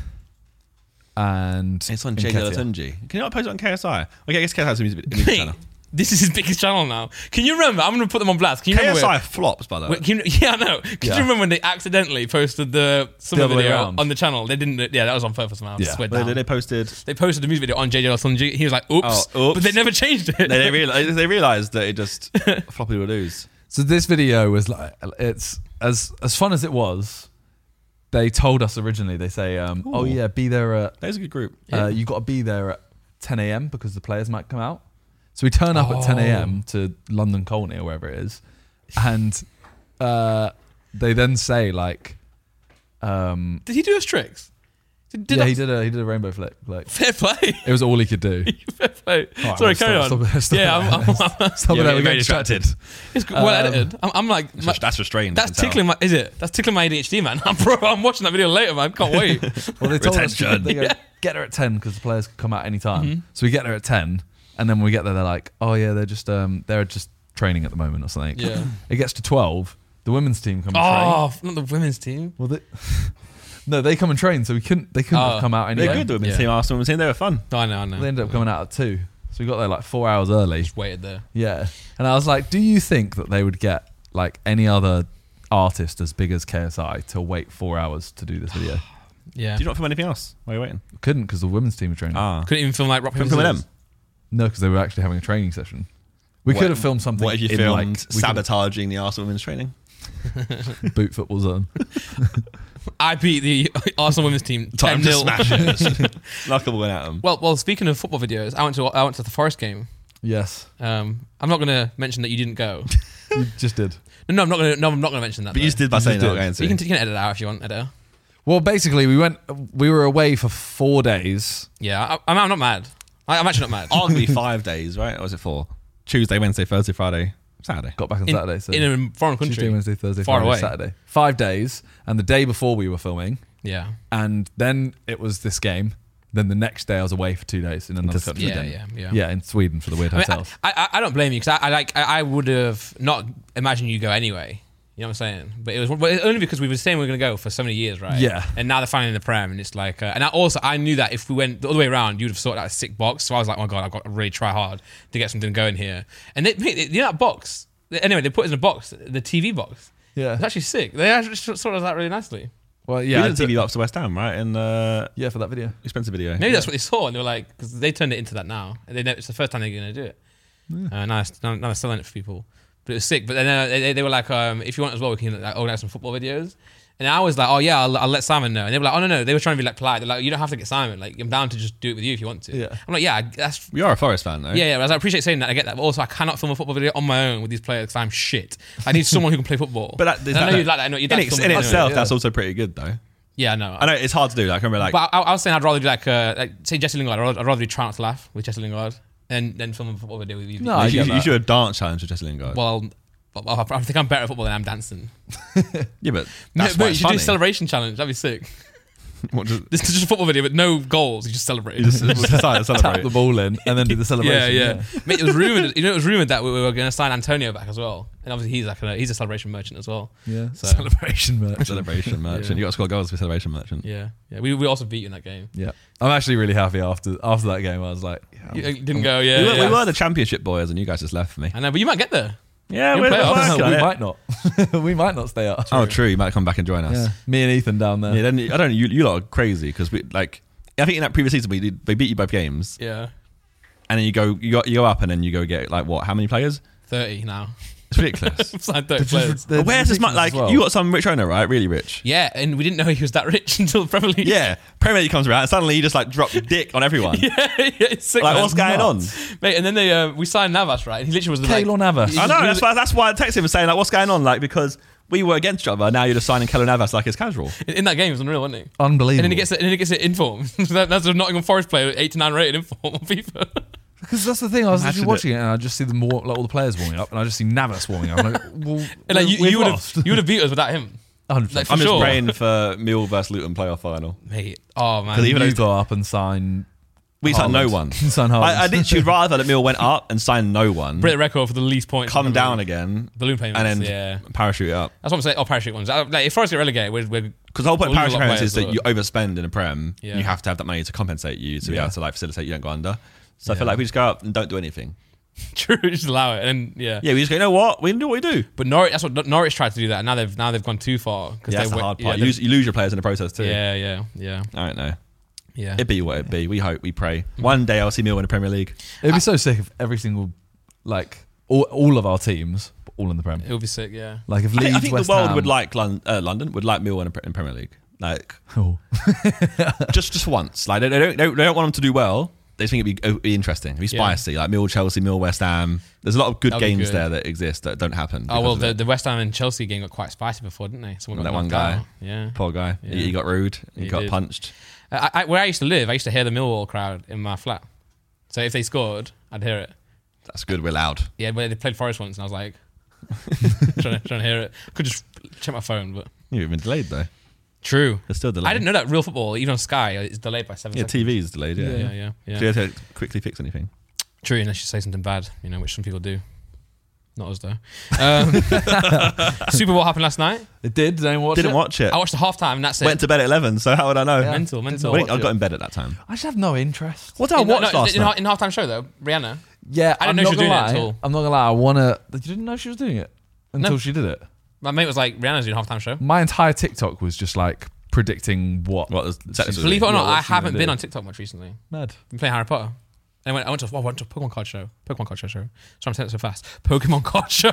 [SPEAKER 3] and
[SPEAKER 2] (laughs) It's on
[SPEAKER 3] Nketiah.
[SPEAKER 2] JJ Latunji. Can you not post it on KSI? Okay, I guess KSI has a (laughs) music, music channel.
[SPEAKER 1] This is his biggest channel now. Can you remember? I'm gonna put them on blast. Can you remember?
[SPEAKER 2] KSI flops, by the way.
[SPEAKER 1] Wait, can you, (laughs) yeah, I know. Because
[SPEAKER 3] Yeah.
[SPEAKER 1] you remember when they accidentally posted the summer
[SPEAKER 3] other way
[SPEAKER 1] video
[SPEAKER 3] around.
[SPEAKER 1] on the channel? They didn't. Yeah, that was on purpose, man. I
[SPEAKER 3] Yeah.
[SPEAKER 1] swear
[SPEAKER 2] They,
[SPEAKER 1] down.
[SPEAKER 2] they-
[SPEAKER 1] They,
[SPEAKER 2] they posted.
[SPEAKER 1] posted the music video on JJ Latunji. He was like, "Oops,",
[SPEAKER 2] Oh, oops.
[SPEAKER 1] but they never changed it.
[SPEAKER 2] They, they, realized, they realized that it (laughs) just floppy would lose.
[SPEAKER 3] So this video was like it's as as fun as it was. They told us originally. They say, um, "Oh
[SPEAKER 2] Ooh.
[SPEAKER 3] yeah, be there at
[SPEAKER 2] That was a good group.
[SPEAKER 3] uh, you got to be there at 10 a.m. because the players might come out." So we turn up at 10 a.m. to London Colney or wherever it is, and uh, they then say like, um,
[SPEAKER 1] (laughs) did he do his tricks? Did, did
[SPEAKER 3] "Yeah,
[SPEAKER 1] I-
[SPEAKER 3] he did a he did a rainbow flick."
[SPEAKER 1] (laughs)
[SPEAKER 3] Like
[SPEAKER 1] Fair play. (laughs)
[SPEAKER 3] it was all he could do. (laughs)
[SPEAKER 1] Fair play.
[SPEAKER 3] All right,
[SPEAKER 1] Sorry, carry
[SPEAKER 3] well, stop-
[SPEAKER 1] on.
[SPEAKER 3] stop- stop
[SPEAKER 1] yeah, I'm, I'm,
[SPEAKER 2] Yeah,
[SPEAKER 3] Stop it,
[SPEAKER 2] we
[SPEAKER 3] we're
[SPEAKER 2] get
[SPEAKER 3] getting
[SPEAKER 2] distracted.
[SPEAKER 1] it's good- well
[SPEAKER 3] Um,
[SPEAKER 1] edited. I'm, I'm like, my-
[SPEAKER 2] That's, that's restrained. I
[SPEAKER 1] that's
[SPEAKER 2] can tell.
[SPEAKER 1] tickling my. Is it? That's tickling my ADHD, man. (laughs) I'm, pro, I'm watching that video later, man. Can't
[SPEAKER 2] (laughs)
[SPEAKER 1] wait.
[SPEAKER 3] Well, they told us
[SPEAKER 2] Retention.
[SPEAKER 3] they go, get her at ten because the players could come out any time. So we get her at ten, and then when we get there, they're like, "Oh yeah, they're just um, they're just training at the moment or something."
[SPEAKER 1] Yeah.
[SPEAKER 3] It gets to twelve, the women's team comes.
[SPEAKER 1] oh, not the women's team.
[SPEAKER 3] Well, the, (laughs) No, they come and train, so we couldn't. They couldn't
[SPEAKER 1] Oh.
[SPEAKER 3] have come out
[SPEAKER 2] They're
[SPEAKER 3] anyway.
[SPEAKER 2] good. The women's
[SPEAKER 1] Yeah.
[SPEAKER 2] team, Arsenal women's team, they were fun.
[SPEAKER 1] I know, I know.
[SPEAKER 3] They ended up coming out at two, so we got there like four hours early.
[SPEAKER 1] Just waited there.
[SPEAKER 3] Yeah, and I was like, "Do you think that they would get like any other artist as big as KSI to wait four hours to do this video?
[SPEAKER 1] Yeah.
[SPEAKER 2] Did you not film anything else while you're waiting?
[SPEAKER 3] Couldn't because the women's team were training.
[SPEAKER 2] Ah,
[SPEAKER 1] Couldn't even film like rock
[SPEAKER 2] film
[SPEAKER 1] paper,
[SPEAKER 2] some of
[SPEAKER 1] scissors.
[SPEAKER 2] them.
[SPEAKER 3] No, because they were actually having a training session. We
[SPEAKER 2] What-
[SPEAKER 3] could have filmed something.
[SPEAKER 2] What if you
[SPEAKER 3] in,
[SPEAKER 2] filmed
[SPEAKER 3] like, we could
[SPEAKER 2] sabotaging the Arsenal women's training?
[SPEAKER 3] have (laughs) boot football
[SPEAKER 1] (laughs)
[SPEAKER 3] zone?
[SPEAKER 1] I beat the (laughs) Arsenal women's team
[SPEAKER 2] Time
[SPEAKER 1] ten
[SPEAKER 2] to
[SPEAKER 1] 0
[SPEAKER 2] smash (laughs) it. Knuckle went at them.
[SPEAKER 1] Well, well. Speaking of football videos, I went to I went to the Forest game.
[SPEAKER 3] Yes,
[SPEAKER 1] Um, I'm not going to mention that you didn't
[SPEAKER 2] (laughs)
[SPEAKER 1] go.
[SPEAKER 3] you just did.
[SPEAKER 1] No, no, I'm not going to. No, I'm not going to mention that.
[SPEAKER 2] But you
[SPEAKER 1] though.
[SPEAKER 2] just did by saying
[SPEAKER 3] did.
[SPEAKER 2] that. Going
[SPEAKER 1] So
[SPEAKER 2] to.
[SPEAKER 1] you can, you can edit it out if you want, editor.
[SPEAKER 3] Well, basically, we went. We were away for four days.
[SPEAKER 1] Yeah, I, I'm, I'm not mad. I, I'm actually not mad.
[SPEAKER 2] arguably five days, right? Or was it four? Tuesday, Wednesday, Thursday, Friday, Saturday.
[SPEAKER 3] Got back on
[SPEAKER 1] in,
[SPEAKER 3] Saturday. So
[SPEAKER 1] in a foreign country.
[SPEAKER 3] Tuesday, Wednesday, Thursday,
[SPEAKER 1] Far
[SPEAKER 3] Friday,
[SPEAKER 1] away.
[SPEAKER 3] Saturday. Five days, and the day before we were filming,
[SPEAKER 1] Yeah,
[SPEAKER 3] and then it was this game. Then the next day, I was away for two days in another
[SPEAKER 2] Just-
[SPEAKER 3] country.
[SPEAKER 1] yeah,
[SPEAKER 3] didn't
[SPEAKER 1] yeah,
[SPEAKER 3] I?
[SPEAKER 1] yeah.
[SPEAKER 3] yeah, in Sweden for the weird
[SPEAKER 1] I, mean, I,
[SPEAKER 3] hotels.
[SPEAKER 1] I, I don't blame you because I, I like I, I would have not imagined you go anyway. You know what I'm saying? But it was but it's only because we were saying we were going to go for so many years, right?
[SPEAKER 3] Yeah.
[SPEAKER 1] And now they're finally in the prem, and it's like, uh, and I also I knew that if we went the other way around, you'd have sorted out a sick box. So I was like, oh my god, I've got to really try hard to get something going here. And they, mate, you know that box. Anyway, they put it in a box, the TV box.
[SPEAKER 3] Yeah.
[SPEAKER 1] It's actually sick. They actually sorted us out really nicely.
[SPEAKER 3] well,
[SPEAKER 2] Yeah,
[SPEAKER 3] yeah,
[SPEAKER 2] we
[SPEAKER 3] I
[SPEAKER 2] did
[SPEAKER 3] did-
[SPEAKER 2] TV up to West Ham, right? In the
[SPEAKER 3] yeah, for that video.
[SPEAKER 2] expensive video.
[SPEAKER 1] Maybe that's what they saw, and they were like, because they turned it into that now, and they know it's the first time they're going to do it. Uh, now, it's- now, now they're selling it for people, but it was sick. But then uh, they, they were like, um, if you want as well, we can like, organize some football videos. And I was like, oh yeah, I'll, I'll let Simon know. And they were like, oh no, no, they were trying to be like polite. They're like, you don't have to get Simon. Like, I'm down to just do it with you if you want to.
[SPEAKER 3] Yeah.
[SPEAKER 1] I'm like, yeah, I- that's
[SPEAKER 2] We are a Forest fan, though.
[SPEAKER 1] yeah, yeah. I, was like, I appreciate saying that. I get that. But also, I cannot film a football video on my own with these players because I'm shit. I need someone who can play football.
[SPEAKER 2] (laughs) But that,
[SPEAKER 1] And I know you'd like that. I know you'd
[SPEAKER 2] in,
[SPEAKER 1] like
[SPEAKER 2] ex-
[SPEAKER 1] someone
[SPEAKER 2] in
[SPEAKER 1] who-
[SPEAKER 2] itself,
[SPEAKER 3] yeah.
[SPEAKER 2] that's also pretty good, though.
[SPEAKER 1] Yeah, no.
[SPEAKER 2] I know it's hard to do. Like, I remember, like,
[SPEAKER 1] But I, I was saying I'd rather do like, uh, like say Jesse Lingard. I'd rather, I'd rather do Try Not to Laugh with Jesse Lingard and then film a football video with you.
[SPEAKER 3] No, I
[SPEAKER 2] you,
[SPEAKER 3] get
[SPEAKER 2] should- you
[SPEAKER 3] that.
[SPEAKER 2] should have dance challenge with Jesse Lingard.
[SPEAKER 1] Well, I, I I think I'm better at football than I'm dancing.
[SPEAKER 2] yeah, but
[SPEAKER 1] No,
[SPEAKER 2] that's
[SPEAKER 1] but
[SPEAKER 2] why
[SPEAKER 1] you
[SPEAKER 2] it's
[SPEAKER 1] should do
[SPEAKER 2] funny.
[SPEAKER 1] a celebration challenge. That'd be sick.
[SPEAKER 2] (laughs)
[SPEAKER 1] (laughs)
[SPEAKER 2] What does-
[SPEAKER 1] This is just a football video, but no goals. You (laughs) just celebrate. (laughs)
[SPEAKER 2] you just- just decide to
[SPEAKER 3] (laughs) Tap
[SPEAKER 2] celebrate.
[SPEAKER 3] the ball in and then do the celebration.
[SPEAKER 1] yeah, yeah. (laughs) Mate, it was rumored. You know, it was rumored that we were going to sign Antonio back as well. And obviously, he's like a, he's a celebration merchant as well.
[SPEAKER 3] Yeah.
[SPEAKER 1] (laughs) So-
[SPEAKER 3] Celebration merch.
[SPEAKER 2] celebration merchant. You got to score goals for celebration merchant.
[SPEAKER 1] Yeah, yeah. We, we also beat you in that game.
[SPEAKER 3] Yeah, I'm actually really happy after after that game. I was like, yeah,
[SPEAKER 1] You, uh, didn't go. Yeah,
[SPEAKER 2] we, were,
[SPEAKER 1] yeah.
[SPEAKER 2] we were the championship boys, and you guys just left for me.
[SPEAKER 1] I know, but you might get there.
[SPEAKER 2] Yeah,
[SPEAKER 1] You're we're- playoffs. we're
[SPEAKER 3] "Oh, we might not. we might not (laughs) stay up.
[SPEAKER 2] Oh, true. You might come back and join us.
[SPEAKER 3] Yeah. Me and Ethan down
[SPEAKER 2] Yeah,
[SPEAKER 3] there.
[SPEAKER 2] then I don't. know, You, you lot are crazy because we like. I think in that previous season we did, they beat you both games,
[SPEAKER 1] Yeah,
[SPEAKER 2] and then you go you go, you go up, and then you go get like what? How many players?
[SPEAKER 1] thirty now. (laughs)
[SPEAKER 2] It's (laughs) ridiculous.
[SPEAKER 1] I've signed thirty players.
[SPEAKER 3] They're
[SPEAKER 2] Where's this much?
[SPEAKER 3] ridiculous
[SPEAKER 2] Like
[SPEAKER 3] as well.
[SPEAKER 2] you got some rich owner, right? Really rich.
[SPEAKER 1] Yeah, and we didn't know he was that rich (laughs) until the Premier League.
[SPEAKER 2] Yeah, Premier League comes around, and suddenly you just like (laughs) drop dick on
[SPEAKER 1] (laughs)
[SPEAKER 2] everyone.
[SPEAKER 1] yeah, yeah, it's sick.
[SPEAKER 2] Like
[SPEAKER 1] man.
[SPEAKER 2] what's going on?
[SPEAKER 1] Mate, and then they uh, we signed Navas, right? And he literally was like,
[SPEAKER 3] Keylor Navas.
[SPEAKER 1] he
[SPEAKER 2] I
[SPEAKER 1] just
[SPEAKER 2] know.
[SPEAKER 1] really-
[SPEAKER 2] That's why, that's why I texted him saying like, what's going on? Like because we were against each other. Now you're just signing Keller Navas like it's casual.
[SPEAKER 1] in, in that game, it was unreal, wasn't it? And
[SPEAKER 3] Unbelievable.
[SPEAKER 1] then he gets it, and then he gets it inform. (laughs) that, that's a Nottingham Forest player, with eight to nine rated inform on FIFA. (laughs)
[SPEAKER 3] because that's the thing. I was
[SPEAKER 2] Imagine
[SPEAKER 3] actually
[SPEAKER 2] it.
[SPEAKER 3] watching it. and I just see them war- like all the players warming up, and I just see Navas warming up. I'm like, (laughs)
[SPEAKER 2] (laughs)
[SPEAKER 3] well,
[SPEAKER 1] And like, you,
[SPEAKER 3] we
[SPEAKER 1] you would have,
[SPEAKER 3] lost. (laughs)
[SPEAKER 1] you would have beat us without him,
[SPEAKER 3] 100%. (laughs)
[SPEAKER 1] like for
[SPEAKER 2] I'm just
[SPEAKER 1] sure.
[SPEAKER 2] praying for Mill versus Luton playoff final.
[SPEAKER 1] Mate, oh man,
[SPEAKER 2] 'Cause even
[SPEAKER 3] you
[SPEAKER 2] though-
[SPEAKER 3] go up and sign.
[SPEAKER 2] We signed no
[SPEAKER 3] Haaland. (laughs)
[SPEAKER 1] (laughs)
[SPEAKER 2] one.
[SPEAKER 3] sign Haaland.
[SPEAKER 2] I, I literally would rather that Mill went up and signed no one,
[SPEAKER 1] Brit record for the least points.
[SPEAKER 2] come
[SPEAKER 1] in the
[SPEAKER 2] down
[SPEAKER 1] league.
[SPEAKER 2] again,
[SPEAKER 1] balloon payments.
[SPEAKER 2] and then
[SPEAKER 1] yeah,
[SPEAKER 2] parachute it up.
[SPEAKER 1] that's what I'm saying. Oh, parachute ones. I- Like if Forest get relegated, we're, we're (laughs)
[SPEAKER 2] Because the whole point
[SPEAKER 1] Well,
[SPEAKER 2] of
[SPEAKER 1] you've
[SPEAKER 2] parachute
[SPEAKER 1] got
[SPEAKER 2] payments is
[SPEAKER 1] players,
[SPEAKER 2] that you overspend in a prem,
[SPEAKER 1] Yeah.
[SPEAKER 2] you have to have that money to compensate you to be
[SPEAKER 3] Yeah.
[SPEAKER 2] able to like facilitate you don't go under. So I feel
[SPEAKER 3] Yeah.
[SPEAKER 2] like we just go up and don't do anything.
[SPEAKER 1] true, just allow it, and yeah.
[SPEAKER 2] Yeah, we just go. You know what? We can do what we do.
[SPEAKER 1] But Norwich, that's what Nor- Norwich tried to do that. And now they've now they've gone too far because
[SPEAKER 2] Yeah, that's
[SPEAKER 1] they
[SPEAKER 2] the
[SPEAKER 1] went-
[SPEAKER 2] hard
[SPEAKER 1] yeah,
[SPEAKER 2] part.
[SPEAKER 1] they-
[SPEAKER 2] you, lose, you lose your players in the process too.
[SPEAKER 1] yeah, yeah, yeah,
[SPEAKER 2] I don't know.
[SPEAKER 1] yeah.
[SPEAKER 2] It be what it be. We hope. We pray. One day I'll see Mill in the Premier League.
[SPEAKER 3] It'd be so sick if every single, like, all, all of our teams, all in the Premier.
[SPEAKER 1] It would be sick, yeah.
[SPEAKER 3] Like if
[SPEAKER 2] I
[SPEAKER 3] Leeds,
[SPEAKER 2] think, I think
[SPEAKER 3] West
[SPEAKER 2] the world
[SPEAKER 3] Ham,
[SPEAKER 2] would like Lon- uh, London would like Mill in, a pre- in Premier League. Like
[SPEAKER 3] Oh.
[SPEAKER 2] just just once. Like they, they don't they don't- they don't want them to do well. They just think it'd be, it'd be interesting. It'd be
[SPEAKER 1] Yeah.
[SPEAKER 2] spicy. Like Mill, Chelsea, Mill, West Ham. There's a lot of good
[SPEAKER 1] That'd be
[SPEAKER 2] games
[SPEAKER 1] good.
[SPEAKER 2] there that exist that don't happen.
[SPEAKER 1] Oh well,
[SPEAKER 2] because
[SPEAKER 1] the,
[SPEAKER 2] of it.
[SPEAKER 1] the West Ham and Chelsea game got quite spicy before, didn't they? Someone got
[SPEAKER 2] That one
[SPEAKER 1] knocked
[SPEAKER 2] guy.
[SPEAKER 1] out. Yeah.
[SPEAKER 2] poor guy.
[SPEAKER 1] Yeah.
[SPEAKER 2] He, he got rude. He,
[SPEAKER 1] He
[SPEAKER 2] got
[SPEAKER 1] did.
[SPEAKER 2] punched.
[SPEAKER 1] I, I, where I used to live, I used to hear the Millwall crowd in my flat. So if they scored, I'd hear it.
[SPEAKER 2] That's good. We're loud.
[SPEAKER 1] Yeah, but they played Forest once, and I was like, (laughs) trying, to, trying to hear it. could just check my phone, but
[SPEAKER 2] You've been delayed though.
[SPEAKER 1] true.
[SPEAKER 2] They're still delayed.
[SPEAKER 1] I didn't know that real football, even on Sky, uh, is delayed by seven
[SPEAKER 2] Yeah,
[SPEAKER 1] seconds.
[SPEAKER 2] TV is delayed. Yeah,
[SPEAKER 1] yeah, yeah, yeah,
[SPEAKER 2] Do you have to quickly fix anything?
[SPEAKER 1] True, unless you say something bad, you know, which some people do. Not us
[SPEAKER 2] (laughs)
[SPEAKER 1] though. Um, (laughs) Super Bowl happened last night.
[SPEAKER 3] (laughs) It did. Did anyone watch
[SPEAKER 2] Didn't
[SPEAKER 3] it?
[SPEAKER 2] watch it.
[SPEAKER 1] I watched the halftime, and that's it.
[SPEAKER 2] Went to bed at 11, so how would I know?
[SPEAKER 3] Yeah.
[SPEAKER 1] mental, mental.
[SPEAKER 2] I, think
[SPEAKER 3] watch
[SPEAKER 2] I got
[SPEAKER 3] it.
[SPEAKER 2] in bed at that time.
[SPEAKER 3] I just have no interest.
[SPEAKER 2] What did I
[SPEAKER 1] In- no,
[SPEAKER 2] watch
[SPEAKER 1] no,
[SPEAKER 2] last
[SPEAKER 1] in,
[SPEAKER 2] night?
[SPEAKER 1] in halftime show though, Rihanna.
[SPEAKER 3] Yeah,
[SPEAKER 1] I didn't
[SPEAKER 3] I'm
[SPEAKER 1] know she
[SPEAKER 3] not
[SPEAKER 1] was
[SPEAKER 3] gonna
[SPEAKER 1] doing it
[SPEAKER 3] lie.
[SPEAKER 1] at all.
[SPEAKER 3] I'm not gonna lie. I wanna. You didn't know she was doing it until
[SPEAKER 1] No.
[SPEAKER 3] she did it.
[SPEAKER 1] My mate was like, "Rihanna's doing a halftime show."
[SPEAKER 3] My entire TikTok was just like predicting what.
[SPEAKER 2] What, the sex was
[SPEAKER 1] Believe it or
[SPEAKER 3] Yeah,
[SPEAKER 1] not,
[SPEAKER 3] what
[SPEAKER 1] I
[SPEAKER 3] she gonna
[SPEAKER 1] haven't been
[SPEAKER 3] do?
[SPEAKER 1] on TikTok much recently.
[SPEAKER 3] Mad.
[SPEAKER 1] been playing Harry Potter. And I went, I went to, well, I went to a Pokemon card show. Pokemon card show, sorry. So I'm saying it so fast. Pokemon (laughs) card show.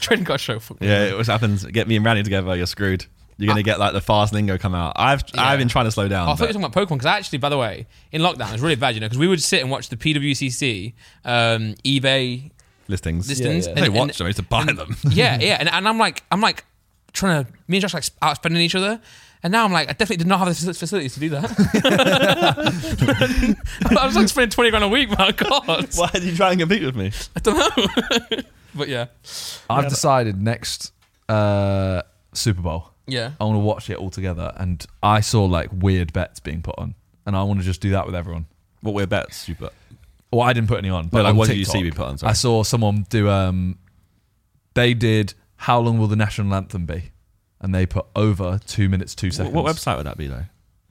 [SPEAKER 1] Trading card show. Fuck me.
[SPEAKER 2] Yeah, it was happens. Get me and Randy together, you're screwed. You're gonna get like the fast lingo come out. I've
[SPEAKER 1] Yeah.
[SPEAKER 2] I've been trying to slow down.
[SPEAKER 1] Oh, I thought
[SPEAKER 2] but-
[SPEAKER 1] you were talking about Pokemon because actually, by the way, in lockdown, it was really bad, you know, because we would sit and watch the PWCC, um, eBay
[SPEAKER 2] listings.
[SPEAKER 1] listings.
[SPEAKER 3] yeah.
[SPEAKER 2] I don't
[SPEAKER 1] And,
[SPEAKER 2] watch
[SPEAKER 1] and,
[SPEAKER 2] them. I used to buy them.
[SPEAKER 1] yeah, yeah. And, and I'm like, I'm like trying to, me and Josh like outspending each other. And now I'm like, I definitely did not have the faci- facilities to do that. (laughs) I was like spending 20 grand a week, my God.
[SPEAKER 2] (laughs) Why did you try and compete with me?
[SPEAKER 1] I don't know. but yeah.
[SPEAKER 3] I've decided next uh, Super Bowl.
[SPEAKER 1] Yeah.
[SPEAKER 3] I want to watch it all together, and I saw like weird bets being put on, and I want to just do that with everyone.
[SPEAKER 2] What were bets you put?
[SPEAKER 3] Well, I didn't put any on, but
[SPEAKER 2] like,
[SPEAKER 3] on
[SPEAKER 2] what did you
[SPEAKER 3] TikTok,
[SPEAKER 2] see be put on, sorry?
[SPEAKER 3] I saw someone do. Um, they did. How long will the national anthem be? And they put over two minutes two
[SPEAKER 2] What,
[SPEAKER 3] seconds.
[SPEAKER 2] what website would that be though?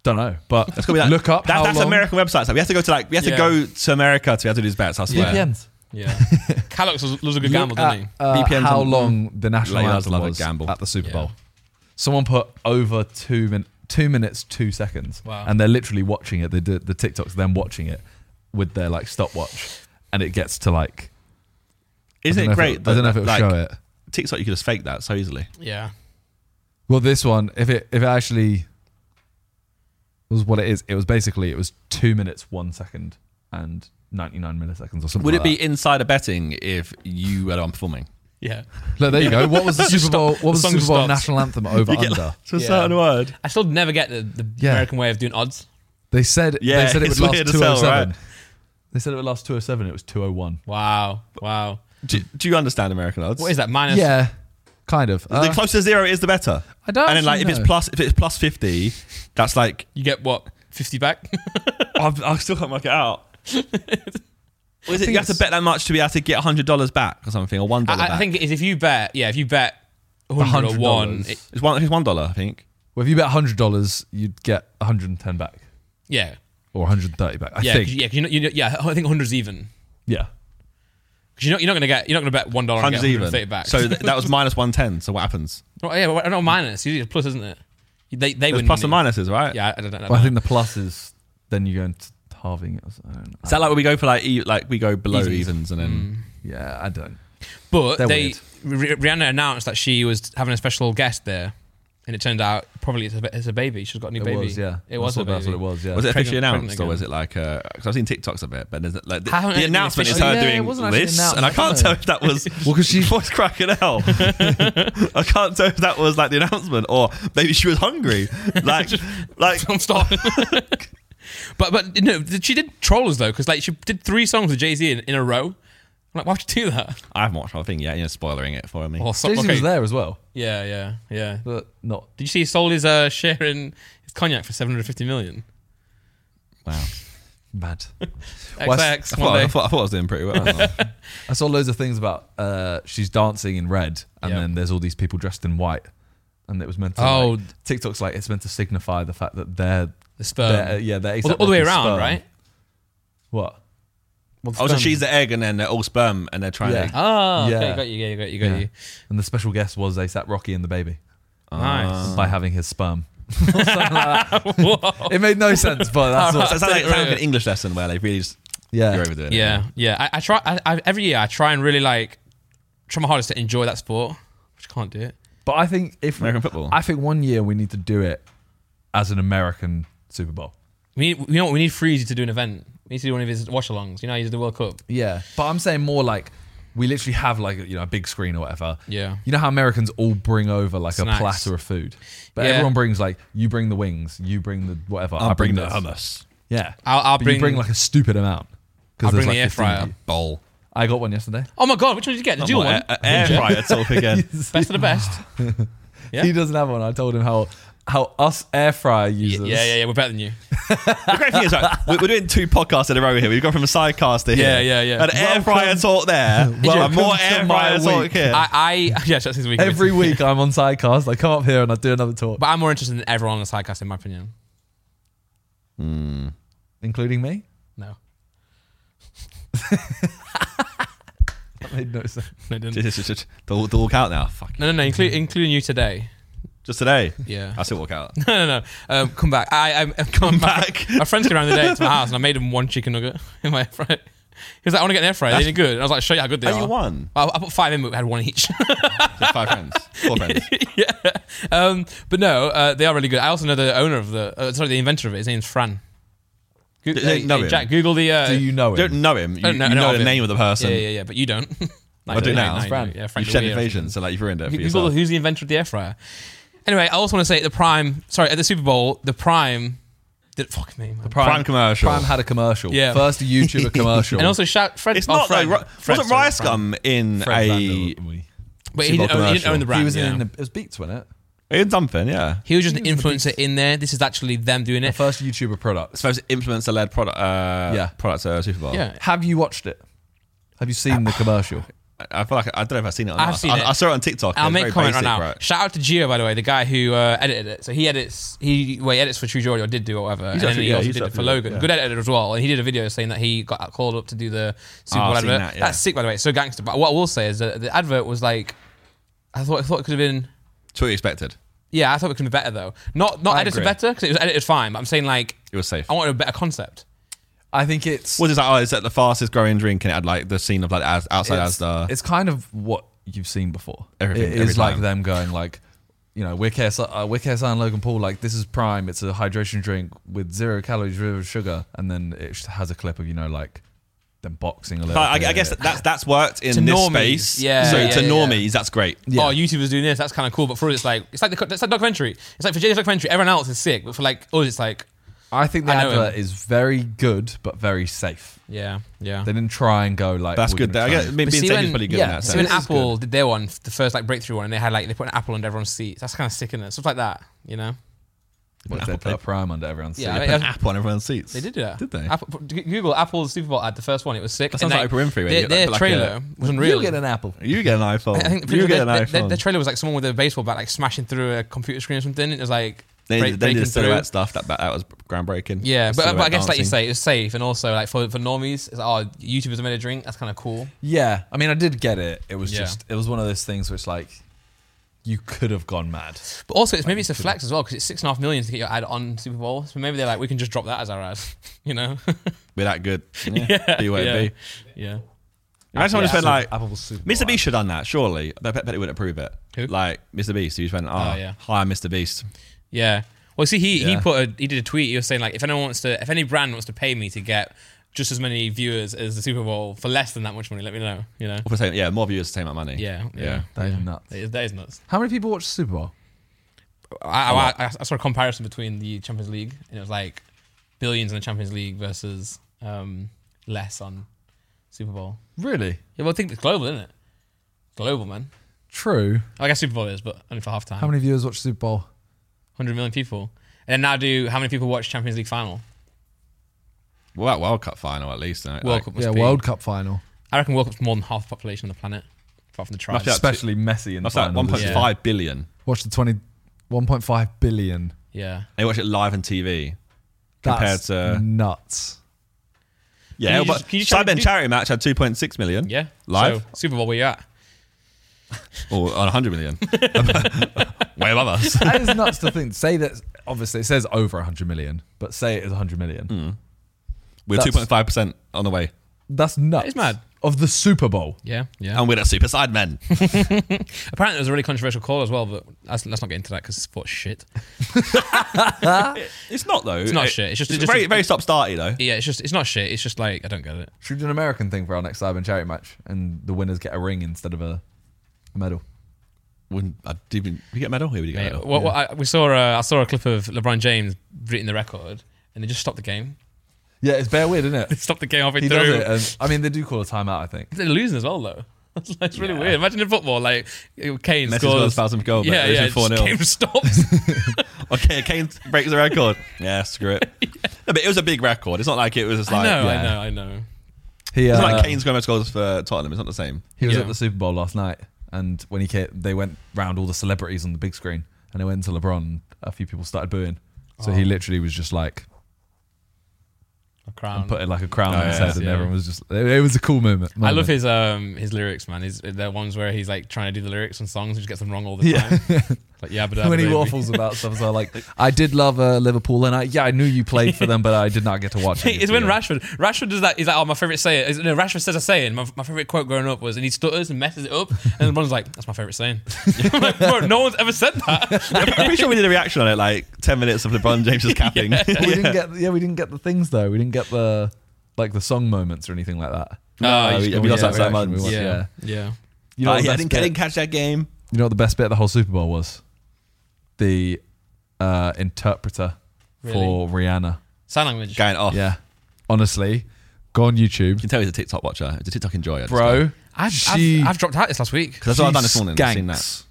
[SPEAKER 3] Don't know, but that's
[SPEAKER 2] Could be that-
[SPEAKER 3] look up.
[SPEAKER 2] That,
[SPEAKER 3] how
[SPEAKER 2] that's
[SPEAKER 3] long-
[SPEAKER 2] American websites. Like, we have to go to like we have
[SPEAKER 1] Yeah.
[SPEAKER 2] to go to America to be able to do these bets. I swear.
[SPEAKER 3] VPNs.
[SPEAKER 1] Yeah. Callux was, was a good
[SPEAKER 3] Look
[SPEAKER 1] gamble,
[SPEAKER 3] at,
[SPEAKER 1] didn't he?
[SPEAKER 3] uh,
[SPEAKER 2] VPNs
[SPEAKER 3] how
[SPEAKER 2] on-
[SPEAKER 3] long the national
[SPEAKER 2] Like, that's
[SPEAKER 3] anthem
[SPEAKER 2] love a
[SPEAKER 3] was
[SPEAKER 2] gamble.
[SPEAKER 3] at the Super
[SPEAKER 1] Yeah.
[SPEAKER 3] Bowl. Someone put over two min- two minutes two seconds,
[SPEAKER 1] Wow.
[SPEAKER 3] and they're literally watching it. They do, the TikToks then watching it with their like stopwatch, and it gets to like. I
[SPEAKER 2] Isn't
[SPEAKER 3] don't know
[SPEAKER 2] it
[SPEAKER 3] if
[SPEAKER 2] great?
[SPEAKER 3] I don't know if
[SPEAKER 2] that,
[SPEAKER 3] it'll
[SPEAKER 2] like,
[SPEAKER 3] show it.
[SPEAKER 2] TikTok, you could just fake that so easily.
[SPEAKER 1] Yeah.
[SPEAKER 3] Well, this one, if it if it actually was what it is, it was basically it was two minutes one second and ninety nine milliseconds or something.
[SPEAKER 2] Would it
[SPEAKER 3] like
[SPEAKER 2] be insider betting if you were the one performing?
[SPEAKER 1] Yeah.
[SPEAKER 3] that. Look, there you go. What was the Super Bowl? What was
[SPEAKER 1] The
[SPEAKER 3] the
[SPEAKER 1] song
[SPEAKER 3] Super Bowl
[SPEAKER 1] stops.
[SPEAKER 3] national anthem over
[SPEAKER 2] You get,
[SPEAKER 3] under?
[SPEAKER 2] like, to (laughs) a
[SPEAKER 1] Yeah.
[SPEAKER 2] certain word.
[SPEAKER 1] I still never get the, the
[SPEAKER 3] Yeah.
[SPEAKER 1] American way of doing odds.
[SPEAKER 3] They said
[SPEAKER 2] Yeah,
[SPEAKER 3] they said it
[SPEAKER 2] it's
[SPEAKER 3] would last
[SPEAKER 2] weird as
[SPEAKER 3] two
[SPEAKER 2] hell,
[SPEAKER 3] oh seven.
[SPEAKER 2] right?
[SPEAKER 3] They said it would last two oh seven. It was two oh one.
[SPEAKER 1] Wow. Wow.
[SPEAKER 2] Do, do you understand American odds?
[SPEAKER 1] What is that? Minus.
[SPEAKER 3] Yeah, kind of.
[SPEAKER 2] the
[SPEAKER 3] Uh,
[SPEAKER 2] closer to zero is the better.
[SPEAKER 3] I don't
[SPEAKER 2] And then like if
[SPEAKER 3] actually
[SPEAKER 2] it's
[SPEAKER 3] know.
[SPEAKER 2] plus if it's plus fifty, that's like
[SPEAKER 1] You get what? 50 back?
[SPEAKER 2] I've, I still can't work it (laughs) out. Or is it,
[SPEAKER 3] think
[SPEAKER 2] you have to
[SPEAKER 3] it's-
[SPEAKER 2] bet that much to be able to get hundred dollars back or something, or one dollar.
[SPEAKER 1] I, I think it is if you bet, yeah, if you bet 100 or
[SPEAKER 3] $100.
[SPEAKER 1] 1, it-
[SPEAKER 2] it's one. It's one dollar, I think.
[SPEAKER 3] well, if you bet hundred dollars, you'd get one hundred and ten back
[SPEAKER 1] yeah.
[SPEAKER 3] or one hundred and thirty back. I
[SPEAKER 1] Yeah. 'cause
[SPEAKER 3] think.
[SPEAKER 1] you- yeah, 'cause you know, you know, yeah, I think 100's even.
[SPEAKER 3] Yeah.
[SPEAKER 1] Because you're not, you're not going to get, you're not going to bet $1 dollar and get
[SPEAKER 2] Hundreds even.
[SPEAKER 1] 130 back. (laughs)
[SPEAKER 2] So th- that was minus one ten. So what happens?
[SPEAKER 1] Well, yeah, but I don't know, minus. Usually it's plus, isn't it? They, they
[SPEAKER 2] There's
[SPEAKER 1] win.
[SPEAKER 2] plus and
[SPEAKER 1] money.
[SPEAKER 2] minuses, right?
[SPEAKER 1] Yeah, I, I don't know.
[SPEAKER 3] Well, I think the plus is then you go into halving it. Or something. I don't know.
[SPEAKER 2] Is that like where we go for like e- like we go below evens,
[SPEAKER 1] Evens.
[SPEAKER 2] and
[SPEAKER 1] Mm.
[SPEAKER 2] then
[SPEAKER 3] Yeah, I don't.
[SPEAKER 1] But
[SPEAKER 3] They're
[SPEAKER 1] they Rih- Rihanna announced that she was having a special guest there, and it turned out probably it's a, ba- it's a baby. She's got a new
[SPEAKER 3] It
[SPEAKER 1] baby.
[SPEAKER 3] was, yeah.
[SPEAKER 1] it was
[SPEAKER 3] That's
[SPEAKER 1] a
[SPEAKER 3] what, that's
[SPEAKER 1] baby.
[SPEAKER 3] what it was, yeah.
[SPEAKER 2] was it officially
[SPEAKER 1] Pregnant-
[SPEAKER 2] announced or
[SPEAKER 1] pregnant
[SPEAKER 2] was it like? Because I've seen TikToks of it, but there's like the,
[SPEAKER 1] Haven't
[SPEAKER 2] the
[SPEAKER 1] it been
[SPEAKER 2] announcement is her
[SPEAKER 1] officially-
[SPEAKER 3] Yeah, it
[SPEAKER 2] doing
[SPEAKER 3] wasn't actually
[SPEAKER 2] this,
[SPEAKER 3] announced,
[SPEAKER 2] and I
[SPEAKER 3] I
[SPEAKER 2] can't
[SPEAKER 3] don't know.
[SPEAKER 2] tell if that was
[SPEAKER 3] Well,
[SPEAKER 1] (laughs)
[SPEAKER 2] (laughs)
[SPEAKER 3] because she.
[SPEAKER 2] voice cracking hell. I can't tell if that was like the announcement or maybe she
[SPEAKER 1] (laughs)
[SPEAKER 2] was hungry. Like,
[SPEAKER 1] (laughs)
[SPEAKER 2] like
[SPEAKER 1] I'm starving. (laughs) but but no, she did troll us though, because like she did three songs with Jay Z in, in a row. I'm like, why would you do
[SPEAKER 3] (laughs)
[SPEAKER 1] that?
[SPEAKER 2] I haven't watched the whole thing yet. You're spoiling it for me.
[SPEAKER 1] Well, so,
[SPEAKER 3] Jason
[SPEAKER 1] okay.
[SPEAKER 3] was there as well,
[SPEAKER 1] Yeah, yeah, yeah.
[SPEAKER 3] but not.
[SPEAKER 1] Did you see he sold his uh, share in his cognac for 750 million?
[SPEAKER 2] wow.
[SPEAKER 3] Mad. Well, I
[SPEAKER 1] XX one
[SPEAKER 2] I thought,
[SPEAKER 3] (laughs)
[SPEAKER 2] I,
[SPEAKER 1] day.
[SPEAKER 2] thought, I thought I was doing
[SPEAKER 1] (laughs)
[SPEAKER 2] pretty well. I
[SPEAKER 3] I saw loads of things about uh, she's dancing in red, and
[SPEAKER 1] Yeah.
[SPEAKER 3] then there's all these people dressed in white, and it was meant to.
[SPEAKER 1] Oh.
[SPEAKER 3] like- TikTok's like it's meant to signify the fact that they're,
[SPEAKER 1] The sperm.
[SPEAKER 3] they're uh, yeah they're
[SPEAKER 1] all, the, all the way around, right?
[SPEAKER 3] What?
[SPEAKER 1] Well, the
[SPEAKER 2] oh, so
[SPEAKER 1] sperm.
[SPEAKER 2] she's the egg and then they're all sperm and they're trying
[SPEAKER 3] Yeah.
[SPEAKER 2] to.
[SPEAKER 1] Oh, yeah.
[SPEAKER 3] Yeah.
[SPEAKER 1] got you, got you, got you, got
[SPEAKER 3] Yeah.
[SPEAKER 1] you.
[SPEAKER 3] And the special guest was ASAP Rocky and the baby
[SPEAKER 1] Nice.
[SPEAKER 3] by having
[SPEAKER 1] (laughs)
[SPEAKER 3] his sperm. (laughs) Something like that.
[SPEAKER 1] Uh. Whoa.
[SPEAKER 3] It made no sense, but
[SPEAKER 2] (laughs)
[SPEAKER 3] that's
[SPEAKER 2] So
[SPEAKER 1] (laughs)
[SPEAKER 3] what.
[SPEAKER 2] it's like, it's like
[SPEAKER 1] Right.
[SPEAKER 2] an English lesson where they really just.
[SPEAKER 3] Yeah.
[SPEAKER 2] You're overdoing it.
[SPEAKER 1] Yeah, yeah. I, I try. I, I, every year, I try and really like try my hardest to enjoy that sport, which I can't do it.
[SPEAKER 3] But I think if
[SPEAKER 2] American football.
[SPEAKER 3] I think one year we need to do it as an American Super Bowl.
[SPEAKER 1] We need, you know, what? we need Freezy to do an event. We need to do one of his watch-alongs. You know, how he did the World Cup.
[SPEAKER 3] Yeah, but I'm saying more like we literally have like you know a big screen or whatever.
[SPEAKER 1] Yeah.
[SPEAKER 3] You know how Americans all bring over like
[SPEAKER 1] Snacks.
[SPEAKER 3] a platter of food, but
[SPEAKER 1] Yeah.
[SPEAKER 3] everyone brings like you bring the wings, you bring the whatever. i bring, this.
[SPEAKER 2] hummus
[SPEAKER 3] Yeah,
[SPEAKER 1] I'll- I'll
[SPEAKER 3] But
[SPEAKER 1] bring-
[SPEAKER 3] you bring like a stupid amount. 'cause
[SPEAKER 1] I'll
[SPEAKER 3] there's,
[SPEAKER 1] bring
[SPEAKER 3] like,
[SPEAKER 1] the air
[SPEAKER 3] 15
[SPEAKER 1] fryer.
[SPEAKER 3] of you.
[SPEAKER 2] bowl.
[SPEAKER 3] I got one
[SPEAKER 1] (laughs)
[SPEAKER 3] yesterday. (laughs)
[SPEAKER 1] Oh my god, which one did you get? The dual one.
[SPEAKER 3] uh,
[SPEAKER 2] What, a- a-
[SPEAKER 1] (laughs)
[SPEAKER 2] air fryer talk (laughs) again.
[SPEAKER 1] Best of the
[SPEAKER 3] (laughs)
[SPEAKER 1] best. Yeah.
[SPEAKER 3] He doesn't have one. I told him how how us air fryer
[SPEAKER 1] yeah,
[SPEAKER 3] users
[SPEAKER 1] yeah, yeah. We're better than you.
[SPEAKER 2] The great thing is, like, we're, we're doing two podcasts in a row here. We've gone from a sidecast to here.
[SPEAKER 1] Yeah, yeah, yeah.
[SPEAKER 2] An air fryer talk there. and
[SPEAKER 3] Welcome
[SPEAKER 2] more
[SPEAKER 3] to
[SPEAKER 2] air
[SPEAKER 3] my
[SPEAKER 2] fryer talk
[SPEAKER 3] week.
[SPEAKER 2] here.
[SPEAKER 1] I, (laughs) I yeah, that's his week.
[SPEAKER 3] Every week I'm on sidecast. I come up here and I do another talk,
[SPEAKER 1] but I'm more interested in everyone on the sidecast, in my opinion.
[SPEAKER 3] including me.
[SPEAKER 1] No,
[SPEAKER 3] (laughs)
[SPEAKER 1] (laughs)
[SPEAKER 3] That made no sense.
[SPEAKER 1] no, it didn't.
[SPEAKER 2] just, just, just, they'll, they'll walk out now. Fuck.
[SPEAKER 1] no, no, no, inclu- including you today.
[SPEAKER 2] Just
[SPEAKER 1] (laughs)
[SPEAKER 2] today.
[SPEAKER 1] Yeah.
[SPEAKER 2] I still
[SPEAKER 1] (laughs)
[SPEAKER 2] walk out.
[SPEAKER 1] No, no, no. Um, come back. I, (laughs) I come
[SPEAKER 2] back.
[SPEAKER 1] My, friends came around the
[SPEAKER 2] (laughs)
[SPEAKER 1] day to my house, and I made him one chicken nugget (laughs) in my air fryer. He was like, "I want to get an air fryer. They are good." And I was like, "Show you how good they
[SPEAKER 2] Only
[SPEAKER 1] are."
[SPEAKER 2] one.
[SPEAKER 1] Well, I put five in, but we had one each. (laughs)
[SPEAKER 2] Just five friends. Four friends.
[SPEAKER 1] yeah. Um, but no, uh, they are really good. I also know the owner of the, uh, sorry, the inventor of it. His name's Fran. Go- uh,
[SPEAKER 2] Do you know him?
[SPEAKER 1] Jack, Google the. Uh,
[SPEAKER 3] Do you know
[SPEAKER 2] You
[SPEAKER 3] him?
[SPEAKER 2] don't know him. You,
[SPEAKER 1] I don't
[SPEAKER 2] you
[SPEAKER 1] I
[SPEAKER 2] know
[SPEAKER 1] of
[SPEAKER 2] the
[SPEAKER 1] him.
[SPEAKER 2] name of the person.
[SPEAKER 1] Yeah, yeah, yeah. But you don't. (laughs)
[SPEAKER 2] I do now.
[SPEAKER 1] It's
[SPEAKER 3] Fran.
[SPEAKER 1] Yeah, Fran.
[SPEAKER 2] You've shed
[SPEAKER 1] Google him.
[SPEAKER 2] invasion, so like you've ruined it for
[SPEAKER 1] Google
[SPEAKER 2] yourself.
[SPEAKER 1] who's the inventor of the air fryer. Anyway, I also want to say at the Prime, sorry, at the Super Bowl, the Prime did fuck me, man.
[SPEAKER 2] Prime, commercial.
[SPEAKER 3] Prime had a commercial.
[SPEAKER 1] Yeah. (laughs)
[SPEAKER 3] First YouTuber commercial.
[SPEAKER 1] and also shout Fred.
[SPEAKER 2] it's
[SPEAKER 1] oh,
[SPEAKER 2] not
[SPEAKER 1] Fred,
[SPEAKER 2] though. Ru-
[SPEAKER 1] Fred,
[SPEAKER 2] wasn't
[SPEAKER 1] sorry,
[SPEAKER 2] Rice
[SPEAKER 1] Fred.
[SPEAKER 2] Gum in a?
[SPEAKER 3] Fred Vanderwee.
[SPEAKER 1] But he
[SPEAKER 2] Super
[SPEAKER 1] didn't, own, he didn't
[SPEAKER 2] commercial.
[SPEAKER 1] own the brand.
[SPEAKER 3] he was
[SPEAKER 1] yeah.
[SPEAKER 3] in the, it was Beats, wasn't it?
[SPEAKER 2] In something, yeah.
[SPEAKER 1] He was just an
[SPEAKER 3] He was in the
[SPEAKER 1] influencer in there. This is actually them doing
[SPEAKER 3] The
[SPEAKER 1] it.
[SPEAKER 3] first YouTuber product.
[SPEAKER 2] suppose influencer led product. Uh,
[SPEAKER 3] Yeah.
[SPEAKER 2] Product uh, Super Bowl.
[SPEAKER 1] Yeah.
[SPEAKER 3] Have you watched it? Have you seen the commercial?
[SPEAKER 2] I- I feel like I don't know if I've seen it. Or
[SPEAKER 1] I've
[SPEAKER 2] not.
[SPEAKER 1] seen
[SPEAKER 2] I,
[SPEAKER 1] it.
[SPEAKER 2] I saw it on TikTok.
[SPEAKER 1] I'll
[SPEAKER 2] It's
[SPEAKER 1] make
[SPEAKER 2] very
[SPEAKER 1] a comment
[SPEAKER 2] basic,
[SPEAKER 1] right now.
[SPEAKER 2] right?
[SPEAKER 1] Shout out to Gio, by the way, the guy who uh, edited it. So he edits, he well, he edits for True Joy or did do or whatever, and then
[SPEAKER 2] actually-
[SPEAKER 1] he
[SPEAKER 2] yeah,
[SPEAKER 1] also
[SPEAKER 2] he's
[SPEAKER 1] did it for
[SPEAKER 2] actually-
[SPEAKER 1] Logan.
[SPEAKER 2] yeah.
[SPEAKER 1] Good editor as well, and he did a video saying that he got called up to do the Super
[SPEAKER 2] Oh,
[SPEAKER 1] Bowl
[SPEAKER 2] I've seen
[SPEAKER 1] advert.
[SPEAKER 2] that, yeah.
[SPEAKER 1] That's sick, by the way. It's so gangster. But what I will say is that the advert was like, I thought I thought it could have been.
[SPEAKER 2] It's what you expected.
[SPEAKER 1] Yeah, I thought it could have been better though. Not not
[SPEAKER 3] I
[SPEAKER 1] edited
[SPEAKER 3] agree.
[SPEAKER 1] better because it was edited fine. But I'm saying like
[SPEAKER 2] It was safe.
[SPEAKER 1] I wanted a better concept.
[SPEAKER 3] I think it's
[SPEAKER 2] What is that? Oh, is that the fastest growing drink? And it had like the scene of like as, outside
[SPEAKER 3] it's,
[SPEAKER 2] Asda.
[SPEAKER 3] it's kind of what you've seen before.
[SPEAKER 2] Everything,
[SPEAKER 3] it
[SPEAKER 2] every
[SPEAKER 3] is like
[SPEAKER 2] time.
[SPEAKER 3] them going like, you know, we're KSI, uh, we're KSI and Logan Paul. Like this is prime. It's a hydration drink with zero calories, zero sugar, and then it just has a clip of you know like them boxing a little.
[SPEAKER 2] But I,
[SPEAKER 3] bit.
[SPEAKER 2] I guess that- that's that's worked in
[SPEAKER 1] To
[SPEAKER 2] this
[SPEAKER 1] normies.
[SPEAKER 2] space.
[SPEAKER 1] Yeah,
[SPEAKER 2] So
[SPEAKER 1] yeah,
[SPEAKER 2] to
[SPEAKER 1] yeah.
[SPEAKER 2] normies, that's great.
[SPEAKER 1] Oh, YouTubers doing this. That's kind of cool. But for us, it's like it's like the co- it's like documentary. It's like for Jay's documentary, everyone else is sick. But for like us, it's like
[SPEAKER 3] I think the
[SPEAKER 1] I know
[SPEAKER 3] advert
[SPEAKER 1] him.
[SPEAKER 3] is very good but very safe.
[SPEAKER 1] yeah, yeah.
[SPEAKER 3] They didn't try and go like.
[SPEAKER 2] That's
[SPEAKER 3] we're
[SPEAKER 2] good. There.
[SPEAKER 3] gonna
[SPEAKER 2] I
[SPEAKER 3] try
[SPEAKER 2] guess
[SPEAKER 3] and-
[SPEAKER 2] being
[SPEAKER 1] But see
[SPEAKER 2] safe is
[SPEAKER 1] when-
[SPEAKER 2] pretty good
[SPEAKER 3] yeah,
[SPEAKER 2] in that
[SPEAKER 3] so
[SPEAKER 1] So when
[SPEAKER 2] sense.
[SPEAKER 3] This is
[SPEAKER 1] Apple did their one, the first like breakthrough one, and they had like they put an apple under everyone's seats. That's kind of sick, isn't it? Stuff like that, you know.
[SPEAKER 3] What if they put a prime under everyone's
[SPEAKER 1] Yeah,
[SPEAKER 3] yeah,
[SPEAKER 1] I
[SPEAKER 2] They
[SPEAKER 1] mean,
[SPEAKER 2] put an app on everyone's seats.
[SPEAKER 1] They did do that.
[SPEAKER 2] Did they?
[SPEAKER 1] Apple, g- Google Apple's Super Bowl ad, the first one. It was sick.
[SPEAKER 2] That
[SPEAKER 1] And
[SPEAKER 2] sounds like
[SPEAKER 1] they-
[SPEAKER 2] Oprah Winfrey, where
[SPEAKER 1] Their,
[SPEAKER 2] you get,
[SPEAKER 1] their
[SPEAKER 2] like, a-
[SPEAKER 1] trailer was unreal.
[SPEAKER 3] You get an apple.
[SPEAKER 2] You get an iPhone.
[SPEAKER 1] I think
[SPEAKER 2] you get an
[SPEAKER 1] their,
[SPEAKER 2] iPhone.
[SPEAKER 1] their, their trailer was like someone with a baseball bat like smashing through a computer screen or something. It was like
[SPEAKER 2] they,
[SPEAKER 1] break-
[SPEAKER 2] they did
[SPEAKER 1] breaking
[SPEAKER 2] the
[SPEAKER 1] through.
[SPEAKER 2] silhouette stuff. That, that was groundbreaking.
[SPEAKER 1] Yeah, but, but I
[SPEAKER 2] Silhouette
[SPEAKER 1] guess like you
[SPEAKER 2] dancing.
[SPEAKER 1] say, it's safe and also like for, for normies, it's like, oh, YouTubers have made a drink. That's kind of cool.
[SPEAKER 3] Yeah, I mean, I did get it. It was
[SPEAKER 1] Yeah.
[SPEAKER 3] just, it was one of those things where it's like, you could have gone mad.
[SPEAKER 1] But also, it's maybe it's a flex as well because it's six and a half million to get your ad on Super Bowl. So maybe they're like, we can just drop that as our ad, (laughs) you know?
[SPEAKER 2] We're
[SPEAKER 1] (laughs)
[SPEAKER 2] that good.
[SPEAKER 1] Yeah,
[SPEAKER 2] (laughs) Be what it
[SPEAKER 1] yeah.
[SPEAKER 2] be.
[SPEAKER 1] yeah.
[SPEAKER 2] I just want to spend like
[SPEAKER 3] Apple was super.
[SPEAKER 2] Mr. Beast should have done that, surely. I bet, bet he would approve it.
[SPEAKER 1] Who?
[SPEAKER 2] Like Mr. Beast, he just went, oh,
[SPEAKER 1] Oh, yeah.
[SPEAKER 2] hi, I'm Mr. Beast.
[SPEAKER 1] Yeah. Well, see, he he
[SPEAKER 2] Yeah.
[SPEAKER 1] put a he did a tweet. He was saying like, if anyone wants to, if any brand wants to pay me to get just as many viewers as the Super Bowl for less than that much money, let me know. You know.
[SPEAKER 2] Or for saying, yeah, more viewers to take my money.
[SPEAKER 1] Yeah. Yeah.
[SPEAKER 2] Yeah.
[SPEAKER 3] That is nuts.
[SPEAKER 1] That is, that is nuts.
[SPEAKER 3] How many people watch the Super Bowl?
[SPEAKER 1] I, I, I, I saw a comparison between the Champions League and it was like billions in the Champions League versus um, less on Super Bowl.
[SPEAKER 3] Really?
[SPEAKER 1] Yeah, well, I think it's global, isn't it? Global, man.
[SPEAKER 3] True.
[SPEAKER 1] I guess Super Bowl is, but only for half time.
[SPEAKER 3] How many viewers watch the Super Bowl?
[SPEAKER 1] 100 million people. And then now do how many people watch Champions League final?
[SPEAKER 2] Well, that World Cup final, at least. Right?
[SPEAKER 1] World
[SPEAKER 2] Like,
[SPEAKER 1] Cup must
[SPEAKER 3] Uh, yeah,
[SPEAKER 1] be.
[SPEAKER 3] World Cup final.
[SPEAKER 1] I reckon World Cup's more than half the population of the planet, apart from the tribes.
[SPEAKER 2] be up to-
[SPEAKER 3] Especially Messi in the
[SPEAKER 2] That's like
[SPEAKER 3] final.
[SPEAKER 2] 1.5
[SPEAKER 1] Yeah.
[SPEAKER 2] billion.
[SPEAKER 3] Watch the 20, 1.5 billion.
[SPEAKER 1] Yeah.
[SPEAKER 2] They watch it live on TV. Compared
[SPEAKER 3] That's
[SPEAKER 2] to-
[SPEAKER 3] nuts.
[SPEAKER 2] Yeah,
[SPEAKER 1] you
[SPEAKER 2] but
[SPEAKER 1] just- can you try-
[SPEAKER 2] Side Bend
[SPEAKER 1] do-
[SPEAKER 2] Charity Match had 2.6 million.
[SPEAKER 1] Yeah.
[SPEAKER 2] Live?
[SPEAKER 1] So, Super Bowl, where you at?
[SPEAKER 2] Or on 100 million. (laughs) Way above us.
[SPEAKER 3] That is nuts to think. Say that, obviously, it says over 100 million, but say it is 100 million.
[SPEAKER 2] Hmm. We're
[SPEAKER 3] That's-
[SPEAKER 2] 2.5% on the way.
[SPEAKER 3] That's nuts.
[SPEAKER 1] is mad.
[SPEAKER 3] Of the Super Bowl.
[SPEAKER 1] Yeah. Yeah.
[SPEAKER 3] Um,
[SPEAKER 2] And we're the super side men.
[SPEAKER 1] Apparently, it was a really controversial call as well, but let's, let's not get into that because sports shit.
[SPEAKER 2] it's not, though. It's
[SPEAKER 1] not shit. It's just- it's just
[SPEAKER 2] very,
[SPEAKER 1] a-
[SPEAKER 2] very stop starty, though.
[SPEAKER 1] Yeah, it's just, it's not shit. It's just like, I don't get it.
[SPEAKER 3] Should we do an American thing for our next Cyber Charity match and the winners get a ring instead of a, a medal?
[SPEAKER 2] Wouldn't, I, did we, did we get a medal? Yeah, we did get a
[SPEAKER 1] Mate,
[SPEAKER 3] Oh,
[SPEAKER 2] medal.
[SPEAKER 1] what, what I, we saw, uh, I saw a clip of LeBron James beating the record, and they just stopped the game. (laughs)
[SPEAKER 3] Yeah, it's bare weird, isn't
[SPEAKER 1] They (laughs)
[SPEAKER 3] it?
[SPEAKER 1] stopped the game halfway
[SPEAKER 3] He
[SPEAKER 1] through.
[SPEAKER 3] does it. uh, And, I mean, they do call a timeout, I think.
[SPEAKER 1] They're losing as well, though. (laughs) It's like- it's really weird. Imagine in football, like Kane
[SPEAKER 2] Messi scores
[SPEAKER 1] scores.
[SPEAKER 2] 1,000th goal, but
[SPEAKER 1] yeah,
[SPEAKER 2] losing
[SPEAKER 3] (laughs)
[SPEAKER 1] yeah.
[SPEAKER 2] 4-0.
[SPEAKER 1] just Game stops. (laughs)
[SPEAKER 2] Okay, Kane breaks the record. yeah, screw it. No, but it was a big record. It's not like it was just
[SPEAKER 1] I
[SPEAKER 2] like.
[SPEAKER 1] know,
[SPEAKER 3] yeah.
[SPEAKER 1] I know, I know.
[SPEAKER 3] He,
[SPEAKER 2] It's
[SPEAKER 3] uh,
[SPEAKER 2] not like Kane's going to scores for Tottenham. It's not the same.
[SPEAKER 3] He was
[SPEAKER 1] Yeah.
[SPEAKER 3] at the Super Bowl last night, and when he came, they went round all the celebrities on the big screen, and they went to LeBron. and A few people started booing, so he literally was just like
[SPEAKER 1] A crown.
[SPEAKER 3] putting like a crown
[SPEAKER 2] Oh,
[SPEAKER 3] on his
[SPEAKER 2] yeah,
[SPEAKER 3] head, and
[SPEAKER 1] yeah.
[SPEAKER 3] everyone was just. It, it was a cool moment.
[SPEAKER 1] I love
[SPEAKER 3] moment.
[SPEAKER 1] his um his lyrics, man. His the ones where he's like trying to do the lyrics on songs and just gets them wrong all the
[SPEAKER 3] Yeah.
[SPEAKER 1] time.
[SPEAKER 3] (laughs)
[SPEAKER 1] like yeah, but
[SPEAKER 3] When he waffles about stuff, so
[SPEAKER 1] (laughs)
[SPEAKER 3] like I did love uh, Liverpool, and I yeah I knew you played for them, but I did not get to
[SPEAKER 1] (laughs)
[SPEAKER 3] watch. it.
[SPEAKER 1] It's when Rashford Rashford does that. He's like, oh, my favorite saying. is- No, Rashford says a saying. My, my favorite quote growing up was, and he stutters and messes it up, and (laughs) everyone's like, that's my favorite saying. (laughs) I'm like, Bro, no one's ever said that. (laughs)
[SPEAKER 2] I'm pretty sure we did a reaction on it, like 10 minutes of LeBron James's capping. (laughs)
[SPEAKER 3] we didn't get yeah we didn't get the things though. We didn't get the like the song moments or anything like that.
[SPEAKER 1] No,
[SPEAKER 2] we-
[SPEAKER 1] you-
[SPEAKER 2] we lost
[SPEAKER 3] yeah,
[SPEAKER 2] that so
[SPEAKER 3] we
[SPEAKER 2] much.
[SPEAKER 3] actually- we
[SPEAKER 2] Yeah.
[SPEAKER 3] lost-
[SPEAKER 1] yeah,
[SPEAKER 3] yeah.
[SPEAKER 1] yeah.
[SPEAKER 3] You know
[SPEAKER 2] Uh,
[SPEAKER 3] what the
[SPEAKER 2] yeah, I,
[SPEAKER 3] best
[SPEAKER 2] didn't,
[SPEAKER 3] bit-
[SPEAKER 2] I didn't catch that game.
[SPEAKER 3] You know what the best bit of the whole Super Bowl was? The uh, interpreter for Rihanna.
[SPEAKER 1] Sign language.
[SPEAKER 2] Going off.
[SPEAKER 3] Yeah. Honestly, go on
[SPEAKER 2] You
[SPEAKER 3] YouTube.
[SPEAKER 2] can tell he's a TikTok watcher. He's a TikTok enjoyer.
[SPEAKER 3] Bro,
[SPEAKER 1] I've,
[SPEAKER 3] she,
[SPEAKER 1] I've, I've dropped out this last week.
[SPEAKER 2] Because that's what I've done this morning. I've seen that.
[SPEAKER 3] skanks.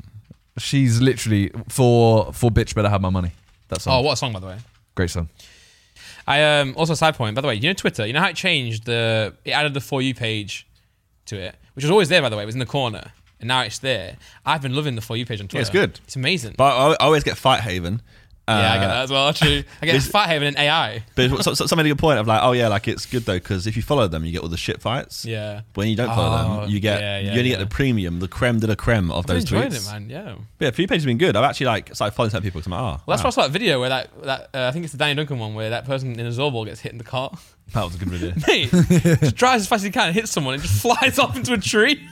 [SPEAKER 3] She's literally for for bitch better have my money. That's
[SPEAKER 1] Oh,
[SPEAKER 3] all.
[SPEAKER 1] what a song, by the way.
[SPEAKER 3] Great song.
[SPEAKER 1] I um also side point. By the way, you know Twitter. You know how it changed the it added the for you page to it, which was always there. By the way, it was in the corner, and now it's there. I've been loving the for you page on Twitter.
[SPEAKER 2] it's good.
[SPEAKER 1] It's amazing.
[SPEAKER 2] But I- I always get Fight Haven. Uh,
[SPEAKER 1] yeah, I get that as well. Actually, I
[SPEAKER 2] (laughs)
[SPEAKER 1] get
[SPEAKER 2] this-
[SPEAKER 1] Fat Haven and AI.
[SPEAKER 2] But so, so, so made a good point of like, oh yeah, like it's good though because if you follow them, you get all the shit fights.
[SPEAKER 1] Yeah,
[SPEAKER 2] When you don't follow
[SPEAKER 1] Oh,
[SPEAKER 2] them, you get
[SPEAKER 1] yeah, yeah,
[SPEAKER 2] you only
[SPEAKER 1] yeah.
[SPEAKER 2] get the premium, the creme de la creme of
[SPEAKER 1] I've
[SPEAKER 2] those
[SPEAKER 1] enjoyed
[SPEAKER 2] tweets.
[SPEAKER 1] it, man. Yeah.
[SPEAKER 2] But yeah, a few pages have been good. I've actually like started following certain people because I'm like, oh,
[SPEAKER 1] Well, that's
[SPEAKER 2] wow.
[SPEAKER 1] why I saw that video where that, that uh, I think it's the Danny Duncan one where that person in a Zorball gets hit in the (laughs) car.
[SPEAKER 2] that was a good video. (laughs)
[SPEAKER 1] Mate, just drives as fast as he can and hits someone and just flies off into a tree.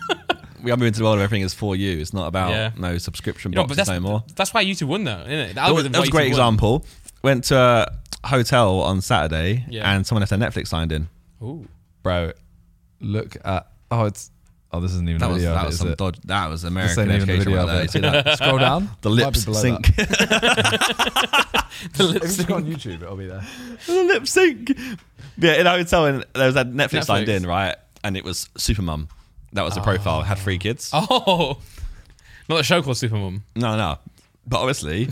[SPEAKER 2] we are moving to the world where everything is for you. It's not about
[SPEAKER 1] Yeah.
[SPEAKER 2] no subscription
[SPEAKER 1] You know, but
[SPEAKER 2] boxes
[SPEAKER 1] that's,
[SPEAKER 2] (laughs) no more.
[SPEAKER 1] that's why YouTube won, though, isn't it? The
[SPEAKER 2] That was,
[SPEAKER 1] algorithm's
[SPEAKER 2] that was
[SPEAKER 1] why
[SPEAKER 2] a great
[SPEAKER 1] YouTube won.
[SPEAKER 2] example. Went to a hotel on Saturday
[SPEAKER 1] Yeah.
[SPEAKER 2] and someone had their Netflix signed in.
[SPEAKER 1] Ooh. (laughs)
[SPEAKER 3] Bro, look at oh it's oh this isn't even
[SPEAKER 2] That
[SPEAKER 3] a
[SPEAKER 2] was
[SPEAKER 3] video.
[SPEAKER 2] that
[SPEAKER 3] of it,
[SPEAKER 2] was
[SPEAKER 3] is
[SPEAKER 2] some
[SPEAKER 3] it?
[SPEAKER 2] dodge. That was
[SPEAKER 3] This
[SPEAKER 2] American
[SPEAKER 3] ain't even a
[SPEAKER 2] education.
[SPEAKER 3] video
[SPEAKER 2] right
[SPEAKER 3] of
[SPEAKER 2] there. You
[SPEAKER 3] it.
[SPEAKER 2] see that?
[SPEAKER 3] (laughs) Scroll down.
[SPEAKER 2] The (laughs)
[SPEAKER 3] Might be
[SPEAKER 2] lip
[SPEAKER 3] below
[SPEAKER 2] sync.
[SPEAKER 3] that.
[SPEAKER 1] The
[SPEAKER 3] If you
[SPEAKER 1] lips
[SPEAKER 3] just go on YouTube, it'll be there.
[SPEAKER 2] the lip sync. Yeah, in a hotel, and there was that Netflix, Ah.
[SPEAKER 1] Netflix.
[SPEAKER 2] signed in, right? And it was Supermum. That was the profile. Had three kids.
[SPEAKER 1] (laughs) Oh, not a show called Supermum.
[SPEAKER 2] No, no.
[SPEAKER 1] (laughs)
[SPEAKER 2] But obviously,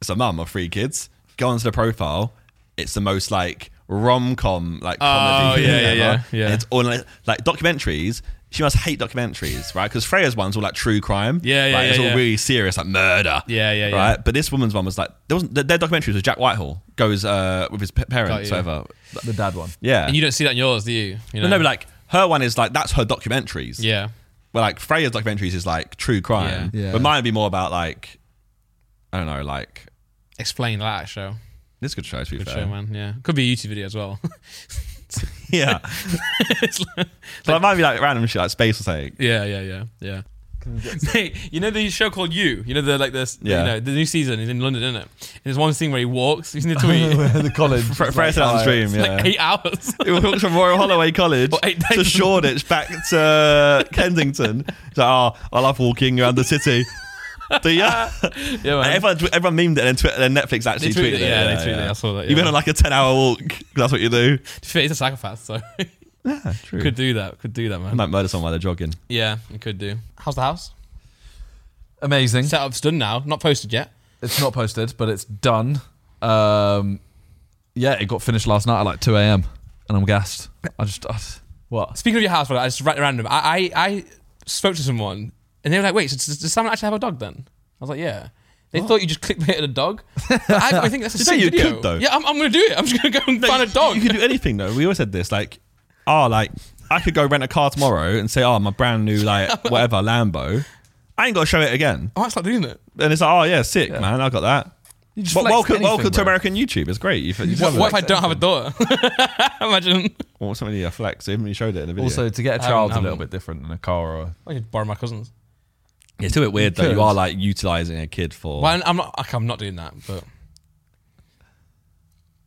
[SPEAKER 2] it's a mum of three kids. Go onto the profile. It's the most like rom com like comedy.
[SPEAKER 1] yeah, Oh,
[SPEAKER 2] thing
[SPEAKER 1] yeah,
[SPEAKER 2] ever.
[SPEAKER 1] yeah, yeah.
[SPEAKER 2] And it's all like, like documentaries. She must hate documentaries, right? Because Freya's ones were like true crime.
[SPEAKER 1] Yeah, yeah,
[SPEAKER 2] Like, It's
[SPEAKER 1] yeah,
[SPEAKER 2] all
[SPEAKER 1] yeah.
[SPEAKER 2] really serious, like murder.
[SPEAKER 1] Yeah, yeah, yeah.
[SPEAKER 2] Right. But this woman's one was like there wasn't their their documentary was Jack Whitehall goes uh, with his p- parents,
[SPEAKER 1] Got you.
[SPEAKER 2] whatever.
[SPEAKER 3] The dad one.
[SPEAKER 2] Yeah.
[SPEAKER 1] And you don't see that in yours, do you? you
[SPEAKER 2] But no, but like her one is like that's her documentaries.
[SPEAKER 1] yeah.
[SPEAKER 2] Well, like Freya's documentaries is like true crime.
[SPEAKER 3] Yeah. Yeah.
[SPEAKER 2] But mine would be more about like I don't know, like
[SPEAKER 1] Explain that show.
[SPEAKER 2] this is a good show to be
[SPEAKER 1] Good
[SPEAKER 2] fair.
[SPEAKER 1] show, man. Yeah. Could be a YouTube video as well.
[SPEAKER 2] (laughs)
[SPEAKER 1] (laughs)
[SPEAKER 2] Yeah. but it might be like random shit like space or something.
[SPEAKER 1] yeah, yeah, yeah, yeah. (laughs) Mate, you know the show called You. You know the like this.
[SPEAKER 2] Yeah.
[SPEAKER 1] You know the new season is in London, isn't it? And there's one scene where he walks. He's in the
[SPEAKER 2] (laughs)
[SPEAKER 1] tweet.
[SPEAKER 3] the college.
[SPEAKER 2] Fre- Freya said that on stream, yeah.
[SPEAKER 1] Like eight
[SPEAKER 2] (laughs)
[SPEAKER 1] hours.
[SPEAKER 2] it walks from Royal Holloway College
[SPEAKER 1] eight
[SPEAKER 2] to
[SPEAKER 1] days.
[SPEAKER 2] Shoreditch back to Kensington. It's like, oh, I love walking around
[SPEAKER 1] (laughs)
[SPEAKER 2] the city. So, yeah.
[SPEAKER 1] (laughs) yeah, man.
[SPEAKER 2] Everyone, tw- everyone memed it and then, twi- and then Netflix
[SPEAKER 1] They
[SPEAKER 2] actually
[SPEAKER 1] tweeted
[SPEAKER 2] tweeted
[SPEAKER 1] it,
[SPEAKER 2] it.
[SPEAKER 1] yeah, they tweeted it. I saw that,
[SPEAKER 2] You
[SPEAKER 1] yeah.
[SPEAKER 2] went on like a 10 hour walk. 'cause That's what you do.
[SPEAKER 1] He's a psychopath, so (laughs)
[SPEAKER 2] Yeah, true.
[SPEAKER 1] could do that. Could do that,
[SPEAKER 2] I
[SPEAKER 1] man.
[SPEAKER 2] might murder someone while they're jogging.
[SPEAKER 1] Yeah, it could do. How's the house?
[SPEAKER 3] Amazing.
[SPEAKER 1] Set up's done now. Not posted yet.
[SPEAKER 3] It's not posted, but it's done. Um, yeah, it got finished last night at like 2 a.m. and I'm gassed. I just I, what?
[SPEAKER 1] Speaking of your house, by the way, I just ra- random. I, I I spoke to someone and they were like, "Wait, so does, does someone actually have a dog then?" I was like, "Yeah." They thought you just clickbaited a dog. But I, I
[SPEAKER 2] (laughs)
[SPEAKER 1] think that's a
[SPEAKER 2] You
[SPEAKER 1] sick
[SPEAKER 2] say you
[SPEAKER 1] video.
[SPEAKER 2] could, though.
[SPEAKER 1] Yeah, I'm, I'm gonna do it. I'm just gonna go and find a dog.
[SPEAKER 2] You could do anything though. We always said this, like, oh, like I could go rent a car tomorrow and say, oh, my brand new like whatever Lambo. I ain't got to show it again.
[SPEAKER 1] I might start Oh, doing it.
[SPEAKER 2] And it's like, oh yeah, sick man, I got that.
[SPEAKER 3] just
[SPEAKER 2] But
[SPEAKER 3] flex
[SPEAKER 2] welcome,
[SPEAKER 3] anything,
[SPEAKER 2] welcome to
[SPEAKER 3] bro.
[SPEAKER 2] American YouTube. It's great. You, you
[SPEAKER 1] What,
[SPEAKER 2] what,
[SPEAKER 1] what if I don't have a daughter? (laughs) Imagine.
[SPEAKER 2] well, somebody uh, flex him. You showed it in a video.
[SPEAKER 3] Also, to get a
[SPEAKER 1] I
[SPEAKER 3] child's a
[SPEAKER 1] haven't-
[SPEAKER 3] little bit different than a car or.
[SPEAKER 1] I could borrow my cousins.
[SPEAKER 2] it's a bit weird though.
[SPEAKER 3] could.
[SPEAKER 2] You are like utilizing a kid for.
[SPEAKER 1] Well, I'm not. okay, I'm not doing that.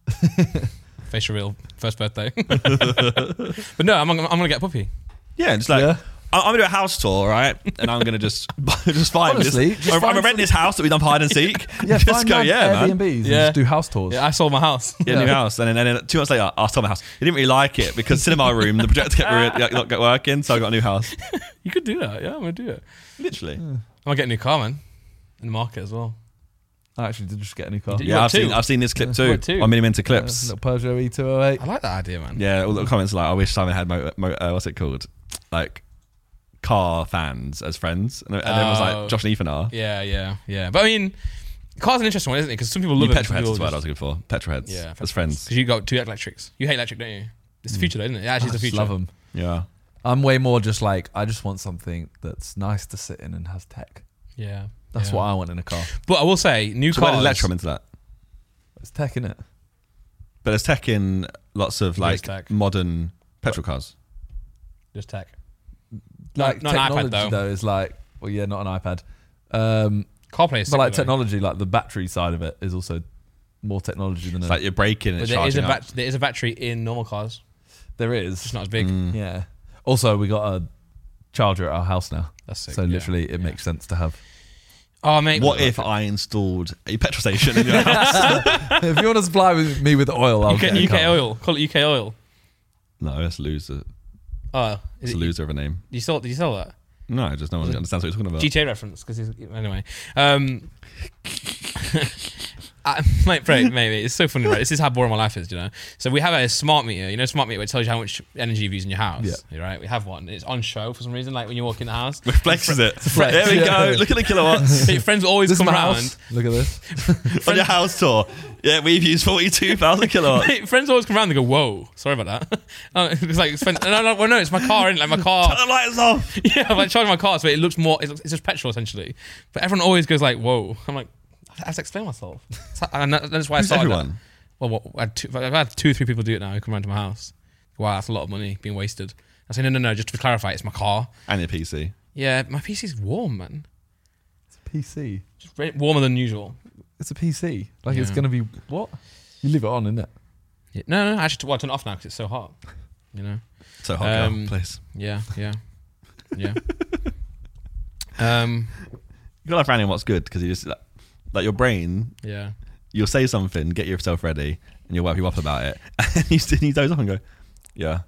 [SPEAKER 1] But
[SPEAKER 2] (laughs)
[SPEAKER 1] facial real first birthday. (laughs) but no, I'm, I'm gonna get a puppy.
[SPEAKER 2] Yeah, just like.
[SPEAKER 3] Yeah.
[SPEAKER 2] I- I'm gonna do a house tour, right? And I'm gonna just (laughs) just find
[SPEAKER 3] Honestly,
[SPEAKER 2] this.
[SPEAKER 3] just
[SPEAKER 2] I'm, I'm
[SPEAKER 3] find
[SPEAKER 2] gonna rent this house that we done for hide and seek.
[SPEAKER 3] (laughs)
[SPEAKER 2] (laughs)
[SPEAKER 3] Yeah,
[SPEAKER 2] just
[SPEAKER 3] find
[SPEAKER 2] go,
[SPEAKER 3] mad
[SPEAKER 2] yeah, man.
[SPEAKER 3] Airbnbs and
[SPEAKER 1] Yeah.
[SPEAKER 3] just do house tours.
[SPEAKER 1] Yeah, I sold my house.
[SPEAKER 2] Yeah, new house. And then, and then two months later, I sold my house. He didn't really like it because cinema room, the projector kept re- like, not working, so I got a
[SPEAKER 1] (laughs)
[SPEAKER 2] new house.
[SPEAKER 1] you could do that. Yeah, I'm gonna do it.
[SPEAKER 2] Literally.
[SPEAKER 1] I'm gonna get a new car, man. In the market as well.
[SPEAKER 3] I actually did just get a new car.
[SPEAKER 1] You
[SPEAKER 2] Yeah,
[SPEAKER 1] got
[SPEAKER 2] I've seen,
[SPEAKER 1] two.
[SPEAKER 2] I've seen this clip
[SPEAKER 1] you
[SPEAKER 2] too.
[SPEAKER 1] got two.
[SPEAKER 2] I'm in him into
[SPEAKER 3] A
[SPEAKER 2] clips.
[SPEAKER 3] little Peugeot E208.
[SPEAKER 1] I like that idea, man.
[SPEAKER 2] Yeah, all the comments are like, I wish Simon had mo- mo- uh, what's it called, like car fans as friends, and, and then it was
[SPEAKER 1] Oh.
[SPEAKER 2] like Josh and Ethan are.
[SPEAKER 1] yeah, yeah, yeah. But I mean, car's an interesting one, isn't it? Because some people love
[SPEAKER 2] You
[SPEAKER 1] it. some
[SPEAKER 2] petrolheads
[SPEAKER 1] people
[SPEAKER 2] is what I was
[SPEAKER 1] just-
[SPEAKER 2] looking for. Petrolheads
[SPEAKER 1] Yeah,
[SPEAKER 2] as friends.
[SPEAKER 1] Because you got two electrics. You hate electric, don't you? It's the future, though, isn't it? It
[SPEAKER 3] Mm. I
[SPEAKER 1] actually is the
[SPEAKER 3] just
[SPEAKER 1] future.
[SPEAKER 3] love them.
[SPEAKER 2] Yeah,
[SPEAKER 3] I'm way more just like I just want something that's nice to sit in and has tech.
[SPEAKER 1] Yeah.
[SPEAKER 3] That's
[SPEAKER 1] yeah.
[SPEAKER 3] what I want in a car.
[SPEAKER 1] But I will say, new
[SPEAKER 2] so why
[SPEAKER 1] cars.
[SPEAKER 2] did Electrum into that?
[SPEAKER 3] It's tech in it.
[SPEAKER 2] But there's tech in lots of
[SPEAKER 1] It is
[SPEAKER 2] like
[SPEAKER 1] tech.
[SPEAKER 2] modern petrol cars.
[SPEAKER 1] Just tech.
[SPEAKER 3] Like
[SPEAKER 1] not an iPad,
[SPEAKER 3] technology
[SPEAKER 1] though.
[SPEAKER 3] is like well yeah, not an iPad. Um,
[SPEAKER 1] CarPlay is
[SPEAKER 3] but like
[SPEAKER 1] sick, though.
[SPEAKER 3] technology, like the battery side of it is also more technology than
[SPEAKER 2] It's
[SPEAKER 3] a,
[SPEAKER 2] like you're braking and
[SPEAKER 1] But
[SPEAKER 2] it's
[SPEAKER 1] there is, a
[SPEAKER 2] charging
[SPEAKER 1] bat-
[SPEAKER 2] up.
[SPEAKER 1] there is a battery in normal cars.
[SPEAKER 3] there is. Mm.
[SPEAKER 1] It's just not as big.
[SPEAKER 3] Yeah. Also, we got a charger at our house now,
[SPEAKER 1] That's sick.
[SPEAKER 3] so
[SPEAKER 1] yeah.
[SPEAKER 3] literally it
[SPEAKER 1] yeah.
[SPEAKER 3] makes sense
[SPEAKER 1] (laughs)
[SPEAKER 3] to have.
[SPEAKER 1] Oh, mate.
[SPEAKER 2] What if I installed a petrol
[SPEAKER 1] (laughs)
[SPEAKER 2] station in your house?
[SPEAKER 3] if you want to supply with me with oil, I'll
[SPEAKER 1] UK,
[SPEAKER 3] get a
[SPEAKER 1] UK
[SPEAKER 3] car.
[SPEAKER 1] oil. Call it UK oil.
[SPEAKER 2] No, that's a loser.
[SPEAKER 1] Oh,
[SPEAKER 2] It's
[SPEAKER 1] is
[SPEAKER 2] a
[SPEAKER 1] it,
[SPEAKER 2] loser of a name.
[SPEAKER 1] you saw? Did you sell that?
[SPEAKER 2] No, just no one understands what you're talking about.
[SPEAKER 1] GTA reference because anyway. Um, (laughs) I, mate, bro, maybe it's so funny, right? This is how boring my life is, you know. So we have a smart meter, you know, smart meter where it tells you how much energy you've used in your house, right? We have one. It's on show for some reason, like when you walk in the
[SPEAKER 3] (laughs)
[SPEAKER 1] house.
[SPEAKER 2] (laughs) Flexes it.
[SPEAKER 3] flex,
[SPEAKER 2] There we
[SPEAKER 3] yeah.
[SPEAKER 2] go. Look at the
[SPEAKER 1] (laughs)
[SPEAKER 2] kilowatts
[SPEAKER 1] Your friends always
[SPEAKER 3] This is
[SPEAKER 1] come
[SPEAKER 3] my
[SPEAKER 1] around. (laughs)
[SPEAKER 3] house. Look at this.
[SPEAKER 2] on your house tour. Yeah, we've used forty-two thousand
[SPEAKER 1] (laughs)
[SPEAKER 2] kilowatts.
[SPEAKER 1] Mate, friends always come around. They go, "Whoa, sorry about that." (laughs) Oh, it's like, it's fun- no, no, well, no, it's my car. is Like my
[SPEAKER 3] (laughs)
[SPEAKER 1] car.
[SPEAKER 2] Turn the lights off.
[SPEAKER 1] Yeah, I'm like charging my car, so it looks more. It looks, it's just petrol essentially. But everyone always goes like, "Whoa!" I'm like, I have to explain myself. (laughs) So- And that- that's why I
[SPEAKER 2] Who's
[SPEAKER 1] started. that.
[SPEAKER 2] everyone?
[SPEAKER 1] Well, what, I had two, I've had two or three people do it now who come around to my house. Wow, that's a lot of money being wasted. I say, no, no, no, just to clarify, it's my car.
[SPEAKER 2] And your PC.
[SPEAKER 1] Yeah, my PC's warm, man.
[SPEAKER 3] It's a PC.
[SPEAKER 1] Just re- warmer than usual.
[SPEAKER 3] It's a PC. Like it's
[SPEAKER 1] Yeah.
[SPEAKER 3] gonna be what? You leave it on, innit?
[SPEAKER 1] Yeah. No, no, I actually, well, I turn it off now because it's so hot. You know?
[SPEAKER 2] So hot girl,
[SPEAKER 1] Um,
[SPEAKER 2] please.
[SPEAKER 1] Yeah, yeah, yeah. um,
[SPEAKER 2] You gotta have Randy on what's good because you just like, like your brain.
[SPEAKER 1] yeah.
[SPEAKER 2] You'll say something, get yourself ready, and you'll wrap you up about it, (laughs) and you, you doze off and go, yeah.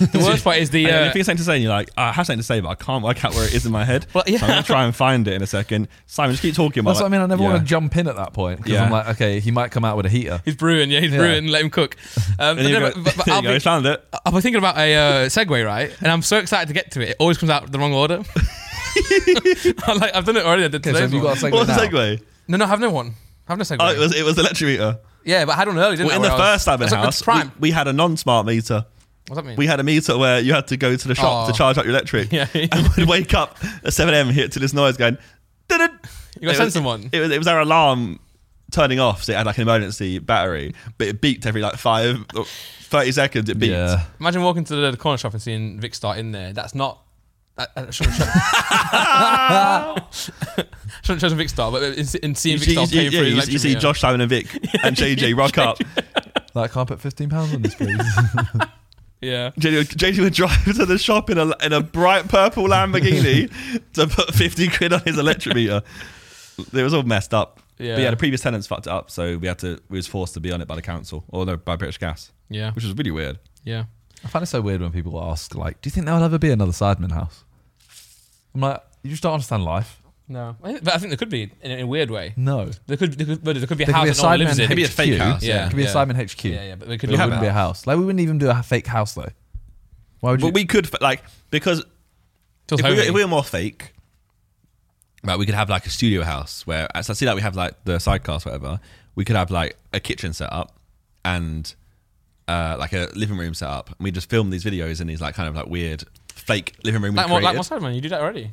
[SPEAKER 1] The worst part is
[SPEAKER 2] (laughs)
[SPEAKER 1] the.
[SPEAKER 2] And
[SPEAKER 1] Uh,
[SPEAKER 2] if you have something to say, and you're like, "Ah, I have something to say, but I can't work out where it is in my head.
[SPEAKER 1] Well, yeah.
[SPEAKER 2] so I'm gonna try and find it in a second. Simon, just keep talking. about
[SPEAKER 3] That's what I mean. I never
[SPEAKER 2] yeah.
[SPEAKER 3] want to jump in at that point because
[SPEAKER 2] Yeah.
[SPEAKER 3] I'm like, okay, he might come out with a heater.
[SPEAKER 1] He's brewing, yeah, he's
[SPEAKER 3] Yeah.
[SPEAKER 1] brewing. Let him cook. Um, but
[SPEAKER 2] And you
[SPEAKER 1] no,
[SPEAKER 2] go,
[SPEAKER 1] but- but- (laughs) but
[SPEAKER 2] (laughs) there
[SPEAKER 1] I'll
[SPEAKER 2] you go,
[SPEAKER 1] be-
[SPEAKER 2] he's found it.
[SPEAKER 1] I- I was thinking about a uh, segue, right? And I'm so excited to get to it. It always comes out the wrong order. (laughs) I'm like, I've done it already. I did
[SPEAKER 3] Okay, so
[SPEAKER 1] today's
[SPEAKER 3] have you
[SPEAKER 1] one.
[SPEAKER 3] got a segment
[SPEAKER 2] What's the
[SPEAKER 3] now?
[SPEAKER 2] segue?
[SPEAKER 1] No, no, I have no one. I have no segue.
[SPEAKER 2] Oh, it was it was the lecture meter.
[SPEAKER 1] yeah, but I had one earlier, didn't
[SPEAKER 2] Well,
[SPEAKER 1] I?
[SPEAKER 2] in
[SPEAKER 1] where
[SPEAKER 2] the
[SPEAKER 1] I was-
[SPEAKER 2] first Simon
[SPEAKER 1] That's like-
[SPEAKER 2] house,
[SPEAKER 1] it's Prime.
[SPEAKER 2] we, we had a non-smart meter.
[SPEAKER 1] What's that mean?
[SPEAKER 2] We had a meter where you had to go to the shop
[SPEAKER 1] Oh.
[SPEAKER 2] to charge up your
[SPEAKER 1] (laughs)
[SPEAKER 2] electric.
[SPEAKER 1] Yeah.
[SPEAKER 2] (laughs) and we'd wake up at 7 a.m. hit to this noise going, "Dun-dun."
[SPEAKER 1] You gotta
[SPEAKER 2] It
[SPEAKER 1] send
[SPEAKER 2] was-
[SPEAKER 1] someone.
[SPEAKER 2] It was, it was our alarm turning off, so it had like an emergency battery, but it beeped every like five, or 30 seconds. It beeped.
[SPEAKER 3] Yeah.
[SPEAKER 1] Imagine walking to the, the corner shop and seeing Vic start in there. That's not. I, I shouldn't have
[SPEAKER 2] (laughs)
[SPEAKER 1] shown, chosen Vic Star, but in, in
[SPEAKER 2] You,
[SPEAKER 1] seeing Vic
[SPEAKER 2] see-
[SPEAKER 1] Star
[SPEAKER 2] you-
[SPEAKER 1] paying
[SPEAKER 2] yeah,
[SPEAKER 1] for
[SPEAKER 2] you-
[SPEAKER 1] his
[SPEAKER 2] you
[SPEAKER 1] electric
[SPEAKER 2] see
[SPEAKER 1] meter.
[SPEAKER 2] Josh, Simon,
[SPEAKER 1] (laughs)
[SPEAKER 2] and Vic and JJ rock up.
[SPEAKER 3] Like, can I put fifteen pounds on this, please? (laughs)
[SPEAKER 1] Yeah.
[SPEAKER 2] JJ, would- JJ would drive to the shop in a, in a bright purple Lamborghini to put 50 quid on his electric meter. It was all messed up.
[SPEAKER 1] Yeah.
[SPEAKER 2] But yeah, the previous tenants fucked it up, so we had to we was forced to be on it by the council or no, by British Gas,
[SPEAKER 1] Yeah.
[SPEAKER 2] which was really weird.
[SPEAKER 1] Yeah.
[SPEAKER 3] I find it so weird when people ask, like, do you think there'll ever be another Sidemen house? I'm like, you just don't understand life.
[SPEAKER 1] No. I think- But I think there could be, in, a- in a weird way.
[SPEAKER 3] No.
[SPEAKER 1] There could, there could, but there could be a
[SPEAKER 3] There
[SPEAKER 1] house
[SPEAKER 3] could be a
[SPEAKER 1] that no one lives
[SPEAKER 3] Sidemen
[SPEAKER 1] in.
[SPEAKER 2] Maybe a fake
[SPEAKER 3] HQ.
[SPEAKER 2] house,
[SPEAKER 1] Yeah.
[SPEAKER 3] Yeah, it could be
[SPEAKER 1] yeah.
[SPEAKER 3] a Sidemen HQ.
[SPEAKER 1] Yeah, yeah, but they could
[SPEAKER 3] But it
[SPEAKER 1] have
[SPEAKER 3] wouldn't be a house. Like, we wouldn't even do a fake house, though. Why would you?
[SPEAKER 2] But we could f- like because
[SPEAKER 1] Feels
[SPEAKER 2] if we, were,
[SPEAKER 1] homey.
[SPEAKER 2] if we were more fake, like we could have like a studio house where as I see that we have like the sidecast, whatever. We could have like a kitchen set up and uh, like a living room set up, and we just film these videos in these like kind of like weird fake living room. we
[SPEAKER 1] Like, what- like
[SPEAKER 2] created.
[SPEAKER 1] my Sidemen, you do that already.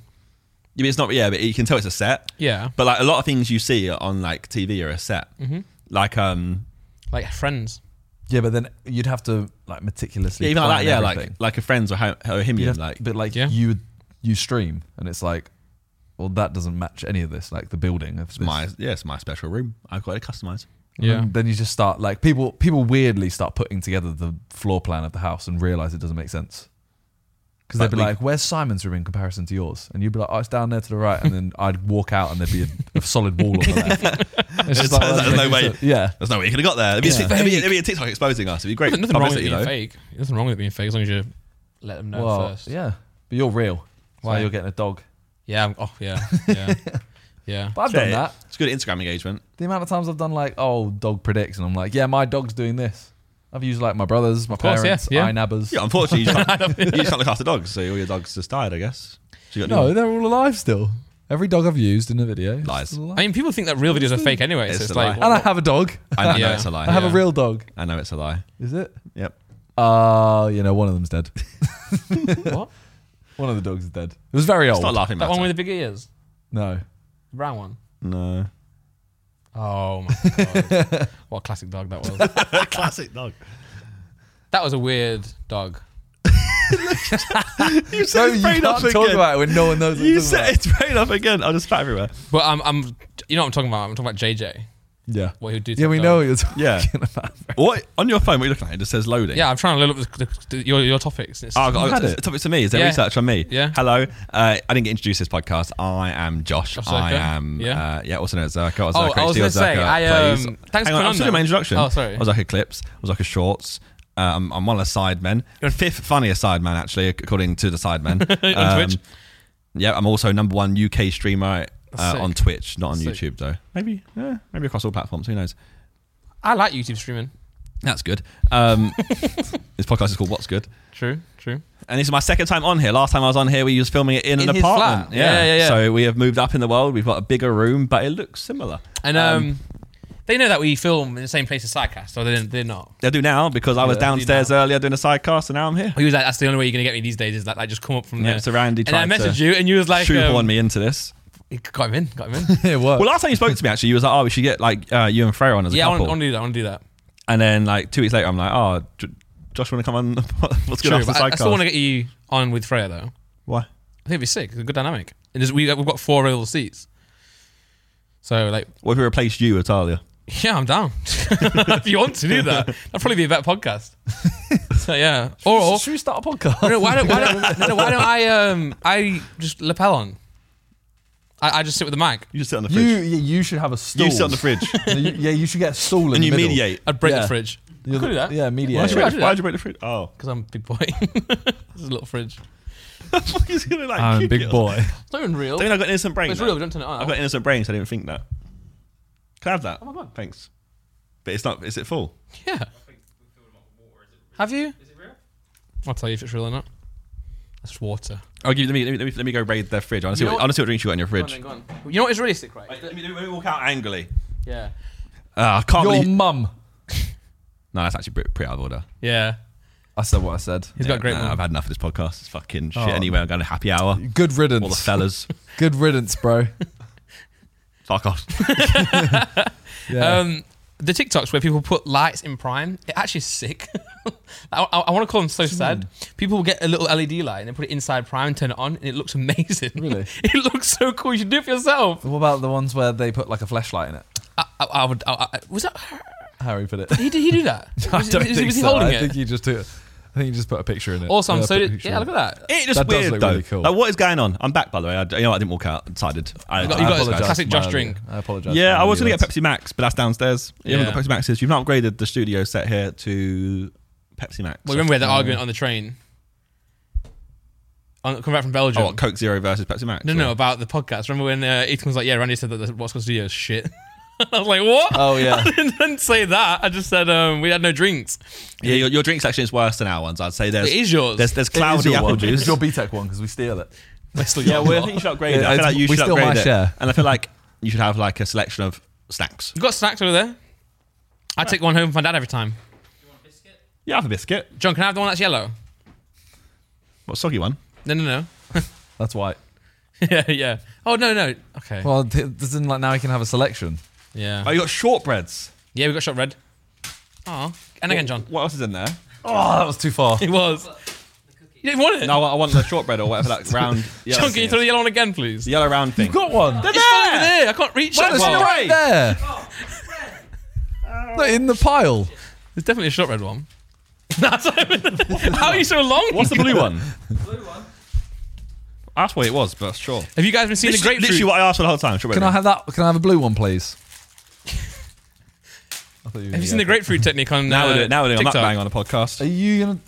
[SPEAKER 2] I mean, it's not yeah, but you can tell it's a set.
[SPEAKER 1] Yeah. Mm-hmm.
[SPEAKER 2] But like a lot of things you see on like TV are a set. Like um
[SPEAKER 1] Like friends.
[SPEAKER 3] yeah, but then you'd have to, like, meticulously.
[SPEAKER 2] yeah, even like that
[SPEAKER 3] plan
[SPEAKER 2] yeah,
[SPEAKER 3] everything.
[SPEAKER 2] like like a friends or ho- or him
[SPEAKER 3] You'd have-
[SPEAKER 2] like
[SPEAKER 3] but like
[SPEAKER 1] Yeah.
[SPEAKER 3] you would- you stream and it's like well that doesn't match any of this like the building of this.
[SPEAKER 2] my yeah, it's my special room. I got it customized.
[SPEAKER 3] And then you just start like people people weirdly start putting together the floor plan of the house and realize it doesn't make sense because they'd
[SPEAKER 2] Like
[SPEAKER 3] be
[SPEAKER 2] we-
[SPEAKER 3] like where's simon's room in comparison to yours and you'd be like oh it's down there to the right and then i'd walk out and there'd be a, a solid wall on the left it's
[SPEAKER 2] There's
[SPEAKER 3] just like, that doesn't
[SPEAKER 2] no
[SPEAKER 3] make
[SPEAKER 2] way.
[SPEAKER 3] sense. yeah
[SPEAKER 2] There's no way you could have got there. It'd be,
[SPEAKER 3] Yeah.
[SPEAKER 2] a, it'd, be, it'd be a TikTok exposing us. It'd be great.
[SPEAKER 1] Nothing, nothing wrong with it
[SPEAKER 2] publicity,
[SPEAKER 1] being
[SPEAKER 2] though.
[SPEAKER 1] fake. There's nothing wrong with it being fake as long as you let them know
[SPEAKER 3] well
[SPEAKER 1] first.
[SPEAKER 3] yeah but you're real
[SPEAKER 1] So-
[SPEAKER 3] why you're getting a dog (laughs)
[SPEAKER 1] Yeah. I'm, oh, yeah. Yeah. Yeah.
[SPEAKER 3] But I've
[SPEAKER 2] Yeah,
[SPEAKER 3] done
[SPEAKER 2] yeah.
[SPEAKER 3] that.
[SPEAKER 2] It's good Instagram engagement.
[SPEAKER 3] The amount of times I've done like, oh, dog predicts, and I'm like, yeah, my dog's doing this. I've used like my brothers, my
[SPEAKER 1] course, yeah,
[SPEAKER 3] parents,
[SPEAKER 1] yeah.
[SPEAKER 3] I nabbers.
[SPEAKER 2] Yeah, unfortunately, you just, can't, you just can't look after dogs, so all your dogs just died, I guess. So you got
[SPEAKER 3] No,
[SPEAKER 2] new-
[SPEAKER 3] they're all alive still. Every dog I've used in a video. is
[SPEAKER 2] Lies.
[SPEAKER 3] still alive.
[SPEAKER 1] I mean, people think that real videos are fake anyway. So
[SPEAKER 2] It's
[SPEAKER 1] it's
[SPEAKER 2] a
[SPEAKER 1] like,
[SPEAKER 2] lie.
[SPEAKER 3] and I have a dog.
[SPEAKER 2] I know
[SPEAKER 1] Yeah.
[SPEAKER 2] it's a lie.
[SPEAKER 3] I have a
[SPEAKER 1] yeah.
[SPEAKER 3] real dog.
[SPEAKER 2] I know it's a lie.
[SPEAKER 3] Is it?
[SPEAKER 2] Yep.
[SPEAKER 3] Uh you know, one of them's dead.
[SPEAKER 1] what?
[SPEAKER 3] one of the dogs is dead. It was very old.
[SPEAKER 2] Start laughing
[SPEAKER 1] That
[SPEAKER 2] matter.
[SPEAKER 1] one with the big ears,
[SPEAKER 3] no.
[SPEAKER 1] the brown one.
[SPEAKER 2] No.
[SPEAKER 1] Oh
[SPEAKER 3] (laughs)
[SPEAKER 1] my god! what a classic dog that was.
[SPEAKER 2] Classic dog.
[SPEAKER 1] That was a weird dog.
[SPEAKER 2] (laughs) You
[SPEAKER 3] No,
[SPEAKER 2] set
[SPEAKER 3] you
[SPEAKER 2] his brain
[SPEAKER 3] can't
[SPEAKER 2] up
[SPEAKER 3] talk
[SPEAKER 2] again.
[SPEAKER 3] about it when no one knows what
[SPEAKER 2] You
[SPEAKER 3] you're talking
[SPEAKER 2] set
[SPEAKER 3] about.
[SPEAKER 2] his brain up again. I'll just fat everywhere.
[SPEAKER 1] But I'm, I'm, you know what I'm talking about. I'm talking about JJ.
[SPEAKER 3] Yeah.
[SPEAKER 1] What he would do. To
[SPEAKER 3] Yeah,
[SPEAKER 1] the
[SPEAKER 3] we
[SPEAKER 1] dog.
[SPEAKER 3] know what you're talking
[SPEAKER 2] Yeah.
[SPEAKER 3] about.
[SPEAKER 2] What on your phone? What are you looking at? It just says loading.
[SPEAKER 1] Yeah, I'm trying to look up the, the, your your topics. It's,
[SPEAKER 2] Oh, I've got-
[SPEAKER 3] You had
[SPEAKER 2] it's
[SPEAKER 3] it.
[SPEAKER 2] a topic to me. Is there
[SPEAKER 1] Yeah.
[SPEAKER 2] research on me?
[SPEAKER 1] Yeah.
[SPEAKER 2] Hello. Uh, I didn't get introduced to this podcast. I am Josh.
[SPEAKER 1] Josh Zerko.
[SPEAKER 2] I am.
[SPEAKER 1] Yeah.
[SPEAKER 2] Uh, yeah. Also known as Zerko. Or
[SPEAKER 1] Oh,
[SPEAKER 2] Zerko
[SPEAKER 1] I was
[SPEAKER 2] HD or
[SPEAKER 1] gonna say,
[SPEAKER 2] Zerko
[SPEAKER 1] I, um,
[SPEAKER 2] Plays.
[SPEAKER 1] thanks
[SPEAKER 2] uh, Hang
[SPEAKER 1] for
[SPEAKER 2] on, I'm
[SPEAKER 1] coming
[SPEAKER 2] still doing
[SPEAKER 1] on,
[SPEAKER 2] my introduction.
[SPEAKER 1] though. Oh, sorry.
[SPEAKER 2] I was like a clips. I was like a shorts. Um, I'm one of the sidemen. Fifth funniest sideman, actually, according to the sidemen.
[SPEAKER 1] (laughs) On Twitch?
[SPEAKER 2] Yeah, I'm also number one UK streamer uh,
[SPEAKER 1] Sick.
[SPEAKER 2] on Twitch, not on
[SPEAKER 1] Sick.
[SPEAKER 2] YouTube though. Maybe, yeah, maybe across all platforms. Who knows?
[SPEAKER 1] I like YouTube streaming.
[SPEAKER 2] That's good. Um,
[SPEAKER 1] (laughs)
[SPEAKER 2] this podcast is called What's Good.
[SPEAKER 1] True, true.
[SPEAKER 2] And this is my second time on here. Last time I was on here, we was filming it in,
[SPEAKER 1] In
[SPEAKER 2] an
[SPEAKER 1] his
[SPEAKER 2] apartment.
[SPEAKER 1] flat. Yeah, yeah, yeah.
[SPEAKER 2] So we have moved up in the world. We've got a bigger room, but it looks similar.
[SPEAKER 1] And um, they know that we film in the same place as Sidecast, so they didn't, they're not.
[SPEAKER 2] They do now because I
[SPEAKER 1] Yeah,
[SPEAKER 2] was
[SPEAKER 1] they do
[SPEAKER 2] downstairs earlier doing a sidecast, and now I'm here.
[SPEAKER 1] He was like, "That's the only way you're gonna get me these days is that I just come up from
[SPEAKER 2] Yeah,
[SPEAKER 1] there."
[SPEAKER 2] so Randy
[SPEAKER 1] and I
[SPEAKER 2] tried to
[SPEAKER 1] messaged you, and you was like,
[SPEAKER 2] Shoehorn
[SPEAKER 1] um,
[SPEAKER 2] me into this.
[SPEAKER 1] "Got him in, got
[SPEAKER 2] (laughs)
[SPEAKER 1] him in."
[SPEAKER 3] it worked.
[SPEAKER 2] Well, last time you spoke to me, actually, you was like, "Oh, we should get like uh, you and Freya on as a
[SPEAKER 1] yeah, I
[SPEAKER 2] couple."
[SPEAKER 1] want, to do that. I want to do that.
[SPEAKER 2] and then like two weeks later, I'm like, "Oh, J- Josh, want to come on? (laughs) What's good
[SPEAKER 1] True,
[SPEAKER 2] after
[SPEAKER 1] but
[SPEAKER 2] the
[SPEAKER 1] I, I
[SPEAKER 2] sidecast?"
[SPEAKER 1] still want to get you on with Freya though. I think
[SPEAKER 2] Why?
[SPEAKER 1] it'd be sick. It's a good dynamic. And there's- we, uh, we've got four available seats, so like, (laughs)
[SPEAKER 2] What if we replaced you with Talia?
[SPEAKER 1] yeah, I'm down. (laughs) if you want to do that, that'd probably be a better
[SPEAKER 2] (laughs)
[SPEAKER 1] podcast. so yeah, or
[SPEAKER 3] should we start a podcast?
[SPEAKER 1] No, no, why don't why don't, no, no, why don't I um I just lapel on? I, I just sit with the mic.
[SPEAKER 2] You just sit on the
[SPEAKER 3] you,
[SPEAKER 2] fridge.
[SPEAKER 3] yeah, you should have a stool.
[SPEAKER 2] You sit on
[SPEAKER 3] (laughs)
[SPEAKER 2] the fridge (laughs)
[SPEAKER 3] No, you- yeah, you should get a stool in
[SPEAKER 2] and
[SPEAKER 3] the
[SPEAKER 2] you
[SPEAKER 3] middle.
[SPEAKER 2] mediate.
[SPEAKER 1] I'd break
[SPEAKER 3] Yeah.
[SPEAKER 1] the fridge
[SPEAKER 3] You're
[SPEAKER 1] Could
[SPEAKER 3] the-
[SPEAKER 1] do that.
[SPEAKER 3] Yeah,
[SPEAKER 2] Why'd
[SPEAKER 3] mediate.
[SPEAKER 2] you
[SPEAKER 1] Yeah,
[SPEAKER 3] (laughs)
[SPEAKER 2] break-
[SPEAKER 1] yeah.
[SPEAKER 2] why'd you break the fridge? Oh, (laughs)
[SPEAKER 1] because I'm a big boy. (laughs) There's a little fridge.
[SPEAKER 2] he's gonna like.
[SPEAKER 3] I'm a
[SPEAKER 2] kick
[SPEAKER 3] big
[SPEAKER 2] it.
[SPEAKER 3] boy.
[SPEAKER 1] It's not even real.
[SPEAKER 2] I mean, I got an innocent brain.
[SPEAKER 1] it's
[SPEAKER 2] though.
[SPEAKER 1] real. but Don't turn it on.
[SPEAKER 2] I've got an innocent brain, so I didn't think that. Can I have that?
[SPEAKER 1] Oh my God.
[SPEAKER 2] Thanks. But it's not. Is it full?
[SPEAKER 1] yeah. Have you? I'll tell you if it's real or not. That's water.
[SPEAKER 2] I'll give you. Let me. Let me, let me, let me go raid their fridge. I want to see.
[SPEAKER 1] You know
[SPEAKER 2] What,
[SPEAKER 1] what-
[SPEAKER 2] I want to see what drinks you got in your Oh
[SPEAKER 1] Go on,
[SPEAKER 2] fridge.
[SPEAKER 1] then, go on. You know what is realistic, right?
[SPEAKER 2] Wait, let, me, let me walk out angrily.
[SPEAKER 1] Yeah.
[SPEAKER 2] Ah, I can't
[SPEAKER 3] Your
[SPEAKER 2] believe.
[SPEAKER 3] mum.
[SPEAKER 2] No, that's actually pretty, pretty out of order.
[SPEAKER 1] Yeah.
[SPEAKER 3] I said what I said.
[SPEAKER 1] He's got a great
[SPEAKER 2] Nah,
[SPEAKER 1] one.
[SPEAKER 2] I've had enough of this podcast. It's fucking shit.
[SPEAKER 3] Oh.
[SPEAKER 2] Anyway, I'm going to
[SPEAKER 1] (laughs)
[SPEAKER 2] happy hour.
[SPEAKER 3] Good
[SPEAKER 2] All the
[SPEAKER 3] riddance.
[SPEAKER 2] fellas.
[SPEAKER 3] Good riddance, bro.
[SPEAKER 1] (laughs)
[SPEAKER 2] Fuck off.
[SPEAKER 3] Yeah.
[SPEAKER 1] Um, the TikToks where people put lights in Prime, it actually is sick. (laughs) I, I, want to call them so sad. People will get a little LED light and they put it inside Prime and turn it on, and it looks amazing. (laughs)
[SPEAKER 3] Really?
[SPEAKER 1] it looks so cool. You should do it for yourself.
[SPEAKER 3] what about the ones where they put like a flashlight in it?
[SPEAKER 1] I, I, I would. I, I, was that? (laughs)
[SPEAKER 3] Harry put it.
[SPEAKER 1] He did he do that?
[SPEAKER 3] (laughs) I
[SPEAKER 1] Was,
[SPEAKER 3] don't
[SPEAKER 1] was- was
[SPEAKER 3] think
[SPEAKER 1] he
[SPEAKER 3] so.
[SPEAKER 1] holding
[SPEAKER 3] I
[SPEAKER 1] it?
[SPEAKER 3] think you just took. I think you just put a picture in it.
[SPEAKER 1] also, I'm
[SPEAKER 3] Uh,
[SPEAKER 1] so.
[SPEAKER 3] put a
[SPEAKER 1] Did,
[SPEAKER 3] picture
[SPEAKER 1] yeah,
[SPEAKER 3] in
[SPEAKER 1] look at that.
[SPEAKER 2] It's just
[SPEAKER 3] That does
[SPEAKER 2] weird
[SPEAKER 3] look
[SPEAKER 2] though.
[SPEAKER 3] really cool.
[SPEAKER 2] Like, what is going on? I'm back by the way. I, you know, what? I didn't walk out. I decided. I,
[SPEAKER 1] You got-
[SPEAKER 2] I
[SPEAKER 1] you got
[SPEAKER 2] apologise.
[SPEAKER 1] a classic
[SPEAKER 3] My
[SPEAKER 1] Josh
[SPEAKER 3] earlier-
[SPEAKER 1] drink.
[SPEAKER 3] I apologize.
[SPEAKER 2] Yeah, I was going to get Pepsi Max, but that's downstairs. You haven't
[SPEAKER 1] Yeah.
[SPEAKER 2] got Pepsi Maxes. You've not upgraded the studio set here to Pepsi Max.
[SPEAKER 1] Well, remember we had that argument on the train. On, coming back from Belgium.
[SPEAKER 2] Oh, what, Coke Zero versus Pepsi Max?
[SPEAKER 1] no,
[SPEAKER 2] or-
[SPEAKER 1] no, about the podcast. Remember when uh, Ethan was like, "Yeah, Randy said that the What's Called Studio is shit." (laughs) I was like, "What?"
[SPEAKER 3] Oh
[SPEAKER 1] (laughs)
[SPEAKER 3] yeah.
[SPEAKER 1] I didn't say that. I just said um, we had no drinks.
[SPEAKER 2] Yeah, your, your drink section is worse than our ones. I'd say there's
[SPEAKER 1] It is yours. (laughs)
[SPEAKER 2] there's there's cloudy apple
[SPEAKER 3] It's
[SPEAKER 2] juice.
[SPEAKER 3] your BTEC one because we steal it.
[SPEAKER 1] Wesley
[SPEAKER 2] yeah,
[SPEAKER 1] got
[SPEAKER 2] well, I
[SPEAKER 1] what?
[SPEAKER 2] (laughs) think you should upgrade it.
[SPEAKER 3] Yeah,
[SPEAKER 2] I feel
[SPEAKER 3] it's-
[SPEAKER 2] like you
[SPEAKER 3] we
[SPEAKER 2] should
[SPEAKER 3] still
[SPEAKER 2] upgrade
[SPEAKER 3] might
[SPEAKER 2] it.
[SPEAKER 3] share.
[SPEAKER 2] And I feel like you should have like a selection of snacks.
[SPEAKER 1] you got snacks over there. I take one home for my dad every time.
[SPEAKER 2] Yeah, I have a biscuit.
[SPEAKER 1] John, can I have the one that's yellow?
[SPEAKER 2] What soggy one?
[SPEAKER 1] No, no, (laughs) no.
[SPEAKER 3] That's white.
[SPEAKER 1] yeah, yeah. Oh no, no. Okay.
[SPEAKER 3] Well, th- doesn't like now he can have a selection.
[SPEAKER 1] yeah.
[SPEAKER 2] Oh, you got shortbreads.
[SPEAKER 1] yeah, we got shot red. Oh, and again, John. (laughs)
[SPEAKER 2] What else is in there?
[SPEAKER 3] Oh, that was too far.
[SPEAKER 1] It was. You didn't want it.
[SPEAKER 2] No, I want the shortbread or whatever that round. yellow
[SPEAKER 1] John,
[SPEAKER 2] thing
[SPEAKER 1] can you
[SPEAKER 2] is.
[SPEAKER 1] throw the yellow one again, please?
[SPEAKER 2] the yellow round thing?
[SPEAKER 3] You've got one.
[SPEAKER 1] It's still over there. I can't reach
[SPEAKER 3] Well,
[SPEAKER 1] it.
[SPEAKER 3] it's
[SPEAKER 1] Well,
[SPEAKER 3] right there. Look, in the pile.
[SPEAKER 1] There's definitely a shot red
[SPEAKER 2] (laughs)
[SPEAKER 1] one. That's what I mean. How are you so long?
[SPEAKER 2] What's the (laughs) blue one?
[SPEAKER 4] Blue one.
[SPEAKER 2] That's what it was, but sure.
[SPEAKER 1] Have you guys been seeing the
[SPEAKER 2] Literally-
[SPEAKER 1] grapefruit?
[SPEAKER 2] Literally what I asked for the whole time.
[SPEAKER 3] Can I have that? Can I have a blue one,
[SPEAKER 1] (laughs)
[SPEAKER 3] please? I thought you were
[SPEAKER 1] Have
[SPEAKER 3] gonna
[SPEAKER 1] you seen
[SPEAKER 3] go
[SPEAKER 1] the grapefruit technique on
[SPEAKER 2] now
[SPEAKER 1] uh,
[SPEAKER 2] we're doing, now we're doing a mukbang
[SPEAKER 1] TikTok?
[SPEAKER 2] on a
[SPEAKER 3] for- Are
[SPEAKER 2] podcast.
[SPEAKER 3] you gonna,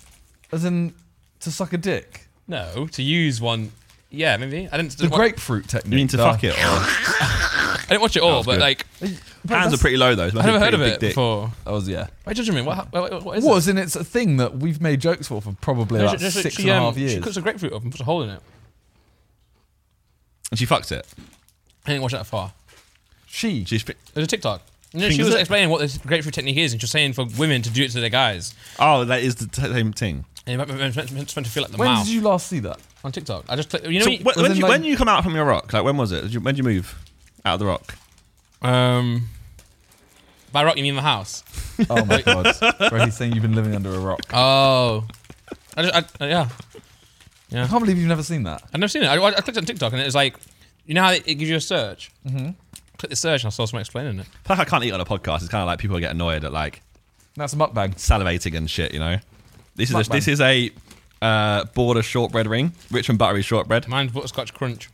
[SPEAKER 3] as in, to suck a dick?
[SPEAKER 1] No, to use one. Yeah, maybe. I didn't.
[SPEAKER 3] The
[SPEAKER 1] what-
[SPEAKER 3] grapefruit technique.
[SPEAKER 2] You mean to
[SPEAKER 3] No.
[SPEAKER 2] fuck it? Or?
[SPEAKER 1] I didn't watch it all,
[SPEAKER 2] was
[SPEAKER 1] but
[SPEAKER 2] good.
[SPEAKER 1] like
[SPEAKER 2] Hands are pretty low though. It's
[SPEAKER 1] I never
[SPEAKER 2] pretty
[SPEAKER 1] heard of
[SPEAKER 2] big
[SPEAKER 1] it
[SPEAKER 2] dick.
[SPEAKER 1] before.
[SPEAKER 3] That was yeah.
[SPEAKER 1] Why judging me? What, what, what is it?
[SPEAKER 3] Was and it's a thing that we've made jokes for for probably
[SPEAKER 1] No,
[SPEAKER 3] about
[SPEAKER 1] she- she-
[SPEAKER 3] six
[SPEAKER 1] she,
[SPEAKER 3] and a
[SPEAKER 1] um,
[SPEAKER 3] half
[SPEAKER 1] She
[SPEAKER 3] years.
[SPEAKER 1] cuts a grapefruit up and puts a hole in it.
[SPEAKER 2] And she fucks it.
[SPEAKER 1] I didn't watch that far.
[SPEAKER 3] She,
[SPEAKER 2] She's. fi-
[SPEAKER 1] There's a TikTok. You know,
[SPEAKER 2] Thing,
[SPEAKER 1] she
[SPEAKER 2] is
[SPEAKER 1] was
[SPEAKER 2] it?
[SPEAKER 1] explaining what this grapefruit technique is, and she was saying for women to do it to their guys,
[SPEAKER 2] Oh, that is the t- same thing.
[SPEAKER 1] and it meant, meant, meant, meant to feel like the
[SPEAKER 3] when
[SPEAKER 1] mouth
[SPEAKER 3] did you last
[SPEAKER 1] (laughs)
[SPEAKER 3] see that?
[SPEAKER 1] on TikTok. I just clicked, you know
[SPEAKER 2] So
[SPEAKER 1] when you-
[SPEAKER 2] when, when,
[SPEAKER 3] within
[SPEAKER 2] did you,
[SPEAKER 3] like-
[SPEAKER 2] when did you come out from your rock? Like when was it? Did you, when did you move out of the rock?
[SPEAKER 1] um, by rock you mean the house?
[SPEAKER 3] Oh my god! Where he's saying you've been living under a rock.
[SPEAKER 1] Oh, I just I, uh, yeah.
[SPEAKER 3] I can't believe you've never seen that.
[SPEAKER 1] I've never seen it. I, I clicked on TikTok and it was like, you know how it, it gives you a search. Mm-hmm. Click the search and I saw someone explaining it.
[SPEAKER 2] It's like I can't eat on a podcast. It's kind of like people get annoyed at like
[SPEAKER 3] That's a mukbang.
[SPEAKER 2] salivating and shit. You know, this is a,
[SPEAKER 3] Mukbang.
[SPEAKER 2] this is a uh, border shortbread ring, rich and buttery shortbread.
[SPEAKER 1] Mine's butterscotch crunch.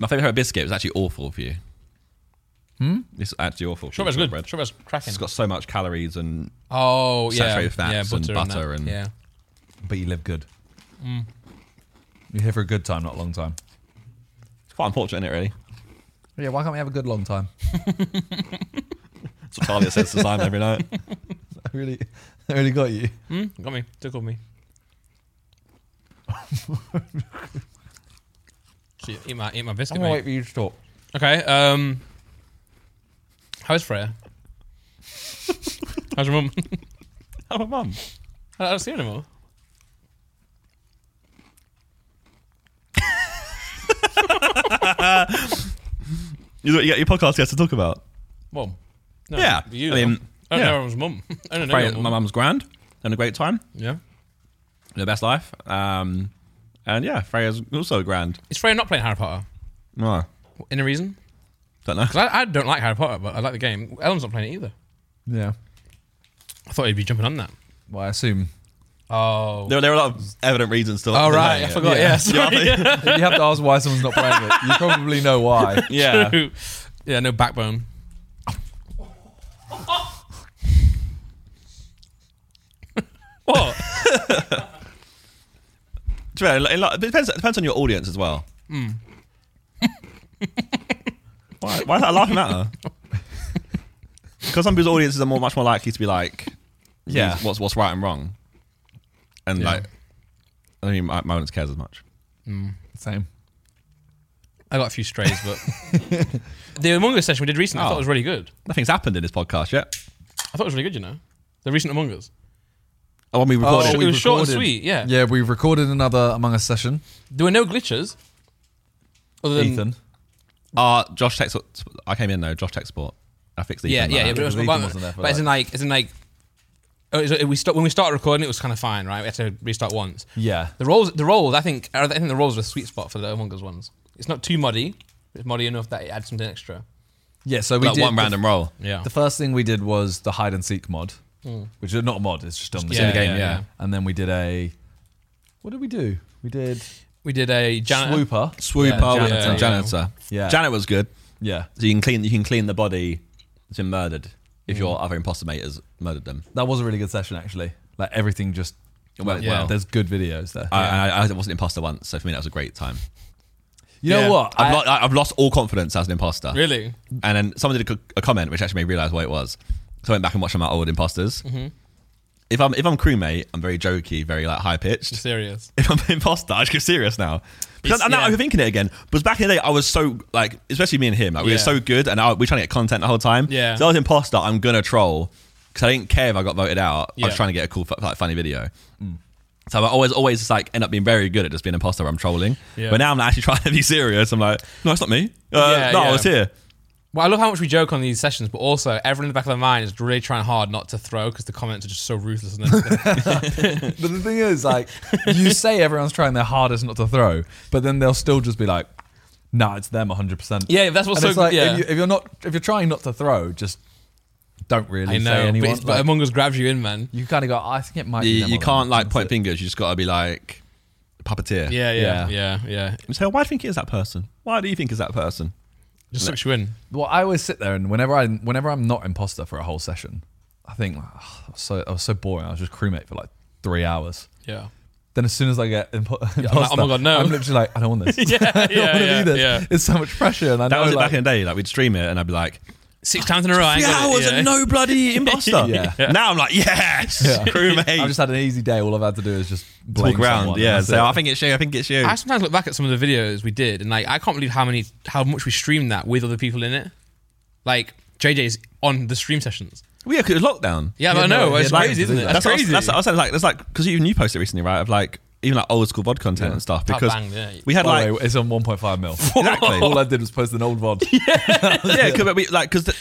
[SPEAKER 2] My favorite biscuit was actually awful for you. Hmm, it's actually awful. for you,
[SPEAKER 1] Shortbread's good. Shortbread's cracking.
[SPEAKER 2] It's got so much calories and
[SPEAKER 1] oh yeah,
[SPEAKER 2] saturated fats
[SPEAKER 1] yeah,
[SPEAKER 2] and
[SPEAKER 1] butter and,
[SPEAKER 2] butter
[SPEAKER 1] that.
[SPEAKER 2] and-
[SPEAKER 1] yeah.
[SPEAKER 3] But you live good. You're here for a good time, not a long time.
[SPEAKER 2] it's quite unfortunate, isn't it? Really,
[SPEAKER 3] Yeah, why can't we have a good long time?
[SPEAKER 2] that's what Talia says to Simon every
[SPEAKER 3] (laughs)
[SPEAKER 2] night.
[SPEAKER 3] (laughs) I really, I really got you.
[SPEAKER 1] Mm, got me. Tickled
[SPEAKER 2] (laughs)
[SPEAKER 1] me. so you eat my eat my biscuit,
[SPEAKER 3] I'm gonna
[SPEAKER 1] mate.
[SPEAKER 3] wait for you to talk.
[SPEAKER 1] Okay. Um, how's Freya?
[SPEAKER 2] (laughs)
[SPEAKER 1] how's your mum? (laughs)
[SPEAKER 2] Oh, my mum.
[SPEAKER 1] I don't see her anymore.
[SPEAKER 2] You know what you get your podcast guest to talk about.
[SPEAKER 1] Mum. No,
[SPEAKER 2] Yeah,
[SPEAKER 1] You.
[SPEAKER 2] I mean,
[SPEAKER 1] know. I don't
[SPEAKER 2] yeah.
[SPEAKER 1] know everyone's mum. (laughs) I don't know.
[SPEAKER 2] Great-
[SPEAKER 1] your
[SPEAKER 2] my
[SPEAKER 1] mum.
[SPEAKER 2] mum's grand and a great time,
[SPEAKER 1] Yeah.
[SPEAKER 2] the best life. Um, and yeah, Freya's also grand.
[SPEAKER 1] Is Freya not playing Harry Potter?
[SPEAKER 2] No,
[SPEAKER 1] In a reason?
[SPEAKER 2] don't know.
[SPEAKER 1] Because I, I don't like Harry Potter, but I like the game. Ellen's not playing it either.
[SPEAKER 3] Yeah.
[SPEAKER 1] I thought he'd be jumping on that.
[SPEAKER 3] Well, I assume
[SPEAKER 1] Oh.
[SPEAKER 2] There, there are a lot of evident reasons still.
[SPEAKER 1] oh, right. I forgot. Yeah.
[SPEAKER 3] Yeah.
[SPEAKER 1] sorry.
[SPEAKER 3] if you have to ask why someone's not playing it. You probably know why.
[SPEAKER 1] (laughs)
[SPEAKER 2] Yeah.
[SPEAKER 1] True. Yeah, no backbone. what?
[SPEAKER 2] To be fair, like, like, it depends, it depends on your audience as well. why, why is that laughing at her? Because some people's audiences are more, much more likely to be like,
[SPEAKER 3] Yeah.
[SPEAKER 2] what's what's right and wrong, and
[SPEAKER 1] Yeah.
[SPEAKER 2] like, I mean, my, my audience cares as much.
[SPEAKER 3] Same.
[SPEAKER 1] I got a few strays, but (laughs) the Among Us session we did recently, I
[SPEAKER 2] Oh.
[SPEAKER 1] thought it was really good.
[SPEAKER 2] Nothing's happened in this podcast yet.
[SPEAKER 1] I thought it was really good, you know, the recent Among Us.
[SPEAKER 2] Oh, when we recorded,
[SPEAKER 1] it
[SPEAKER 3] we
[SPEAKER 1] was short and
[SPEAKER 3] recorded-
[SPEAKER 1] sweet, yeah.
[SPEAKER 3] Yeah, we recorded another Among Us session.
[SPEAKER 1] There were no glitches. Other than
[SPEAKER 3] Ethan.
[SPEAKER 2] uh, Josh Tech. I came in though. Josh Tech Sport. I fixed the.
[SPEAKER 1] yeah,
[SPEAKER 2] Ethan
[SPEAKER 1] yeah,
[SPEAKER 2] like
[SPEAKER 1] yeah, but it was,
[SPEAKER 3] Ethan
[SPEAKER 1] but,
[SPEAKER 3] wasn't there for
[SPEAKER 1] but it's in like, it's in like, oh, it's- we st- when we started recording, it was kind of fine, right? We had to restart once.
[SPEAKER 3] Yeah.
[SPEAKER 1] The roles, the roles, I think, I think the roles are a sweet spot for the Among Us ones. It's not too muddy. It's muddy enough that it adds something extra.
[SPEAKER 3] Yeah, so we
[SPEAKER 2] Like
[SPEAKER 3] did
[SPEAKER 2] one
[SPEAKER 3] the-
[SPEAKER 2] random roll.
[SPEAKER 1] Yeah.
[SPEAKER 3] The first thing we did was the hide and seek mod, which is not a mod; it's just on the
[SPEAKER 1] It's in the
[SPEAKER 3] game.
[SPEAKER 1] game, yeah, yeah.
[SPEAKER 3] And then we did a. What did we do? We did
[SPEAKER 1] we did a janitor.
[SPEAKER 3] swooper.
[SPEAKER 2] Swooper,
[SPEAKER 3] Yeah,
[SPEAKER 2] janitor.
[SPEAKER 1] janitor.
[SPEAKER 2] janitor.
[SPEAKER 3] Yeah.
[SPEAKER 2] Janet was good.
[SPEAKER 3] Yeah,
[SPEAKER 2] So you can clean you can clean the body that's been murdered if your other impostimators murdered them.
[SPEAKER 3] that was a really good session actually. Like everything just
[SPEAKER 2] Well,
[SPEAKER 1] Yeah.
[SPEAKER 2] well
[SPEAKER 3] there's good videos there.
[SPEAKER 2] I, I, I was an imposter once, so for me that was a great time.
[SPEAKER 3] you know
[SPEAKER 1] yeah.
[SPEAKER 3] what?
[SPEAKER 2] I've,
[SPEAKER 3] I-
[SPEAKER 2] lo- I- I've lost all confidence as an imposter.
[SPEAKER 1] Really?
[SPEAKER 2] And then someone did a, co- a comment which actually made me realize what it was. So I went back and watched my old imposters. If I'm if I'm crewmate, I'm very jokey, very like high pitched.
[SPEAKER 1] Serious.
[SPEAKER 2] if I'm an imposter, I should get serious now. Because
[SPEAKER 1] It's-
[SPEAKER 2] and now
[SPEAKER 1] yeah.
[SPEAKER 2] I'm thinking it again. Because back in the day, I was so like, especially me and him, like we were
[SPEAKER 1] Yeah.
[SPEAKER 2] so good, and I, we were trying to get content the whole time.
[SPEAKER 1] Yeah.
[SPEAKER 2] So I was imposter. I'm gonna troll because I didn't care if I got voted out. I
[SPEAKER 1] Yeah.
[SPEAKER 2] was trying to get a cool, fu- like, funny video. So I always, always just like end up being very good at just being an imposter. Where I'm trolling.
[SPEAKER 1] Yeah.
[SPEAKER 2] But now I'm actually (laughs) trying to be serious. I'm like, no, it's not me. Uh,
[SPEAKER 1] Yeah,
[SPEAKER 2] no,
[SPEAKER 1] yeah.
[SPEAKER 2] I was here.
[SPEAKER 1] Well, I love how much we joke on these sessions, but also everyone in the back of their mind is really trying hard not to throw because the comments are just so ruthless. And
[SPEAKER 3] (laughs)
[SPEAKER 1] then-
[SPEAKER 3] (laughs) but the thing is, like,
[SPEAKER 1] (laughs)
[SPEAKER 3] you say everyone's trying their hardest not to throw, but then they'll still just be like, "Nah, it's them 100." percent
[SPEAKER 1] yeah, that's what's
[SPEAKER 3] And
[SPEAKER 1] so.
[SPEAKER 3] it's like
[SPEAKER 1] yeah.
[SPEAKER 3] if, you, if you're not, if you're trying not to throw, just don't really
[SPEAKER 1] I
[SPEAKER 3] say
[SPEAKER 1] know, but,
[SPEAKER 3] anyone.
[SPEAKER 1] it's- but
[SPEAKER 3] Like,
[SPEAKER 1] Among Us grabs you in, man.
[SPEAKER 3] you kind of go. "Oh, I think it might.
[SPEAKER 2] You,
[SPEAKER 3] be them
[SPEAKER 2] you
[SPEAKER 3] or them."
[SPEAKER 2] can't like
[SPEAKER 3] That's
[SPEAKER 2] point
[SPEAKER 3] it.
[SPEAKER 2] fingers. You just gotta be like puppeteer.
[SPEAKER 1] Yeah, yeah,
[SPEAKER 3] Yeah.
[SPEAKER 1] yeah, yeah. It
[SPEAKER 2] And say, why do you think it is that person? Why do you think it's that person?
[SPEAKER 1] just sucks you in.
[SPEAKER 3] Well, I always sit there, and whenever I whenever I'm not imposter for a whole session, I think "Oh, I was so I was so boring. I was just crewmate for like three hours,
[SPEAKER 1] Yeah.
[SPEAKER 3] Then as soon as I
[SPEAKER 2] (laughs)
[SPEAKER 3] get impo- imposter,
[SPEAKER 1] like, oh my God, no.
[SPEAKER 3] I'm literally like, I don't want this. (laughs)
[SPEAKER 1] Yeah,
[SPEAKER 3] I don't
[SPEAKER 1] yeah,
[SPEAKER 3] want to
[SPEAKER 1] yeah,
[SPEAKER 3] do this.
[SPEAKER 1] yeah.
[SPEAKER 3] It's so much pressure. And I
[SPEAKER 2] That
[SPEAKER 3] know,
[SPEAKER 2] was it
[SPEAKER 3] like,
[SPEAKER 2] back in the day. Like we'd stream it, and I'd be like,
[SPEAKER 1] Six times in a row. I ain't
[SPEAKER 2] "Yeah, I
[SPEAKER 1] got it,
[SPEAKER 2] was
[SPEAKER 1] yeah.
[SPEAKER 2] a no (laughs) bloody imposter."
[SPEAKER 3] Yeah.
[SPEAKER 2] Now I'm like, "Yes,
[SPEAKER 3] Yeah.
[SPEAKER 2] crewmate."
[SPEAKER 3] I've just had an easy day. All I've had to do is just blame
[SPEAKER 2] walk around.
[SPEAKER 3] someone.
[SPEAKER 2] yeah,
[SPEAKER 3] That's
[SPEAKER 2] so
[SPEAKER 3] it.
[SPEAKER 2] I think it's you. I think it's you.
[SPEAKER 1] I sometimes look back at some of the videos we did, and like I can't believe how many, how much we streamed that with other people in it. Like JJ's on the stream sessions.
[SPEAKER 2] Well, yeah, because lockdown.
[SPEAKER 1] Yeah,
[SPEAKER 3] He
[SPEAKER 1] but I
[SPEAKER 3] had no-
[SPEAKER 1] know
[SPEAKER 3] he
[SPEAKER 1] it's
[SPEAKER 3] had no
[SPEAKER 1] crazy,
[SPEAKER 3] reason to
[SPEAKER 1] isn't
[SPEAKER 3] do
[SPEAKER 1] it?
[SPEAKER 3] that.
[SPEAKER 1] That's,
[SPEAKER 2] what I was-
[SPEAKER 1] crazy.
[SPEAKER 2] that's what I was saying. Like, that's like because even you posted recently, right? Of like even like old school VOD content and stuff. Because
[SPEAKER 1] bang, yeah.
[SPEAKER 2] we had
[SPEAKER 3] By
[SPEAKER 2] like
[SPEAKER 3] the way, it's on
[SPEAKER 2] (laughs)
[SPEAKER 3] 1.5 mil.
[SPEAKER 2] Exactly.
[SPEAKER 3] all I did was post an old VOD.
[SPEAKER 2] yeah, cause we, like because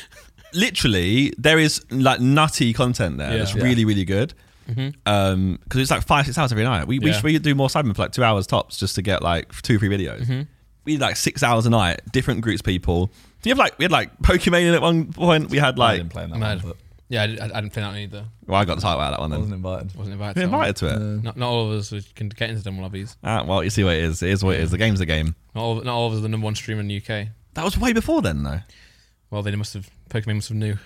[SPEAKER 2] literally there is like nutty content there.
[SPEAKER 1] Yeah.
[SPEAKER 2] That's
[SPEAKER 1] Yeah. Mm-hmm.
[SPEAKER 2] really really good. Because it's like five six hours every night. We we,
[SPEAKER 1] Yeah.
[SPEAKER 2] we do more Cyberman for like two hours tops just to get like two or three videos.
[SPEAKER 1] Mm-hmm.
[SPEAKER 2] We did like six hours a night, different groups, of people. You have like we had like Pokemon at one point. We had (laughs)
[SPEAKER 3] I
[SPEAKER 2] like
[SPEAKER 3] didn't play in that
[SPEAKER 1] Mad.
[SPEAKER 3] one, but
[SPEAKER 1] Yeah, I, did, I, I didn't play that one either.
[SPEAKER 2] well, I got tired out of that one.
[SPEAKER 3] I
[SPEAKER 2] Then
[SPEAKER 3] wasn't invited.
[SPEAKER 1] Wasn't invited.
[SPEAKER 2] We
[SPEAKER 1] to that one.
[SPEAKER 2] invited to it.
[SPEAKER 1] Not, not all of us was- can get into them lobbies.
[SPEAKER 2] Ah, well, you see what it is. It is what it is. The game's a game.
[SPEAKER 1] Not all, not all of us are the number one streamer in the UK.
[SPEAKER 2] That was way before then, though.
[SPEAKER 1] Well, they must have Pokemon must have knew.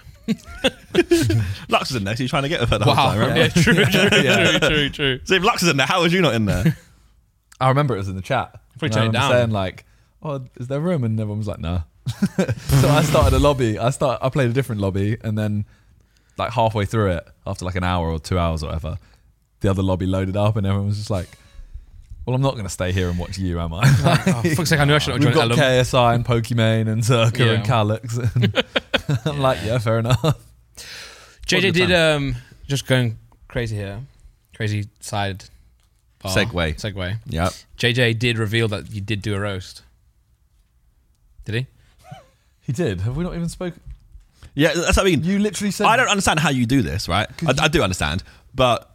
[SPEAKER 2] Lux is in there. So you're trying to get with her the whole
[SPEAKER 1] Wow.
[SPEAKER 2] time.
[SPEAKER 1] (laughs)
[SPEAKER 2] Remember?
[SPEAKER 1] Yeah, true, true, true, true, true.
[SPEAKER 2] So if Lux is in there, how was you not
[SPEAKER 1] (laughs)
[SPEAKER 2] in there?
[SPEAKER 3] I remember it was in the chat.
[SPEAKER 1] Probably
[SPEAKER 3] And
[SPEAKER 1] turned
[SPEAKER 3] I
[SPEAKER 1] it
[SPEAKER 3] remember
[SPEAKER 1] down.
[SPEAKER 3] Saying like, "Oh, is there room?" And everyone was like, "No." (laughs) so I started a lobby. I start. I played a different lobby, and then like halfway through it, after like an hour or two hours or whatever, the other lobby loaded up, and everyone was just like, "Well, I'm not going to stay here and watch you, am (laughs) I?"
[SPEAKER 1] Oh, fuck's sake, I knew I should not
[SPEAKER 3] We've
[SPEAKER 1] join
[SPEAKER 3] got
[SPEAKER 1] Elum.
[SPEAKER 3] KSI and Pokimane and Zerka
[SPEAKER 1] Yeah.
[SPEAKER 3] and Calyx. And (laughs)
[SPEAKER 2] (laughs)
[SPEAKER 3] I'm like, yeah, fair enough.
[SPEAKER 1] JJ did um just going crazy here, crazy side. bar.
[SPEAKER 2] Segway.
[SPEAKER 1] Segway.
[SPEAKER 2] Yep.
[SPEAKER 1] JJ did reveal that you did do a roast. Did he?
[SPEAKER 3] He did. Have we not even spoken?
[SPEAKER 2] Yeah, that's what I mean.
[SPEAKER 3] You literally said
[SPEAKER 2] I don't understand how you do this, right? I, I do understand, but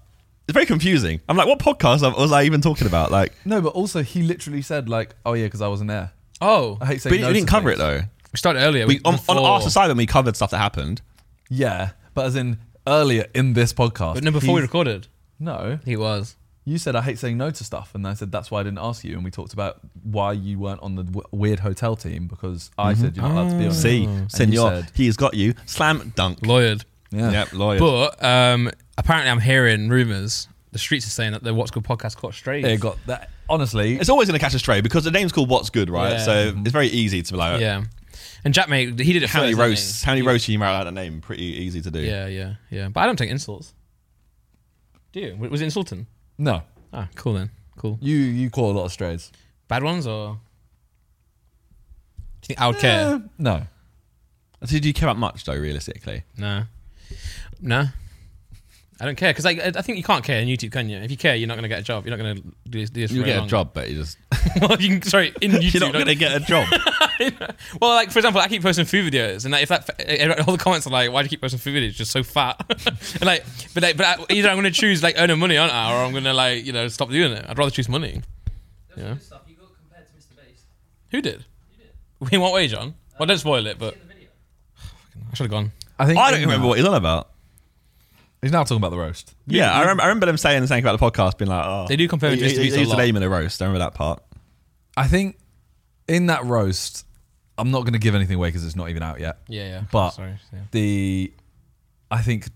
[SPEAKER 2] it's very confusing. I'm like, what podcast was I even talking about? Like,
[SPEAKER 3] No, but also he literally said like, "Oh yeah, because I wasn't there."
[SPEAKER 1] Oh,
[SPEAKER 3] I hate
[SPEAKER 2] but
[SPEAKER 3] saying
[SPEAKER 2] you
[SPEAKER 3] no
[SPEAKER 2] you didn't
[SPEAKER 3] to
[SPEAKER 2] cover it
[SPEAKER 3] things.
[SPEAKER 2] though.
[SPEAKER 1] we started earlier.
[SPEAKER 2] We, on, on
[SPEAKER 1] before-
[SPEAKER 2] our assignment, we covered stuff that happened.
[SPEAKER 3] Yeah, but as in earlier in this podcast.
[SPEAKER 1] But no, before we
[SPEAKER 3] he's-
[SPEAKER 1] recorded,
[SPEAKER 3] No,
[SPEAKER 1] he was.
[SPEAKER 3] you said I hate saying no to stuff, and I said that's why I didn't ask you. And we talked about why you weren't on the w- weird hotel team because I said you're not allowed to
[SPEAKER 1] Oh,
[SPEAKER 3] be on. it.
[SPEAKER 2] See,
[SPEAKER 3] And you
[SPEAKER 2] Senor,
[SPEAKER 3] said-
[SPEAKER 2] he's got you. Slam dunk.
[SPEAKER 1] Lawyered.
[SPEAKER 3] yeah.
[SPEAKER 2] Yep, lawyer.
[SPEAKER 1] But um, apparently, I'm hearing rumors. The streets are saying that the What's Good podcast caught strays.
[SPEAKER 3] It got that. Honestly,
[SPEAKER 2] it's always going to catch a stray because the name's called What's Good, right?
[SPEAKER 1] Yeah.
[SPEAKER 2] So it's very easy to be like,
[SPEAKER 1] yeah. And Jack made he did it
[SPEAKER 2] how
[SPEAKER 1] first,
[SPEAKER 2] many
[SPEAKER 1] didn't he?
[SPEAKER 2] roasts, how many roasts can you write out that name? Pretty easy to do.
[SPEAKER 1] Yeah, yeah, yeah. But I don't take insults. Do you? Was it insulting?
[SPEAKER 3] no.
[SPEAKER 1] Ah, cool then. Cool.
[SPEAKER 3] You you call a lot of strays.
[SPEAKER 1] Bad ones or? Do you think I would care?
[SPEAKER 3] Eh, No.
[SPEAKER 2] So do you care about much though, realistically?
[SPEAKER 1] No. No. I don't care because like, I I think you can't care in YouTube, can you? If you care, you're not going to get a job. You're not going to do this. Do this for
[SPEAKER 2] You
[SPEAKER 1] very
[SPEAKER 2] get a
[SPEAKER 1] long.
[SPEAKER 2] job, but you just
[SPEAKER 1] (laughs) well, you can, sorry, in YouTube.
[SPEAKER 2] (laughs) you're not
[SPEAKER 1] like-
[SPEAKER 2] going to get
[SPEAKER 1] (laughs)
[SPEAKER 2] a job.
[SPEAKER 1] well, like for example, I keep posting food videos, and like, if that if all the comments are like, "Why do you keep posting food videos? You're Just so fat." (laughs) and like, but like, but I, either I'm going to choose like earning money, aren't I, or I'm going to like you know stop doing it. I'd rather choose money.
[SPEAKER 4] There was some
[SPEAKER 1] Yeah.
[SPEAKER 4] good stuff. You got compared to Mr. Beast.
[SPEAKER 1] Who did? In what way, John? Well, don't spoil it, but
[SPEAKER 4] In the video.
[SPEAKER 1] I should have gone.
[SPEAKER 3] I think
[SPEAKER 2] I don't remember what he's on about.
[SPEAKER 3] He's now talking about the roast.
[SPEAKER 2] Yeah, I remember. I remember them saying something about the podcast, being like, "Oh,
[SPEAKER 1] They do compare
[SPEAKER 2] he,
[SPEAKER 1] it to Mr.
[SPEAKER 2] he-
[SPEAKER 1] Beast
[SPEAKER 2] he
[SPEAKER 1] a
[SPEAKER 2] used the
[SPEAKER 1] lot.
[SPEAKER 2] name in a roast." I remember that part.
[SPEAKER 3] I think in that roast, I'm not going to give anything away because it's not even out yet.
[SPEAKER 1] Yeah, yeah.
[SPEAKER 3] But
[SPEAKER 1] sorry, yeah.
[SPEAKER 3] the, I think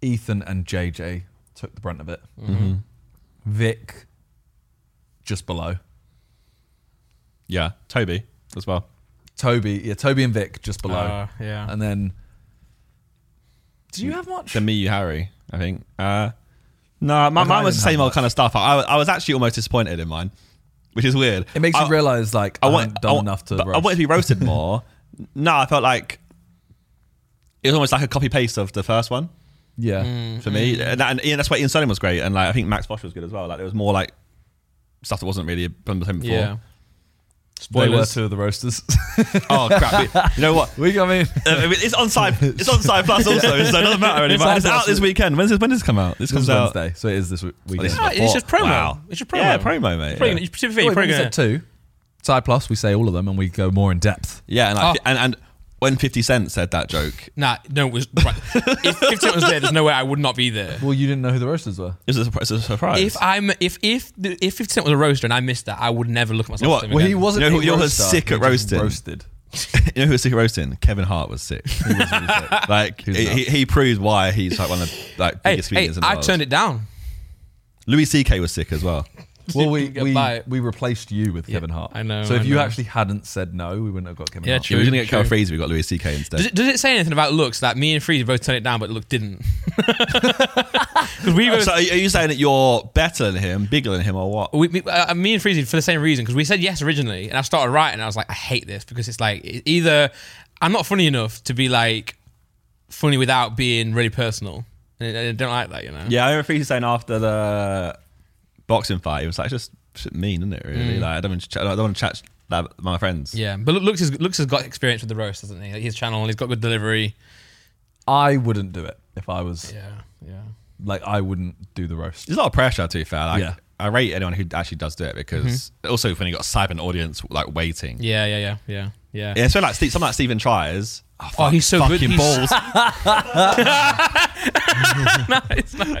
[SPEAKER 3] Ethan and JJ took the brunt of it.
[SPEAKER 2] Mm-hmm.
[SPEAKER 3] Vic, just below.
[SPEAKER 2] Yeah, Toby as well.
[SPEAKER 3] Toby, yeah, Toby and Vic just below.
[SPEAKER 1] Uh, yeah.
[SPEAKER 3] and then, do you have much?
[SPEAKER 2] To me, you Harry. I think. Uh, no, my, mine was the
[SPEAKER 3] didn't have
[SPEAKER 2] same old
[SPEAKER 3] much.
[SPEAKER 2] kind of stuff. I, I was actually almost disappointed in mine, which is weird.
[SPEAKER 3] It makes
[SPEAKER 2] I,
[SPEAKER 3] you realize like I, haven't done
[SPEAKER 2] want-
[SPEAKER 3] enough to
[SPEAKER 2] but
[SPEAKER 3] roast.
[SPEAKER 2] I wanted to be roasted more. no, I felt like it was almost like a copy paste of the first one
[SPEAKER 3] yeah,
[SPEAKER 2] for me, and, that, and Ian, that's why Ian Sterling was great, and like I think Max Bosch was good as well. Like there was more like stuff that wasn't really from the time before.
[SPEAKER 1] yeah.
[SPEAKER 3] they were
[SPEAKER 1] Spoilers.
[SPEAKER 3] two of the roasters. (laughs)
[SPEAKER 2] Oh crap! We- (laughs) you know what?
[SPEAKER 3] we, I mean,
[SPEAKER 2] Uh, I mean, it's on
[SPEAKER 1] (laughs)
[SPEAKER 2] side. It's on side plus also, so it doesn't matter anymore.
[SPEAKER 3] Side
[SPEAKER 2] It's out
[SPEAKER 3] Plus.
[SPEAKER 2] this weekend. When's this? When does this come out? This
[SPEAKER 3] this
[SPEAKER 2] comes
[SPEAKER 3] is
[SPEAKER 2] out.
[SPEAKER 3] Wednesday, so it is this w- weekend.
[SPEAKER 2] is
[SPEAKER 1] Ah,
[SPEAKER 2] before.
[SPEAKER 1] it's just promo.
[SPEAKER 2] Wow.
[SPEAKER 1] It's just promo.
[SPEAKER 2] Yeah, promo, mate.
[SPEAKER 1] Probably
[SPEAKER 2] Yeah.
[SPEAKER 1] gonna- you- to be fair,
[SPEAKER 3] Wait,
[SPEAKER 1] you're probably
[SPEAKER 3] you
[SPEAKER 1] gonna-
[SPEAKER 3] said two. Side plus, we say all of them and we go more in depth.
[SPEAKER 2] Yeah, and, like,
[SPEAKER 1] Oh.
[SPEAKER 2] and and when Fifty Cent said that joke,
[SPEAKER 1] Nah, no, it was right. if 50 was there, there's no way I would not be there.
[SPEAKER 3] Well, you didn't know who the roasters were.
[SPEAKER 2] it was a, surpri- it's a surprise. (laughs)
[SPEAKER 1] If I'm if if the, if 50 Cent was a roaster and I missed that, I would never look at myself.
[SPEAKER 2] You know what?
[SPEAKER 1] the same
[SPEAKER 2] Well,
[SPEAKER 1] again.
[SPEAKER 2] he was- wasn't You know who- a you know who's roaster, sick he at just roasting?
[SPEAKER 3] Roasted.
[SPEAKER 2] you know who was sick of roasting? Kevin Hart
[SPEAKER 1] (laughs)
[SPEAKER 2] was sick. like
[SPEAKER 3] was
[SPEAKER 2] he, he, he proved why he's like one of the like
[SPEAKER 1] Hey,
[SPEAKER 2] biggest
[SPEAKER 1] hey
[SPEAKER 2] comedians in the
[SPEAKER 1] I
[SPEAKER 2] world.
[SPEAKER 1] turned it down.
[SPEAKER 2] Louis C.K. was sick as well.
[SPEAKER 3] Well, we
[SPEAKER 1] Didn't get
[SPEAKER 3] we,
[SPEAKER 1] by it.
[SPEAKER 3] we replaced you with Kevin Hart.
[SPEAKER 1] I know,
[SPEAKER 3] So if
[SPEAKER 1] I
[SPEAKER 3] you
[SPEAKER 1] know.
[SPEAKER 3] actually hadn't said no, we wouldn't have got Kevin
[SPEAKER 1] Yeah,
[SPEAKER 3] Hart.
[SPEAKER 1] true.
[SPEAKER 2] Yeah, we are gonna get Carl
[SPEAKER 1] true.
[SPEAKER 2] Fraser. We got Louis C.K. instead.
[SPEAKER 1] Does it, does it say anything about looks that me and Freeze both turned it down, but Luke didn't? (laughs) Because we both,
[SPEAKER 2] so are you are you saying that you're better than him, bigger than him, or what?
[SPEAKER 1] we, me, uh, me and Freezy for the same reason because we said yes originally, and I started writing, and I was like, I hate this because it's like e- either I'm not funny enough to be like funny without being really personal, and I I don't like that, you know.
[SPEAKER 2] Yeah, I remember Freezy saying after the boxing fight, he was like, it's just mean, isn't it, really? Like, I don't want to chat, I don't want to chat like, with my friends.
[SPEAKER 1] Yeah, but Lu- Luke's has, Luke's has got experience with the roast, doesn't he? Like his channel, he's got good delivery.
[SPEAKER 3] I wouldn't do it if I was
[SPEAKER 1] Yeah, yeah.
[SPEAKER 3] like I wouldn't do the roast.
[SPEAKER 2] There's a lot of pressure, to be fair. Like,
[SPEAKER 3] Yeah.
[SPEAKER 2] I rate anyone who actually does do it because also when you got a silent audience, like, waiting. Yeah.
[SPEAKER 1] Yeah, yeah, yeah, yeah, yeah.
[SPEAKER 2] so like Steve, something like Stephen tries.
[SPEAKER 1] oh, he's so
[SPEAKER 2] fuck
[SPEAKER 1] good.
[SPEAKER 2] your
[SPEAKER 1] He's- (laughs)
[SPEAKER 2] balls.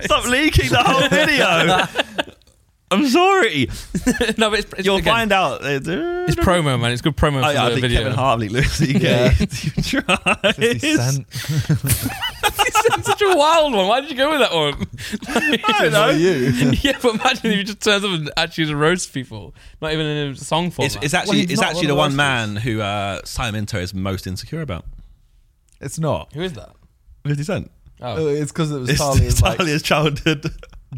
[SPEAKER 2] Stop leaking the whole video. I'm sorry.
[SPEAKER 1] (laughs) no, but it's, it's,
[SPEAKER 2] You'll
[SPEAKER 1] again,
[SPEAKER 2] find out.
[SPEAKER 1] it's promo, man. It's good promo for
[SPEAKER 2] I, Oh, I
[SPEAKER 1] the
[SPEAKER 2] think
[SPEAKER 1] video. (laughs)
[SPEAKER 2] Kevin Hart, Louis C.K. (laughs)
[SPEAKER 3] Yeah.
[SPEAKER 2] Stephen Tries.
[SPEAKER 3] 50
[SPEAKER 1] (laughs)
[SPEAKER 3] Cent.
[SPEAKER 1] Such a wild one. Why did you go with that one?
[SPEAKER 2] (laughs)
[SPEAKER 1] (laughs)
[SPEAKER 2] I don't know.
[SPEAKER 3] you.
[SPEAKER 1] yeah, but imagine if you just turns up and actually just roast people, not even in a song form.
[SPEAKER 2] It's, it's actually
[SPEAKER 3] he's
[SPEAKER 2] it's
[SPEAKER 3] not
[SPEAKER 2] actually the
[SPEAKER 3] one of
[SPEAKER 2] one
[SPEAKER 3] the
[SPEAKER 2] man who uh, Simon Minto is most insecure about.
[SPEAKER 3] It's not. Uh,
[SPEAKER 1] Who is that?
[SPEAKER 2] Fifty Cent. Uh,
[SPEAKER 1] Oh,
[SPEAKER 3] It's because it was
[SPEAKER 2] It's
[SPEAKER 3] Talia's like
[SPEAKER 2] Talia's childhood.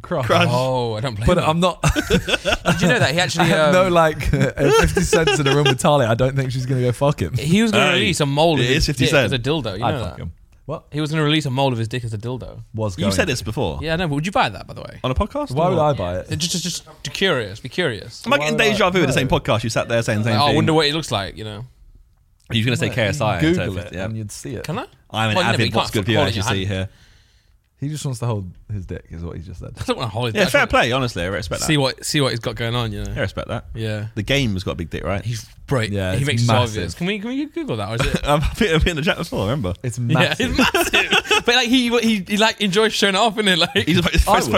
[SPEAKER 3] crush.
[SPEAKER 2] crush.
[SPEAKER 1] oh, I don't blame
[SPEAKER 3] But
[SPEAKER 1] him.
[SPEAKER 3] I'm not. (laughs)
[SPEAKER 1] Did you know that he
[SPEAKER 2] (laughs)
[SPEAKER 3] I
[SPEAKER 1] actually?
[SPEAKER 3] have
[SPEAKER 1] Um,
[SPEAKER 3] no like uh, 50 cents in a room with Talia. I don't think she's gonna go fuck him.
[SPEAKER 1] he was going to
[SPEAKER 2] Hey,
[SPEAKER 1] release a mold of
[SPEAKER 2] it
[SPEAKER 1] his
[SPEAKER 2] is 50
[SPEAKER 1] dick
[SPEAKER 2] Cent.
[SPEAKER 1] as a dildo. You
[SPEAKER 3] I'd
[SPEAKER 1] know
[SPEAKER 3] fuck
[SPEAKER 1] that.
[SPEAKER 3] him. What
[SPEAKER 1] He was going to release a mold of his dick as a dildo.
[SPEAKER 3] was going
[SPEAKER 2] You said this before
[SPEAKER 1] Yeah, I know. But would you buy that, by the way?
[SPEAKER 2] on a podcast.
[SPEAKER 3] Why
[SPEAKER 2] or
[SPEAKER 3] would
[SPEAKER 2] what?
[SPEAKER 3] I buy it?
[SPEAKER 1] Just, just, just be curious. Be curious.
[SPEAKER 2] Am I getting deja vu in the same podcast? You sat there saying the same
[SPEAKER 1] Like, oh, I
[SPEAKER 2] thing.
[SPEAKER 1] wonder what it looks like. You know?
[SPEAKER 2] He's going to say KSI. so
[SPEAKER 3] Google
[SPEAKER 2] if
[SPEAKER 3] it
[SPEAKER 2] it's- yeah.
[SPEAKER 3] and you'd see it.
[SPEAKER 1] Can I?
[SPEAKER 2] I'm
[SPEAKER 1] Well, no,
[SPEAKER 2] an
[SPEAKER 1] but you
[SPEAKER 2] avid
[SPEAKER 1] can't
[SPEAKER 2] what's good
[SPEAKER 1] fucking
[SPEAKER 2] viewer,
[SPEAKER 1] hold it
[SPEAKER 2] as you
[SPEAKER 1] in your
[SPEAKER 2] see
[SPEAKER 1] hand.
[SPEAKER 2] here.
[SPEAKER 3] He just wants to hold his dick, is what he just said.
[SPEAKER 1] I don't want to hold it. I
[SPEAKER 2] Yeah,
[SPEAKER 1] just
[SPEAKER 2] fair
[SPEAKER 1] wanna
[SPEAKER 2] play. Honestly, I respect that.
[SPEAKER 1] See what see what he's got going on. You know?
[SPEAKER 2] I respect that.
[SPEAKER 1] Yeah.
[SPEAKER 2] The game has got a big dick, right?
[SPEAKER 1] He's break.
[SPEAKER 3] Yeah,
[SPEAKER 1] he
[SPEAKER 3] it's
[SPEAKER 1] makes it so obvious.
[SPEAKER 3] massive.
[SPEAKER 1] Can we can we Google that or is it?
[SPEAKER 2] (laughs) I've been I've been in the chat before. Remember?
[SPEAKER 3] It's
[SPEAKER 1] yeah,
[SPEAKER 3] massive.
[SPEAKER 1] (laughs) it's massive.
[SPEAKER 2] (laughs)
[SPEAKER 1] but like he, he he like enjoys showing it off in it. Like
[SPEAKER 2] He's like, his
[SPEAKER 3] I
[SPEAKER 2] first
[SPEAKER 3] would.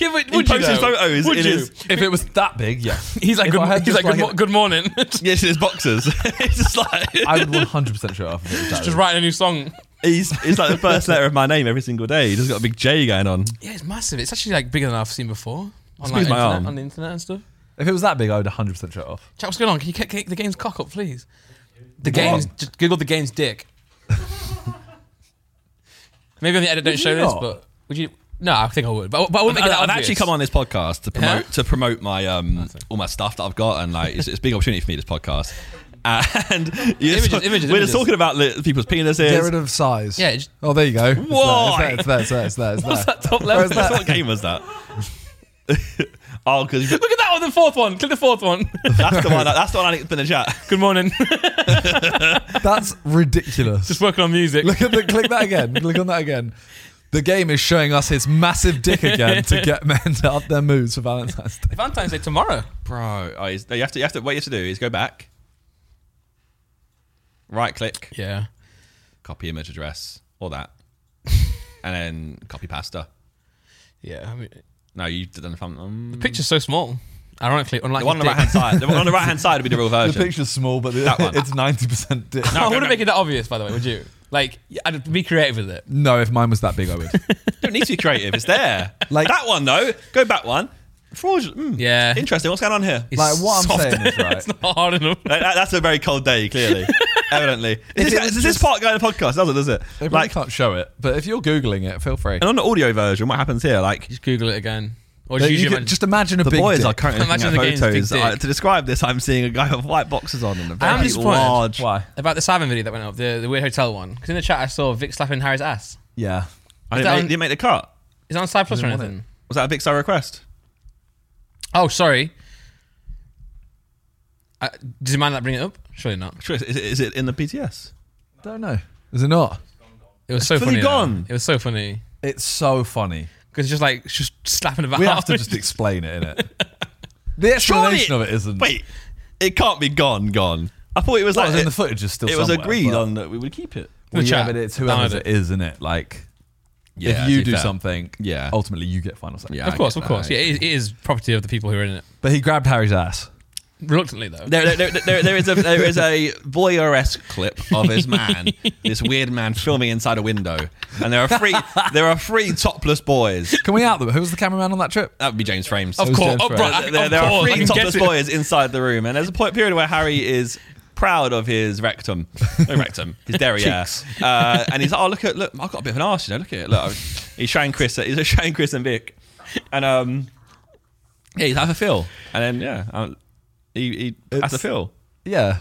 [SPEAKER 1] (laughs) yeah, but
[SPEAKER 2] He
[SPEAKER 1] would you
[SPEAKER 2] posts his
[SPEAKER 1] though?
[SPEAKER 2] photos
[SPEAKER 1] Would
[SPEAKER 2] in
[SPEAKER 1] you?
[SPEAKER 2] his-
[SPEAKER 3] if it was that big, (laughs) yeah.
[SPEAKER 1] He's like
[SPEAKER 3] If
[SPEAKER 1] good.
[SPEAKER 3] I
[SPEAKER 1] mo-
[SPEAKER 3] had
[SPEAKER 1] He's
[SPEAKER 3] just
[SPEAKER 1] like, good,
[SPEAKER 3] like
[SPEAKER 1] mo- good morning. (laughs) just,
[SPEAKER 2] Yeah, it's in his boxers. (laughs) it's just like
[SPEAKER 3] I would 100% show it off. If it was
[SPEAKER 1] (laughs)
[SPEAKER 3] that
[SPEAKER 1] just
[SPEAKER 3] big.
[SPEAKER 1] writing a new song.
[SPEAKER 2] he's he's like the first letter of my name every single day. He's just got a big J going on.
[SPEAKER 1] Yeah, it's massive. It's actually like bigger than I've seen before on,
[SPEAKER 2] Squeeze
[SPEAKER 1] like,
[SPEAKER 2] my
[SPEAKER 1] internet,
[SPEAKER 2] arm.
[SPEAKER 1] on the internet and stuff.
[SPEAKER 3] If it was that big, I would 100% show it off.
[SPEAKER 1] Chat, what's going on? Can you get, get the game's cock up, please? The game's just Google the game's dick. Maybe on the edit don't
[SPEAKER 3] Would you
[SPEAKER 1] show this,
[SPEAKER 3] not?
[SPEAKER 1] but would you? No, I think I would, but, but I wouldn't make it that
[SPEAKER 2] I've
[SPEAKER 1] obvious.
[SPEAKER 2] actually come on this podcast to promote
[SPEAKER 1] Yeah?
[SPEAKER 2] to promote my um all my stuff that I've got, and like it's, it's a big opportunity for me this podcast. (laughs) And you
[SPEAKER 1] Images,
[SPEAKER 2] just-
[SPEAKER 1] images,
[SPEAKER 2] we're
[SPEAKER 1] images.
[SPEAKER 2] just talking about li- people's
[SPEAKER 3] Get
[SPEAKER 2] penises.
[SPEAKER 3] rid of size.
[SPEAKER 1] Yeah, just-
[SPEAKER 3] Oh, there you go. It's
[SPEAKER 2] Why?
[SPEAKER 3] there, It's there. It's there. It's there. It's there.
[SPEAKER 1] What's that top level?
[SPEAKER 2] (laughs) That's what game was that? (laughs) oh, because
[SPEAKER 1] Look at that one, the fourth one. Click the fourth one.
[SPEAKER 2] that's the one. That's the one I need to put in the chat.
[SPEAKER 1] (laughs) Good morning.
[SPEAKER 3] That's ridiculous.
[SPEAKER 1] Just working on music.
[SPEAKER 3] (laughs) Look at the click that again. Click on that again. The game is showing us its massive dick again to get (laughs) men to up their moods for Valentine's Day.
[SPEAKER 1] Valentine's Day tomorrow.
[SPEAKER 2] Bro, oh, he's- no, you have to. You have to. What you have to do is go back, right click,
[SPEAKER 1] Yeah.
[SPEAKER 2] copy image address, all that, and then copy pasta.
[SPEAKER 1] Yeah. I mean,
[SPEAKER 2] No, you didn't. Um, the
[SPEAKER 1] picture's so small. Ironically, unlike
[SPEAKER 2] The one on
[SPEAKER 1] his
[SPEAKER 2] the
[SPEAKER 1] dick. (laughs)
[SPEAKER 2] right hand side. The one on the right hand side would be the real
[SPEAKER 3] The
[SPEAKER 2] version.
[SPEAKER 3] picture's small, but the,
[SPEAKER 2] That one.
[SPEAKER 3] (laughs) it's 90% dick.
[SPEAKER 1] I
[SPEAKER 2] No,
[SPEAKER 1] wouldn't
[SPEAKER 2] no,
[SPEAKER 1] make it that obvious, by the way, would you? Like, I'd be creative with it.
[SPEAKER 3] No, if mine was that big,
[SPEAKER 1] (laughs)
[SPEAKER 3] I would.
[SPEAKER 2] don't need to be creative. It's there.
[SPEAKER 3] (laughs) Like-
[SPEAKER 2] that one though. Go back one. Fraudulent. Mm.
[SPEAKER 1] Yeah.
[SPEAKER 2] Interesting. What's going on here?
[SPEAKER 1] It's
[SPEAKER 3] Like, what I'm
[SPEAKER 1] soft.
[SPEAKER 3] saying
[SPEAKER 1] (laughs)
[SPEAKER 3] is, right,
[SPEAKER 1] it's not hard enough.
[SPEAKER 2] Like, that- that's a very cold
[SPEAKER 1] (laughs)
[SPEAKER 2] day, clearly. Evidently. Is
[SPEAKER 3] If it
[SPEAKER 2] this,
[SPEAKER 3] was
[SPEAKER 2] does this part go in the podcast? Does it? Does it?
[SPEAKER 3] They probably
[SPEAKER 2] Like,
[SPEAKER 3] can't show it, but if you're googling it, feel free.
[SPEAKER 2] and on the audio version, what happens here? Like,
[SPEAKER 1] Just Google it again. Or
[SPEAKER 3] Like,
[SPEAKER 1] just use
[SPEAKER 3] you
[SPEAKER 1] your
[SPEAKER 3] could-
[SPEAKER 1] imagine-
[SPEAKER 3] just imagine a
[SPEAKER 2] the
[SPEAKER 3] big
[SPEAKER 2] boys
[SPEAKER 3] dick.
[SPEAKER 2] are currently looking
[SPEAKER 1] Imagine
[SPEAKER 2] at
[SPEAKER 1] the game's
[SPEAKER 2] photos.
[SPEAKER 1] big dick.
[SPEAKER 2] Uh, to describe this, I'm seeing a guy with white boxes on and a
[SPEAKER 1] I am
[SPEAKER 2] very
[SPEAKER 1] disappointed.
[SPEAKER 2] large.
[SPEAKER 3] Why?
[SPEAKER 1] About the Simon video that went up, the, the Weird Hotel one. Because in the chat, I saw Vic slapping Harry's ass.
[SPEAKER 3] Yeah.
[SPEAKER 1] that
[SPEAKER 2] I didn't make,
[SPEAKER 1] on-
[SPEAKER 2] didn't make the cut.
[SPEAKER 1] Is that on Side Plus or
[SPEAKER 3] Didn't want
[SPEAKER 1] anything?
[SPEAKER 2] Was that a big star request?
[SPEAKER 1] Oh, sorry. Uh, does your mind not bring it up? Surely not.
[SPEAKER 2] Sure, Is, is, is it in the PTS?
[SPEAKER 3] Don't know. Is it not?
[SPEAKER 1] It was so
[SPEAKER 2] fully
[SPEAKER 1] funny. though.
[SPEAKER 2] gone.
[SPEAKER 1] It was so funny.
[SPEAKER 3] It's so funny.
[SPEAKER 1] Because just like, just slapping about.
[SPEAKER 3] We have to
[SPEAKER 1] (laughs)
[SPEAKER 3] (laughs) just explain it, innit? The explanation of it isn't.
[SPEAKER 2] Wait, it can't be gone. Gone. I thought it was
[SPEAKER 3] Well,
[SPEAKER 2] like
[SPEAKER 3] and the
[SPEAKER 2] it-
[SPEAKER 3] footage is still
[SPEAKER 2] it was
[SPEAKER 3] somewhere,
[SPEAKER 2] agreed
[SPEAKER 3] but-
[SPEAKER 2] on that we would keep it.
[SPEAKER 3] Well,
[SPEAKER 1] The
[SPEAKER 3] yeah,
[SPEAKER 1] chat.
[SPEAKER 3] but it's
[SPEAKER 1] Download
[SPEAKER 3] whoever it is, isn't it? Like, if you do something,
[SPEAKER 2] Yeah.
[SPEAKER 3] ultimately you get final say.
[SPEAKER 2] Yeah.
[SPEAKER 1] Of course, of course. Yeah, it is, it is property of the people who are in it.
[SPEAKER 3] But he grabbed Harry's ass.
[SPEAKER 1] Reluctantly though.
[SPEAKER 2] There, there, there- there- there is a there is a voyeur-esque clip of
[SPEAKER 1] (laughs)
[SPEAKER 2] this man, this weird man filming inside a window, and there are three there are three topless boys.
[SPEAKER 3] Can we out them? Who was the cameraman on that trip?
[SPEAKER 2] That would be James Frames.
[SPEAKER 1] Of
[SPEAKER 3] was
[SPEAKER 1] course,
[SPEAKER 3] James
[SPEAKER 1] oh, bro,
[SPEAKER 3] Brown.
[SPEAKER 1] I-
[SPEAKER 2] there,
[SPEAKER 1] of
[SPEAKER 2] there are
[SPEAKER 1] course, I
[SPEAKER 2] three
[SPEAKER 1] can get
[SPEAKER 2] topless
[SPEAKER 1] it.
[SPEAKER 2] boys inside the room, and there's a point period where Harry is proud of his rectum, no rectum,
[SPEAKER 1] (laughs)
[SPEAKER 2] his derriere, uh, and he's like, "Oh, look at look, I've got a bit of an arse, you know. Look at it. Look, he's showing Chris, he's showing Chris and Vic, and um, yeah, he's have a feel, and then yeah, um, he, he has a
[SPEAKER 3] It's-
[SPEAKER 2] feel.
[SPEAKER 3] Yeah.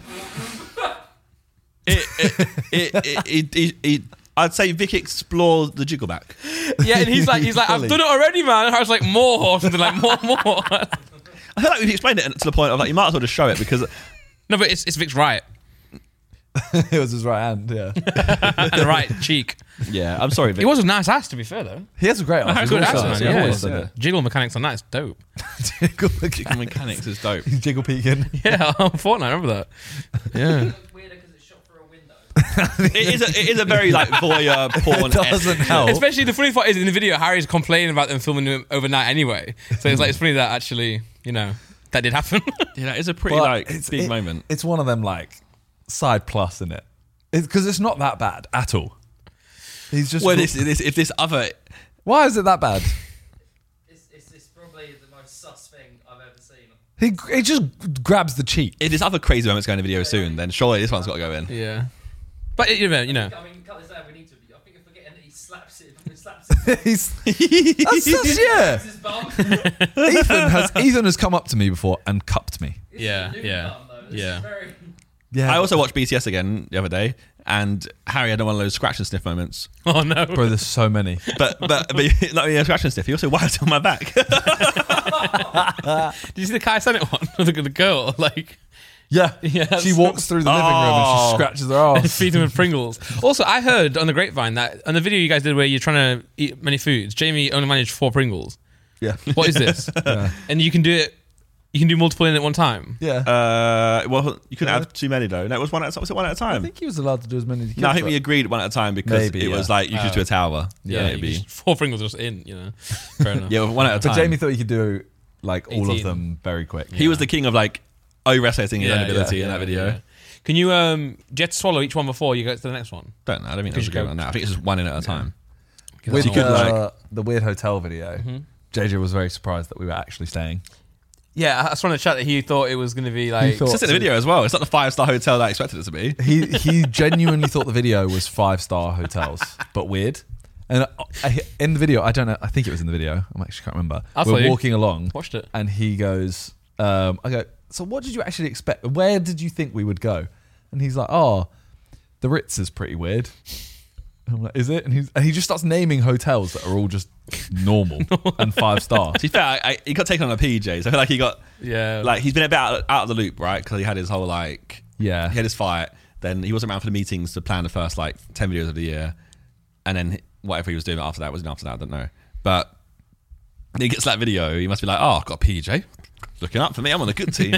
[SPEAKER 2] It, it, it, it, it, it, it, I'd say Vic explores the jiggle back.
[SPEAKER 1] Yeah, and he's like,
[SPEAKER 3] (laughs)
[SPEAKER 1] he's like, I've
[SPEAKER 3] Fully.
[SPEAKER 1] done it already, man. And I was like, more or something like more, more. (laughs)
[SPEAKER 2] I feel like we've explained it to the point of like you might as well just show it because
[SPEAKER 1] no, but it's it's Vic's right,
[SPEAKER 3] (laughs) it was his right hand. Yeah.
[SPEAKER 1] the right (laughs) cheek.
[SPEAKER 2] yeah, I'm sorry, Vic.
[SPEAKER 1] It was a nice ass, to be fair though.
[SPEAKER 3] (laughs) He has a great arse.
[SPEAKER 1] That's
[SPEAKER 3] He's
[SPEAKER 1] good
[SPEAKER 3] always
[SPEAKER 1] ass,
[SPEAKER 3] done
[SPEAKER 1] man.
[SPEAKER 3] it.
[SPEAKER 1] Yeah,
[SPEAKER 3] He's always
[SPEAKER 1] it's-
[SPEAKER 3] done it.
[SPEAKER 1] Jiggle mechanics on that is dope.
[SPEAKER 2] (laughs) Jiggle mechanics is (laughs) dope.
[SPEAKER 3] He's jiggle peeking.
[SPEAKER 1] (laughs) Yeah, on Fortnite, I remember that. Yeah.
[SPEAKER 4] It's weirder because it's shot through a window.
[SPEAKER 2] It is a, it is a very like (laughs) voyeur
[SPEAKER 3] (laughs)
[SPEAKER 2] porn.
[SPEAKER 3] Doesn't
[SPEAKER 1] (laughs)
[SPEAKER 3] help.
[SPEAKER 1] Especially the funny part is in the video, Harry's complaining about them filming him overnight anyway. So it's like it's funny that actually, you know, that did happen.
[SPEAKER 2] Yeah, that is a pretty
[SPEAKER 3] But
[SPEAKER 2] like big
[SPEAKER 3] it-
[SPEAKER 2] moment.
[SPEAKER 3] It's one of them like side plus in it, because it's not that bad at all. He's just
[SPEAKER 2] Well, this, this if this other
[SPEAKER 3] why is it that bad?
[SPEAKER 4] It's, it's, it's probably the most sus thing I've ever seen.
[SPEAKER 3] He he just grabs the cheek.
[SPEAKER 2] if this other crazy moment's going to video soon, then surely this one's got to go in.
[SPEAKER 1] (laughs) yeah. But you know, you (laughs) know.
[SPEAKER 4] I mean, cut this out. We need to. But I think if we're getting, he slaps it. (laughs) He slaps
[SPEAKER 3] (laughs)
[SPEAKER 4] it.
[SPEAKER 3] He's
[SPEAKER 2] (laughs)
[SPEAKER 3] that's, that's- yeah.
[SPEAKER 4] It's (laughs) his bum.
[SPEAKER 3] Ethan has Ethan has come up to me before and cupped me.
[SPEAKER 1] (laughs)
[SPEAKER 4] It's
[SPEAKER 1] Yeah,
[SPEAKER 4] a new
[SPEAKER 1] yeah,
[SPEAKER 4] bum, though. This is
[SPEAKER 1] yeah.
[SPEAKER 4] very-
[SPEAKER 3] Yeah,
[SPEAKER 2] I also watched BTS again the other day, and Harry had one of those scratch and sniff moments.
[SPEAKER 1] Oh no.
[SPEAKER 3] bro. There's so many.
[SPEAKER 2] But but (laughs) but not only a scratch and sniff, he also (laughs) wiped on my back.
[SPEAKER 1] Did you see the Kai Senate one? (laughs) the, the girl, like
[SPEAKER 2] (laughs)
[SPEAKER 3] Yeah,
[SPEAKER 1] Yeah,
[SPEAKER 3] She
[SPEAKER 1] so-
[SPEAKER 3] walks through the living room and
[SPEAKER 2] Oh.
[SPEAKER 3] she scratches
[SPEAKER 2] (laughs)
[SPEAKER 3] her ass.
[SPEAKER 1] feed him with Pringles. Also, I heard on the grapevine that on the video you guys did where you're trying to eat many foods, Jamie only managed four Pringles.
[SPEAKER 3] Yeah,
[SPEAKER 1] What is this? And you can do it. You can do multiple in at one time.
[SPEAKER 3] yeah.
[SPEAKER 2] Uh, well, you couldn't have too many though. No, it was one at was it one at a
[SPEAKER 3] I
[SPEAKER 2] time?
[SPEAKER 3] think he was allowed to do as many. As he could,
[SPEAKER 2] no, I think
[SPEAKER 3] but-
[SPEAKER 2] we agreed one at a time because
[SPEAKER 3] Maybe,
[SPEAKER 2] it was
[SPEAKER 3] yeah.
[SPEAKER 2] like you could do a tower. Yeah,
[SPEAKER 1] you
[SPEAKER 2] maybe.
[SPEAKER 1] just- four Pringles just in. You know, fair enough.
[SPEAKER 2] Yeah, one at a
[SPEAKER 3] but
[SPEAKER 2] time.
[SPEAKER 3] Jamie thought he could do like all
[SPEAKER 1] 18.
[SPEAKER 3] of them very quick.
[SPEAKER 2] he was the king of like overestimating his
[SPEAKER 1] Yeah,
[SPEAKER 2] own ability
[SPEAKER 1] yeah,
[SPEAKER 2] in that
[SPEAKER 1] yeah,
[SPEAKER 2] video.
[SPEAKER 1] yeah. Can you um? Do you have to swallow each one before you go to the next one?
[SPEAKER 2] Don't know. I don't think
[SPEAKER 1] Could
[SPEAKER 2] that's a
[SPEAKER 1] you go-
[SPEAKER 2] good one. No, I think it's just one in at a time.
[SPEAKER 3] with
[SPEAKER 2] you could,
[SPEAKER 3] uh,
[SPEAKER 2] like-
[SPEAKER 3] the weird hotel video. JJ was very surprised that we were actually staying.
[SPEAKER 1] Yeah, I- I saw in the chat that he thought it was going to be
[SPEAKER 3] He
[SPEAKER 1] like.
[SPEAKER 3] thought-
[SPEAKER 2] It's just in the video as well. It's not the five star hotel that I expected it to be.
[SPEAKER 3] He he genuinely thought the video was five star hotels, but weird. And I, in the video, I don't know. I think it was in the video. I actually can't remember.
[SPEAKER 1] I'll
[SPEAKER 3] we're
[SPEAKER 1] tell you.
[SPEAKER 3] walking along,
[SPEAKER 1] (laughs) Watched it.
[SPEAKER 3] and he goes, um, "I go. So what did you actually expect? Where did you think we would go?" And he's like, "Oh, the Ritz is pretty weird." And I'm like, "Is it?" And, he's, and he just starts naming hotels that are all just normal and five star.
[SPEAKER 2] To be fair, I, I, he got taken on a PJ, so I feel like he got
[SPEAKER 1] Yeah.
[SPEAKER 2] (laughs) like he's been a bit out, out of the loop, right? Because he had his whole like
[SPEAKER 3] Yeah.
[SPEAKER 2] he had his fight. Then he wasn't around for the meetings to plan the first like ten videos of the year, and then whatever he was doing after that wasn't after that. I don't know, but he gets that video. He must be like, oh, I've got a PJ. Looking up for me, I'm on the good team.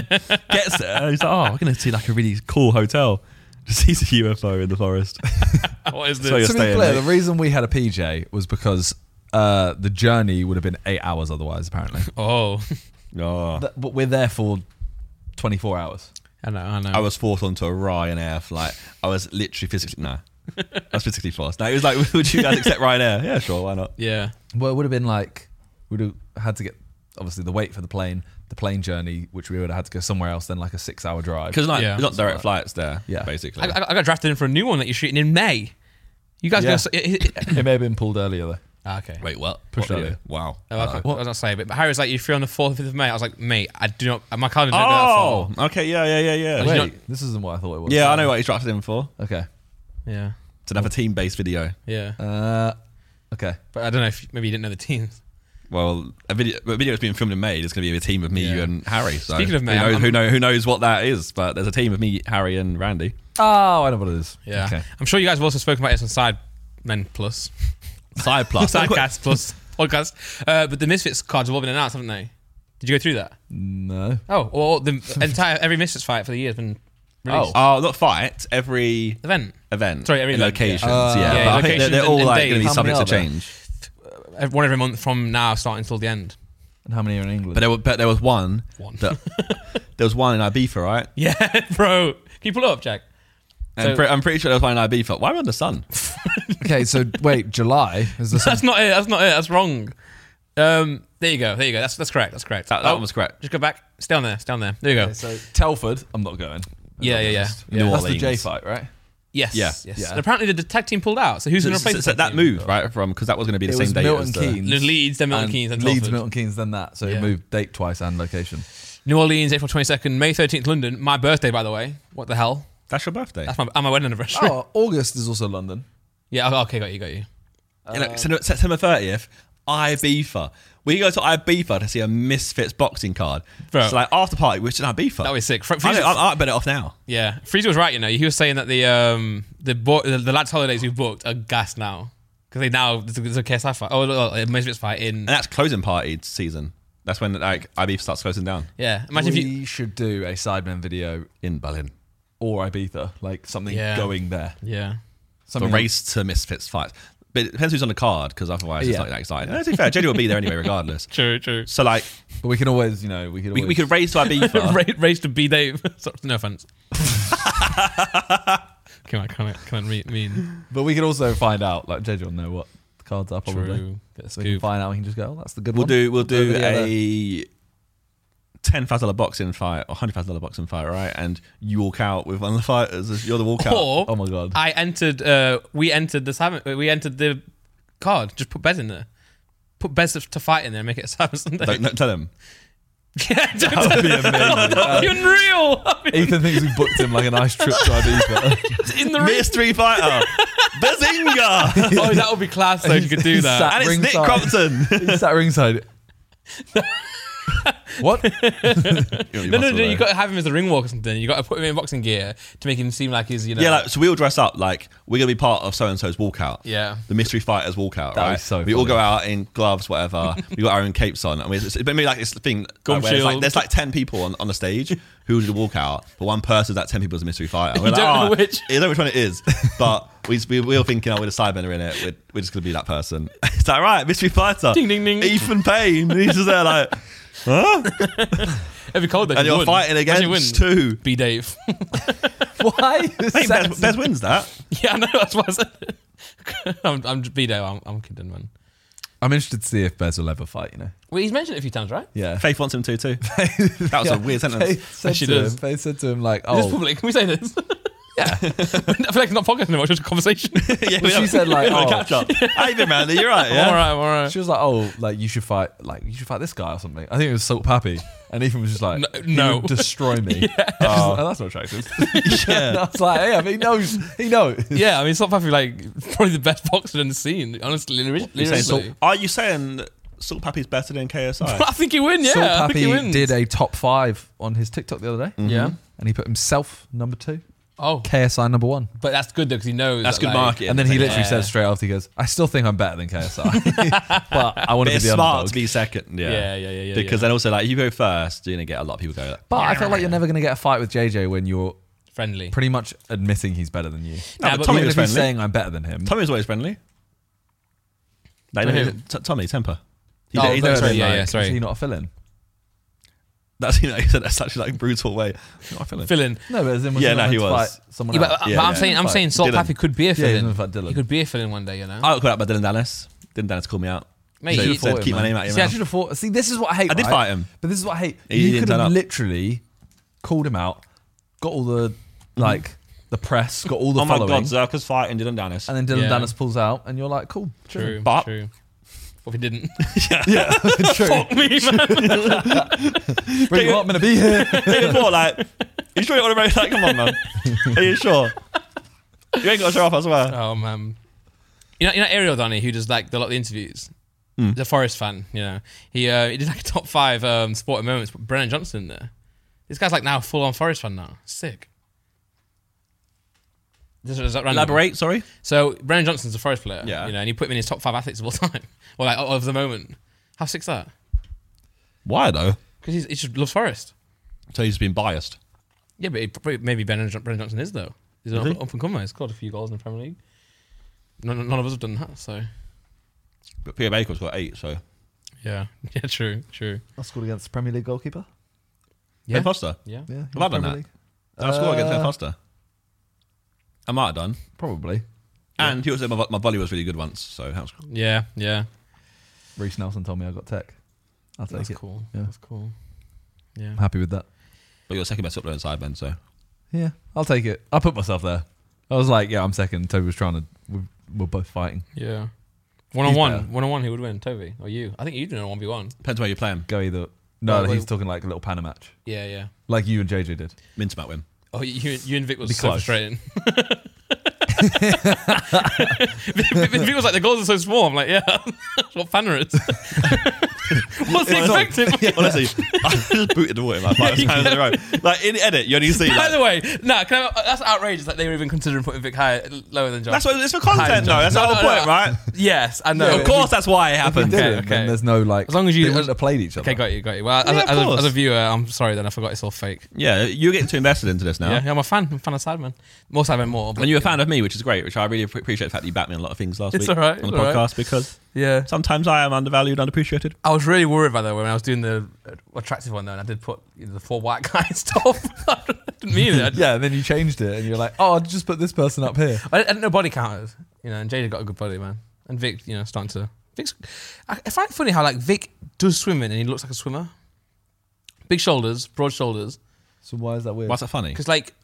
[SPEAKER 2] Gets there, and he's like, "Oh, we're gonna see like a really cool hotel." (laughs) Just sees a UFO in the forest.
[SPEAKER 1] what is
[SPEAKER 2] So
[SPEAKER 1] this?
[SPEAKER 2] you're
[SPEAKER 3] to be
[SPEAKER 2] staying,
[SPEAKER 3] clear,
[SPEAKER 2] mate.
[SPEAKER 3] the reason we had a PJ was because uh, the journey would have been eight hours otherwise,
[SPEAKER 2] (laughs)
[SPEAKER 3] apparently.
[SPEAKER 1] Oh, (laughs)
[SPEAKER 2] Oh,
[SPEAKER 3] Th- but we're there for 24 hours.
[SPEAKER 1] I know. I know.
[SPEAKER 2] I was forced onto a Ryanair flight. I was literally physically no. I was physically forced. No, it was like, (laughs) would you guys accept Ryanair? Yeah, sure, why not?
[SPEAKER 1] yeah.
[SPEAKER 3] Well, it would have been like, we'd have had to get, obviously, the wait for the plane, the plane journey, which we would have had to go somewhere else, then like a six hour
[SPEAKER 2] (laughs)
[SPEAKER 3] drive.
[SPEAKER 2] Because like,
[SPEAKER 1] Yeah.
[SPEAKER 2] there's not direct flights there.
[SPEAKER 3] Yeah.
[SPEAKER 2] basically.
[SPEAKER 1] I, I got- I got drafted in for a new one that you're shooting in May. You guys
[SPEAKER 3] Yeah.
[SPEAKER 1] gonna?
[SPEAKER 3] it may have been pulled earlier, though.
[SPEAKER 1] Ah, okay.
[SPEAKER 2] Wait, what?
[SPEAKER 3] Pushed
[SPEAKER 2] What video?
[SPEAKER 3] earlier.
[SPEAKER 2] Wow. Uh,
[SPEAKER 1] Oh, okay. I was not saying, but Harry was like, "You're free on the fourth of May." I was like, "Mate, I do not. My calendar don't
[SPEAKER 2] Oh,
[SPEAKER 1] go
[SPEAKER 2] okay, yeah, yeah, yeah, yeah.
[SPEAKER 1] Wait.
[SPEAKER 3] Wait, this isn't what I thought it was.
[SPEAKER 2] Yeah, I know what he's drafted him for.
[SPEAKER 3] Okay.
[SPEAKER 1] that far." Yeah,
[SPEAKER 2] It's another team-based video.
[SPEAKER 1] yeah.
[SPEAKER 3] Uh, okay.
[SPEAKER 1] But I don't know if maybe you didn't know the teams.
[SPEAKER 2] Well, a video, a video that's being filmed in May. There's going to be a team of me,
[SPEAKER 1] Yeah.
[SPEAKER 2] you, and Harry. So
[SPEAKER 1] Speaking of May,
[SPEAKER 2] who knows,
[SPEAKER 1] I'm-
[SPEAKER 2] who, know, who knows what that is? But there's a team of me, Harry, and Randy.
[SPEAKER 3] Oh, I know what it is.
[SPEAKER 1] Yeah,
[SPEAKER 3] Okay.
[SPEAKER 1] I'm sure you guys have also spoken about this on Side Men Plus,
[SPEAKER 2] (laughs) Side plus.
[SPEAKER 1] (laughs) Sidecast Plus podcast. Uh, but the Misfits cards have all been announced, haven't they? Did you go through that?
[SPEAKER 3] No.
[SPEAKER 1] Oh, well, the entire every Misfits fight for the year has been released.
[SPEAKER 2] Oh, not fight. Every
[SPEAKER 1] Event.
[SPEAKER 2] event.
[SPEAKER 1] Sorry, every event, yeah.
[SPEAKER 2] locations.
[SPEAKER 3] Uh,
[SPEAKER 2] yeah,
[SPEAKER 1] Yeah,
[SPEAKER 2] but I think
[SPEAKER 1] locations
[SPEAKER 2] they're, they're
[SPEAKER 1] and-
[SPEAKER 2] all
[SPEAKER 1] and
[SPEAKER 2] like going
[SPEAKER 1] days.
[SPEAKER 2] to be
[SPEAKER 3] How many
[SPEAKER 2] subject to
[SPEAKER 3] are there?
[SPEAKER 2] change.
[SPEAKER 1] Every- One every month from now, starting until the end. (laughs)
[SPEAKER 3] and how many are in England?
[SPEAKER 2] But there, wa- but there was one.
[SPEAKER 1] One. (laughs)
[SPEAKER 2] That, there was one in Ibiza, right?
[SPEAKER 1] Yeah, bro. Can you pull it up,
[SPEAKER 2] (laughs)
[SPEAKER 1] Jack?
[SPEAKER 2] And
[SPEAKER 1] So-
[SPEAKER 2] pre- I'm pretty sure there was one in Ibiza. Why am I under sun?
[SPEAKER 3] okay, so wait, July is the
[SPEAKER 2] (laughs)
[SPEAKER 1] That's not it. That's not it. That's wrong. Um, there you go. There you go. That's that's correct. That's correct. Oh.
[SPEAKER 2] That, that one was correct.
[SPEAKER 1] Just go back. Stay on there. Stay on there. There you go.
[SPEAKER 3] Okay, so Telford, I'm not going.
[SPEAKER 1] Yeah, yeah, yeah.
[SPEAKER 2] New
[SPEAKER 3] That's the
[SPEAKER 2] Orleans.
[SPEAKER 3] J fight, right?
[SPEAKER 1] Yes.
[SPEAKER 2] Yeah.
[SPEAKER 1] Yes.
[SPEAKER 3] Yeah.
[SPEAKER 1] And apparently the tag team pulled out. So who's
[SPEAKER 2] So,
[SPEAKER 1] going (laughs) to
[SPEAKER 2] so-
[SPEAKER 1] replace
[SPEAKER 2] so
[SPEAKER 1] the tag
[SPEAKER 2] that
[SPEAKER 1] team?
[SPEAKER 2] moved right from because that was going to be the
[SPEAKER 3] It
[SPEAKER 2] same
[SPEAKER 3] was
[SPEAKER 2] day.
[SPEAKER 3] Milton
[SPEAKER 2] as the-
[SPEAKER 3] Keynes.
[SPEAKER 1] Le- Leeds, then Milton Keynes, and
[SPEAKER 3] Leeds,
[SPEAKER 1] Telford.
[SPEAKER 3] Milton Keynes, then that. So
[SPEAKER 1] Yeah.
[SPEAKER 3] it moved date twice and location.
[SPEAKER 1] New Orleans, April twenty second, May thirteenth, London. My birthday, by the way. What the hell?
[SPEAKER 2] That's your birthday.
[SPEAKER 1] That's my, and my wedding anniversary.
[SPEAKER 3] (laughs) Oh, August is also London.
[SPEAKER 1] (laughs) Yeah. oh, Okay. Got you. Got you.
[SPEAKER 2] You know, September- September 30th, Ibiza. We go to Ibiza to see a Misfits boxing card.
[SPEAKER 1] Bro.
[SPEAKER 2] So like after party, we're just in Ibiza.
[SPEAKER 1] That was sick. Fr-
[SPEAKER 2] I,
[SPEAKER 1] Freezer,
[SPEAKER 2] know, I, I bet it off now.
[SPEAKER 1] yeah. Freezer was right. You know, he was saying that the um the bo- the, the lads' holidays we booked are gas now because they now there's a, there's a KSI fight. Oh, look, look, a Misfits fight in.
[SPEAKER 2] And that's closing party season. That's when like Ibiza starts closing down
[SPEAKER 1] Yeah. Imagine
[SPEAKER 3] we
[SPEAKER 1] if you.
[SPEAKER 3] should do a Sidemen video
[SPEAKER 2] in Berlin.
[SPEAKER 3] or Ibiza, like something
[SPEAKER 1] Yeah.
[SPEAKER 3] going there.
[SPEAKER 1] Yeah.
[SPEAKER 2] The
[SPEAKER 3] Something
[SPEAKER 2] race to Misfits fights. But it depends who's on the card because otherwise it's
[SPEAKER 3] Yeah.
[SPEAKER 2] not that exciting. No, to be fair, Jenny will be there anyway regardless.
[SPEAKER 1] True. (laughs) True.
[SPEAKER 2] (laughs) So like
[SPEAKER 3] But we can always, you know, we could
[SPEAKER 2] we,
[SPEAKER 3] always,
[SPEAKER 2] we could race to Ibiza.
[SPEAKER 1] Ra- race to B Dave. (laughs) So- no
[SPEAKER 2] (laughs)
[SPEAKER 1] offense. can I can I can I re- mean
[SPEAKER 3] but we could also find out, like JJ will know what the cards are probably.
[SPEAKER 1] true? Get a
[SPEAKER 3] So we can
[SPEAKER 1] scoop.
[SPEAKER 3] find out. We can just go. Oh, that's the good
[SPEAKER 2] we'll
[SPEAKER 3] one.
[SPEAKER 2] do we'll do
[SPEAKER 3] the other-
[SPEAKER 2] a ten thousand dollar boxing fight or hundred thousand dollar boxing fight, right? And you walk out with one of the fighters. You're the walkout.
[SPEAKER 1] Or
[SPEAKER 3] Oh my god.
[SPEAKER 1] I entered. Uh, we entered the salmon. We entered the card. Just put Bez in there. Put Bez to fight in there. and Make it a salmon Sunday.
[SPEAKER 2] Don't, don't tell him.
[SPEAKER 1] (laughs) yeah, don't (laughs)
[SPEAKER 3] That would be amazing.
[SPEAKER 2] Uh,
[SPEAKER 1] That'd be unreal.
[SPEAKER 3] Ethan thinks we booked him like a nice trip
[SPEAKER 1] (laughs)
[SPEAKER 3] to Ibiza.
[SPEAKER 1] It's in the ring.
[SPEAKER 2] (laughs) Mystery fighter,
[SPEAKER 3] (laughs)
[SPEAKER 2] Bazinga,
[SPEAKER 1] Oh, that would be class. Though if you could
[SPEAKER 2] (laughs)
[SPEAKER 1] do that.
[SPEAKER 2] and it's Nick
[SPEAKER 3] Ringside. (laughs)
[SPEAKER 2] Crompton.
[SPEAKER 3] He's
[SPEAKER 1] (laughs)
[SPEAKER 3] sat ringside. what?
[SPEAKER 1] No, no, no. You got to have him as a ring walk or something. You got to put him in boxing gear to make him seem like he's you know.
[SPEAKER 2] Yeah, like, so we all dress up like we're gonna be part of so and so's walkout.
[SPEAKER 1] Yeah.
[SPEAKER 2] the mystery fighters walkout.
[SPEAKER 3] That
[SPEAKER 2] right?
[SPEAKER 3] is so
[SPEAKER 2] we all
[SPEAKER 3] funny.
[SPEAKER 2] go out in gloves,
[SPEAKER 3] (laughs)
[SPEAKER 2] whatever. we got our own capes on, and we it's maybe like this thing.
[SPEAKER 1] Gum
[SPEAKER 2] Like, where it's like,
[SPEAKER 1] shield.
[SPEAKER 2] there's like ten people on, on the stage who do the walkout, but one person that ten people is a mystery fighter. And
[SPEAKER 1] You
[SPEAKER 2] like,
[SPEAKER 1] don't know
[SPEAKER 2] "Ah,
[SPEAKER 1] which."
[SPEAKER 2] You don't know which one it is, (laughs) but we we we all thinking, oh, we're the sidebender in it. We're, we're just gonna be that person. (laughs) it's like right, mystery fighter.
[SPEAKER 1] Ding, ding, ding.
[SPEAKER 2] Ethan Payne. And he's just there like,
[SPEAKER 1] Every cold though.
[SPEAKER 2] and
[SPEAKER 1] you
[SPEAKER 2] you're
[SPEAKER 1] win.
[SPEAKER 2] fighting
[SPEAKER 1] Imagine you
[SPEAKER 2] against
[SPEAKER 1] win.
[SPEAKER 2] two.
[SPEAKER 1] B Dave. (laughs)
[SPEAKER 3] Why?
[SPEAKER 2] I think Bez, Bez wins that. (laughs)
[SPEAKER 1] Yeah, I know. That's what I said. (laughs) I'm, I'm Vito. I'm, I'm kidding, man.
[SPEAKER 3] I'm interested to see if Bez will ever fight. You know.
[SPEAKER 1] Well, he's mentioned it a few times, right?
[SPEAKER 3] Yeah.
[SPEAKER 2] Faith wants him to (laughs) too.
[SPEAKER 3] (laughs)
[SPEAKER 2] That was a weird sentence.
[SPEAKER 3] Faith said,
[SPEAKER 1] She
[SPEAKER 3] to (laughs)
[SPEAKER 1] does.
[SPEAKER 3] him, Faith said to him like,
[SPEAKER 1] Is this
[SPEAKER 3] "Oh."
[SPEAKER 1] public? Can we say
[SPEAKER 2] (laughs)
[SPEAKER 1] this? yeah. (laughs) I feel like it's not podcast anymore. It's just a conversation.
[SPEAKER 2] yeah,
[SPEAKER 3] Well, she said like,
[SPEAKER 2] oh.
[SPEAKER 3] "Oh."
[SPEAKER 2] catch up. (laughs) Hey, man, you're right.
[SPEAKER 1] I'm (laughs)
[SPEAKER 2] Yeah.
[SPEAKER 1] all right. I'm all right.
[SPEAKER 3] She was like, "Oh, like you should fight, like you should fight this guy or something." I think it was Salt Pappy, and Ethan was just like,
[SPEAKER 1] No-
[SPEAKER 3] "He
[SPEAKER 1] no.
[SPEAKER 3] would destroy me." oh. that's not attractive. (laughs)
[SPEAKER 2] Yeah.
[SPEAKER 3] And I was like, "Yeah, but he knows, he knows."
[SPEAKER 1] Yeah, I mean, Salt Pappy, like, probably the best boxer in the scene, honestly. lyri-
[SPEAKER 2] You're saying Salt-
[SPEAKER 1] Lyrically.
[SPEAKER 2] are you saying that Salt Pappy's better than
[SPEAKER 1] (laughs)
[SPEAKER 2] KSI?
[SPEAKER 1] I think he win, yeah.
[SPEAKER 3] Salt
[SPEAKER 1] I think he
[SPEAKER 3] Pappy
[SPEAKER 1] wins.
[SPEAKER 3] did a top five on his TikTok the other day,
[SPEAKER 1] Yeah.
[SPEAKER 3] and he put himself number two,
[SPEAKER 1] Oh,
[SPEAKER 3] KSI number one.
[SPEAKER 1] but that's good, though, because he knows.
[SPEAKER 2] That's
[SPEAKER 1] that,
[SPEAKER 2] good
[SPEAKER 1] like,
[SPEAKER 2] marketing.
[SPEAKER 3] and then he literally
[SPEAKER 1] Yeah.
[SPEAKER 3] says straight after, he goes, "I still think I'm better than KSI, (laughs) but I want
[SPEAKER 2] But
[SPEAKER 3] to be
[SPEAKER 2] it's
[SPEAKER 3] the
[SPEAKER 2] smart
[SPEAKER 3] underdog."
[SPEAKER 2] to be second. Yeah.
[SPEAKER 1] Yeah, yeah, yeah, yeah,
[SPEAKER 2] because
[SPEAKER 1] yeah.
[SPEAKER 2] then also, like, if you go first, you're going to get a lot of people go, like,
[SPEAKER 3] but I feel like you're never going to get a fight with JJ when you're
[SPEAKER 1] Friendly.
[SPEAKER 3] pretty much admitting he's better than
[SPEAKER 1] Nah,
[SPEAKER 3] you.
[SPEAKER 2] No, but
[SPEAKER 1] but
[SPEAKER 2] Tommy
[SPEAKER 3] Even
[SPEAKER 2] was
[SPEAKER 3] if he's
[SPEAKER 2] friendly.
[SPEAKER 3] saying I'm better than him,
[SPEAKER 2] Tommy was always friendly. Like,
[SPEAKER 1] To
[SPEAKER 2] no,
[SPEAKER 1] who?
[SPEAKER 2] T- Tommy, temper. He,
[SPEAKER 1] Oh,
[SPEAKER 2] did- he
[SPEAKER 1] no,
[SPEAKER 2] did
[SPEAKER 1] sorry,
[SPEAKER 2] say,
[SPEAKER 1] yeah,
[SPEAKER 2] like-
[SPEAKER 1] yeah.
[SPEAKER 3] is he not a fill-in?
[SPEAKER 2] (laughs) That's, you know, he said that's such like, a brutal way. No, I feel it.
[SPEAKER 1] Fill in.
[SPEAKER 3] No, but as in
[SPEAKER 2] Yeah, no, he was.
[SPEAKER 3] Fight someone
[SPEAKER 1] Yeah, but, uh,
[SPEAKER 3] else.
[SPEAKER 1] but
[SPEAKER 2] Yeah,
[SPEAKER 1] I'm
[SPEAKER 2] yeah.
[SPEAKER 1] saying, I'm
[SPEAKER 3] Fight.
[SPEAKER 1] saying Salt
[SPEAKER 2] Dylan.
[SPEAKER 1] Pappy could be a
[SPEAKER 3] Yeah,
[SPEAKER 1] fill
[SPEAKER 3] he's
[SPEAKER 1] in.
[SPEAKER 3] gonna fight Dylan.
[SPEAKER 1] he could be a fill in one day, you know?
[SPEAKER 2] I got called out by Dylan Dennis. Dylan Dennis called me out.
[SPEAKER 1] Mate,
[SPEAKER 2] so he
[SPEAKER 1] you-
[SPEAKER 2] said, keep my name out of your
[SPEAKER 3] See, I
[SPEAKER 2] mouth.
[SPEAKER 3] should have fought. See, this is what I hate.
[SPEAKER 2] I did
[SPEAKER 3] right?
[SPEAKER 2] fight him.
[SPEAKER 3] but this is what I hate.
[SPEAKER 2] He- he
[SPEAKER 3] you
[SPEAKER 2] didn't
[SPEAKER 3] could
[SPEAKER 2] turn
[SPEAKER 3] have
[SPEAKER 2] up.
[SPEAKER 3] literally called him out, got all the like the press, got all the
[SPEAKER 2] Oh my God,
[SPEAKER 3] following,
[SPEAKER 2] Zerka's fighting Dylan Dennis. (laughs)
[SPEAKER 3] and then Dylan
[SPEAKER 1] Yeah.
[SPEAKER 3] Dennis pulls out, and you're like, cool,
[SPEAKER 1] True.
[SPEAKER 2] But-
[SPEAKER 1] True. What if he
[SPEAKER 2] (laughs)
[SPEAKER 1] didn't? (laughs)
[SPEAKER 3] yeah, (laughs) true.
[SPEAKER 1] Me, man.
[SPEAKER 3] Bring him up, I'm gonna be here.
[SPEAKER 2] day before, like, you sure you want to race? Like, come on, (laughs) man. Are you sure? You ain't got to show off, I swear.
[SPEAKER 1] Oh man, you know, you know Ariel Donny who does like the lot of the interviews.
[SPEAKER 2] Hmm.
[SPEAKER 1] The Forest fan, you know, he uh, he did like a top five um, sporting moments. But Brennan Johnson in there. This guy's like now full on Forest fan now. Sick. This is that random.
[SPEAKER 2] Elaborate, sorry.
[SPEAKER 1] So Brennan Johnson's a Forest player,
[SPEAKER 2] Yeah.
[SPEAKER 1] you know, and you put him in his top five athletes of all (laughs) time, or like of the moment. How sick's that?
[SPEAKER 2] Why though?
[SPEAKER 1] Because he just loves Forest.
[SPEAKER 2] So he's been biased.
[SPEAKER 1] Yeah, but he, probably- maybe Brennan, Jo- Brennan Johnson is though. He's an
[SPEAKER 2] Is he?
[SPEAKER 1] up and comer. He's scored a few goals in the Premier League. None, none of us have done that, so
[SPEAKER 2] But Peter Baker's got eight, so
[SPEAKER 1] Yeah. (laughs) Yeah. True. True.
[SPEAKER 5] I scored against the Premier League goalkeeper.
[SPEAKER 1] Yeah.
[SPEAKER 2] Ben Foster.
[SPEAKER 1] Yeah.
[SPEAKER 5] Yeah,
[SPEAKER 2] Have I done that? Did I score against Ben
[SPEAKER 5] Uh,
[SPEAKER 2] Foster? I might have done.
[SPEAKER 3] Probably.
[SPEAKER 2] And he also my, my volley was really good once, so that was
[SPEAKER 1] Yeah. Yeah.
[SPEAKER 3] Reese Nelson told me I got tech. I'll take
[SPEAKER 1] That's
[SPEAKER 3] it.
[SPEAKER 1] cool.
[SPEAKER 3] Yeah.
[SPEAKER 1] That's cool. Yeah.
[SPEAKER 3] I'm happy with that.
[SPEAKER 2] But you're second best up there inside, Ben. So
[SPEAKER 3] Yeah, I'll take it. I put myself there. I was like, yeah, I'm second. Toby was trying to. We're, we're both fighting.
[SPEAKER 1] Yeah. One on
[SPEAKER 3] better.
[SPEAKER 1] one. One on one. Who would win? Toby or you? I think you'd win a one v one.
[SPEAKER 2] depends where you're playing.
[SPEAKER 3] Go either. No,
[SPEAKER 1] Oh, wait.
[SPEAKER 3] he's talking like a little panna match,
[SPEAKER 1] Yeah. Yeah.
[SPEAKER 3] like you and JJ did.
[SPEAKER 2] Mince might win.
[SPEAKER 1] Oh, you, you and Vic was
[SPEAKER 3] Be
[SPEAKER 1] so
[SPEAKER 3] close. (laughs)
[SPEAKER 1] frustrating. Vic Vic was like, the goals are so small. I'm like, yeah, (laughs) that's what Fanner
[SPEAKER 3] (laughs)
[SPEAKER 1] is. What's he expecting?
[SPEAKER 2] (laughs) Honestly, I just booted the (laughs) water like five times in a row. Like in edit, you only see
[SPEAKER 1] By
[SPEAKER 2] like.
[SPEAKER 1] the way, no, can I, uh, that's outrageous that they were even considering putting Vic higher, lower than John.
[SPEAKER 2] That's what it's for
[SPEAKER 1] Hi,
[SPEAKER 2] content, though. That's
[SPEAKER 1] No,
[SPEAKER 2] the
[SPEAKER 1] no,
[SPEAKER 2] whole
[SPEAKER 1] no.
[SPEAKER 2] point, right?
[SPEAKER 1] yes, I know.
[SPEAKER 2] of course, that's why it
[SPEAKER 3] If
[SPEAKER 2] happened.
[SPEAKER 3] you (laughs)
[SPEAKER 1] Okay,
[SPEAKER 3] didn't,
[SPEAKER 1] okay.
[SPEAKER 3] Then there's no like.
[SPEAKER 1] As long as you-
[SPEAKER 3] they wouldn't have played each other.
[SPEAKER 1] Okay, got you, got you. Well, as,
[SPEAKER 2] Yeah,
[SPEAKER 1] a,
[SPEAKER 2] of
[SPEAKER 1] as, a,
[SPEAKER 2] course.
[SPEAKER 1] as a viewer, I'm sorry then, I forgot it's all fake.
[SPEAKER 2] Yeah, you're getting too invested into this now.
[SPEAKER 1] Yeah, yeah, I'm a fan. I'm a fan of Sidemen. More Sidemen, more. But
[SPEAKER 2] And you're a fan of me, which is great, which I really appre- appreciate the fact that you backed me on a lot of things last
[SPEAKER 1] It's
[SPEAKER 2] week
[SPEAKER 1] all right,
[SPEAKER 2] on
[SPEAKER 1] it's
[SPEAKER 2] the
[SPEAKER 1] all right.
[SPEAKER 2] podcast because
[SPEAKER 1] yeah.
[SPEAKER 2] sometimes I am undervalued, unappreciated.
[SPEAKER 1] I was really worried by the way when I was doing the uh, attractive one though, and I did put you know, the four white (laughs) guy stuff. I didn't mean it. I,
[SPEAKER 3] (laughs) Yeah, and then you changed it, and you're like, oh, I'll just put this person up here.
[SPEAKER 1] I didn't know body counters, you know. And Jada got a good body, man. And Vic, you know, starting to. Vic's, I, I find it funny how like Vic does swimming and he looks like a swimmer. Big shoulders, broad shoulders.
[SPEAKER 3] So why is that weird?
[SPEAKER 2] Why's that funny?
[SPEAKER 1] Because like,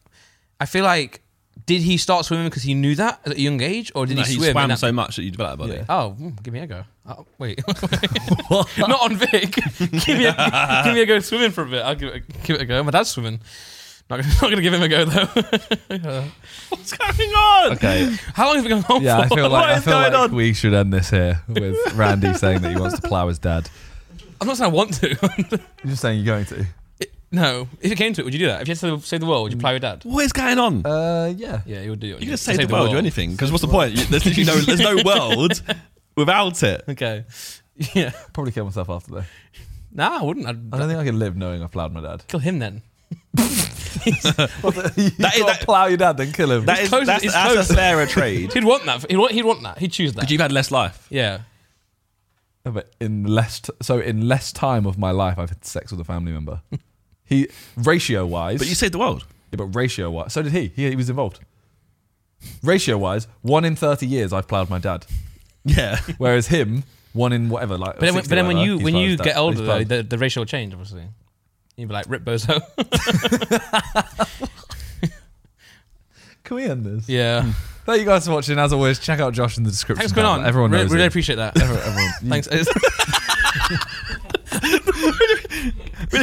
[SPEAKER 1] I feel like, did he start swimming because he knew that at a young age, or did
[SPEAKER 2] No,
[SPEAKER 1] he
[SPEAKER 2] he
[SPEAKER 1] swim?
[SPEAKER 2] swam
[SPEAKER 1] and that-
[SPEAKER 2] so much that you developed a body.
[SPEAKER 3] Yeah.
[SPEAKER 1] Oh, mm, give me a go. Oh,
[SPEAKER 3] (laughs)
[SPEAKER 1] wait, (laughs) not on Vic. (laughs) give me a, give me a go swimming for a bit. I'll give it a, give it a go. My dad's swimming. Not gonna, (laughs) not gonna give him a go though. (laughs)
[SPEAKER 2] What's going on?
[SPEAKER 3] okay.
[SPEAKER 1] How long have we gone on
[SPEAKER 3] Yeah, I
[SPEAKER 1] for?
[SPEAKER 3] feel like
[SPEAKER 2] What
[SPEAKER 3] I
[SPEAKER 2] is
[SPEAKER 3] feel
[SPEAKER 2] going
[SPEAKER 3] like
[SPEAKER 2] on?
[SPEAKER 3] we should end this here with Randy saying that he wants to plough his dad.
[SPEAKER 1] I'm not saying I want to. (laughs)
[SPEAKER 3] You're just saying you're going to.
[SPEAKER 1] It- no, if it came to it, would you do that? If you had to save the world, would
[SPEAKER 3] Mm.
[SPEAKER 1] you play with dad?
[SPEAKER 2] What is going on?
[SPEAKER 3] Uh, yeah.
[SPEAKER 1] Yeah, you would do it.
[SPEAKER 2] you can just say the, world, or anything. Because what's the point? You- There's literally no, there's no world without it.
[SPEAKER 1] (laughs) Okay. (laughs) Yeah.
[SPEAKER 3] Probably kill myself after though.
[SPEAKER 1] Nah, I wouldn't. I'd
[SPEAKER 3] I don't think I could live knowing I plowed my dad.
[SPEAKER 1] kill him then.
[SPEAKER 3] you
[SPEAKER 2] That is-
[SPEAKER 3] gotta
[SPEAKER 2] that-
[SPEAKER 3] plough your dad, then kill him.
[SPEAKER 2] That is
[SPEAKER 1] close,
[SPEAKER 2] that's,
[SPEAKER 1] it's
[SPEAKER 2] that's
[SPEAKER 1] close.
[SPEAKER 2] a fairer trade.
[SPEAKER 1] He'd want that. He'd want. He'd want that. He'd choose that.
[SPEAKER 2] Because you've had less life.
[SPEAKER 1] yeah.
[SPEAKER 3] (laughs) No, but in less, t- so in less time of my life, I've had sex with a family member. he ratio wise,
[SPEAKER 2] But you saved the world.
[SPEAKER 3] yeah, but ratio wise, so did he. He, he was involved. Ratio wise, one in thirty years, I've ploughed my dad.
[SPEAKER 2] Yeah.
[SPEAKER 3] Whereas him, one in whatever, like.
[SPEAKER 1] But then,
[SPEAKER 3] 60
[SPEAKER 1] but then when
[SPEAKER 3] whatever,
[SPEAKER 1] you
[SPEAKER 3] he's
[SPEAKER 1] when
[SPEAKER 3] ploughed
[SPEAKER 1] you
[SPEAKER 3] his dad-
[SPEAKER 1] get
[SPEAKER 3] he's
[SPEAKER 1] older, though,
[SPEAKER 3] ploughed-
[SPEAKER 1] the, the ratio will change, obviously. You'd be like, rip bozo.
[SPEAKER 3] can we end this?
[SPEAKER 1] yeah.
[SPEAKER 3] Thank you guys for watching. As always, check out Josh in the description.
[SPEAKER 1] Thanks for going
[SPEAKER 3] down.
[SPEAKER 1] on.
[SPEAKER 3] Everyone
[SPEAKER 1] Re-
[SPEAKER 3] knows.
[SPEAKER 1] really
[SPEAKER 3] him.
[SPEAKER 1] appreciate that.
[SPEAKER 3] Everyone, everyone-
[SPEAKER 1] (laughs)
[SPEAKER 3] you-
[SPEAKER 1] Thanks. It's-
[SPEAKER 2] (laughs) Really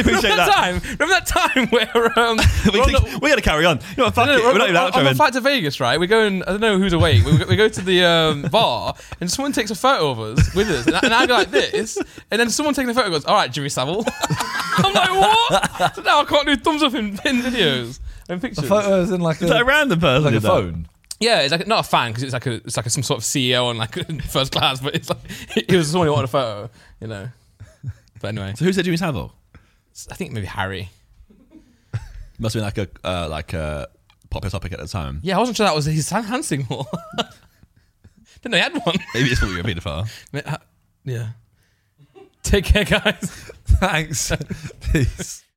[SPEAKER 1] (laughs)
[SPEAKER 2] appreciate
[SPEAKER 1] remember that
[SPEAKER 2] that.
[SPEAKER 1] time? Remember that time where um,
[SPEAKER 2] (laughs) we,
[SPEAKER 1] we're on
[SPEAKER 2] think-
[SPEAKER 1] the-
[SPEAKER 2] we gotta carry on. You know what, fuck
[SPEAKER 1] No,
[SPEAKER 2] it.
[SPEAKER 1] no,
[SPEAKER 2] We're
[SPEAKER 1] on,
[SPEAKER 2] not even
[SPEAKER 1] on, on the
[SPEAKER 2] outro
[SPEAKER 1] flight to Vegas, right? We're going. I don't know who's awake. We, we go to the um, (laughs) bar, and someone takes a photo of us with us, and I, and I go like this, and then someone taking the photo goes, "All right, Jimmy Savile." (laughs) I'm like, what? (laughs) So now I can't do thumbs up in, in videos and
[SPEAKER 3] The
[SPEAKER 1] pictures.
[SPEAKER 3] photos in like
[SPEAKER 2] Is that a
[SPEAKER 3] a,
[SPEAKER 2] random person?
[SPEAKER 3] like a
[SPEAKER 2] did that?
[SPEAKER 3] phone.
[SPEAKER 1] Yeah, it's like not a fan because it's like a it's like a, some sort of CEO on like (laughs) first class, but it's like (laughs) it was someone who wanted a photo, you know. But anyway,
[SPEAKER 2] So who said Jimmy Savile?
[SPEAKER 1] I think maybe Harry.
[SPEAKER 2] Must have been like a uh, like a popular topic at the time.
[SPEAKER 1] Yeah, I wasn't sure that was his hand- hand signal. (laughs) Didn't know he had one.
[SPEAKER 2] Maybe it's probably a pedophile.
[SPEAKER 1] (laughs) Yeah. Take care, guys.
[SPEAKER 3] Thanks. Peace.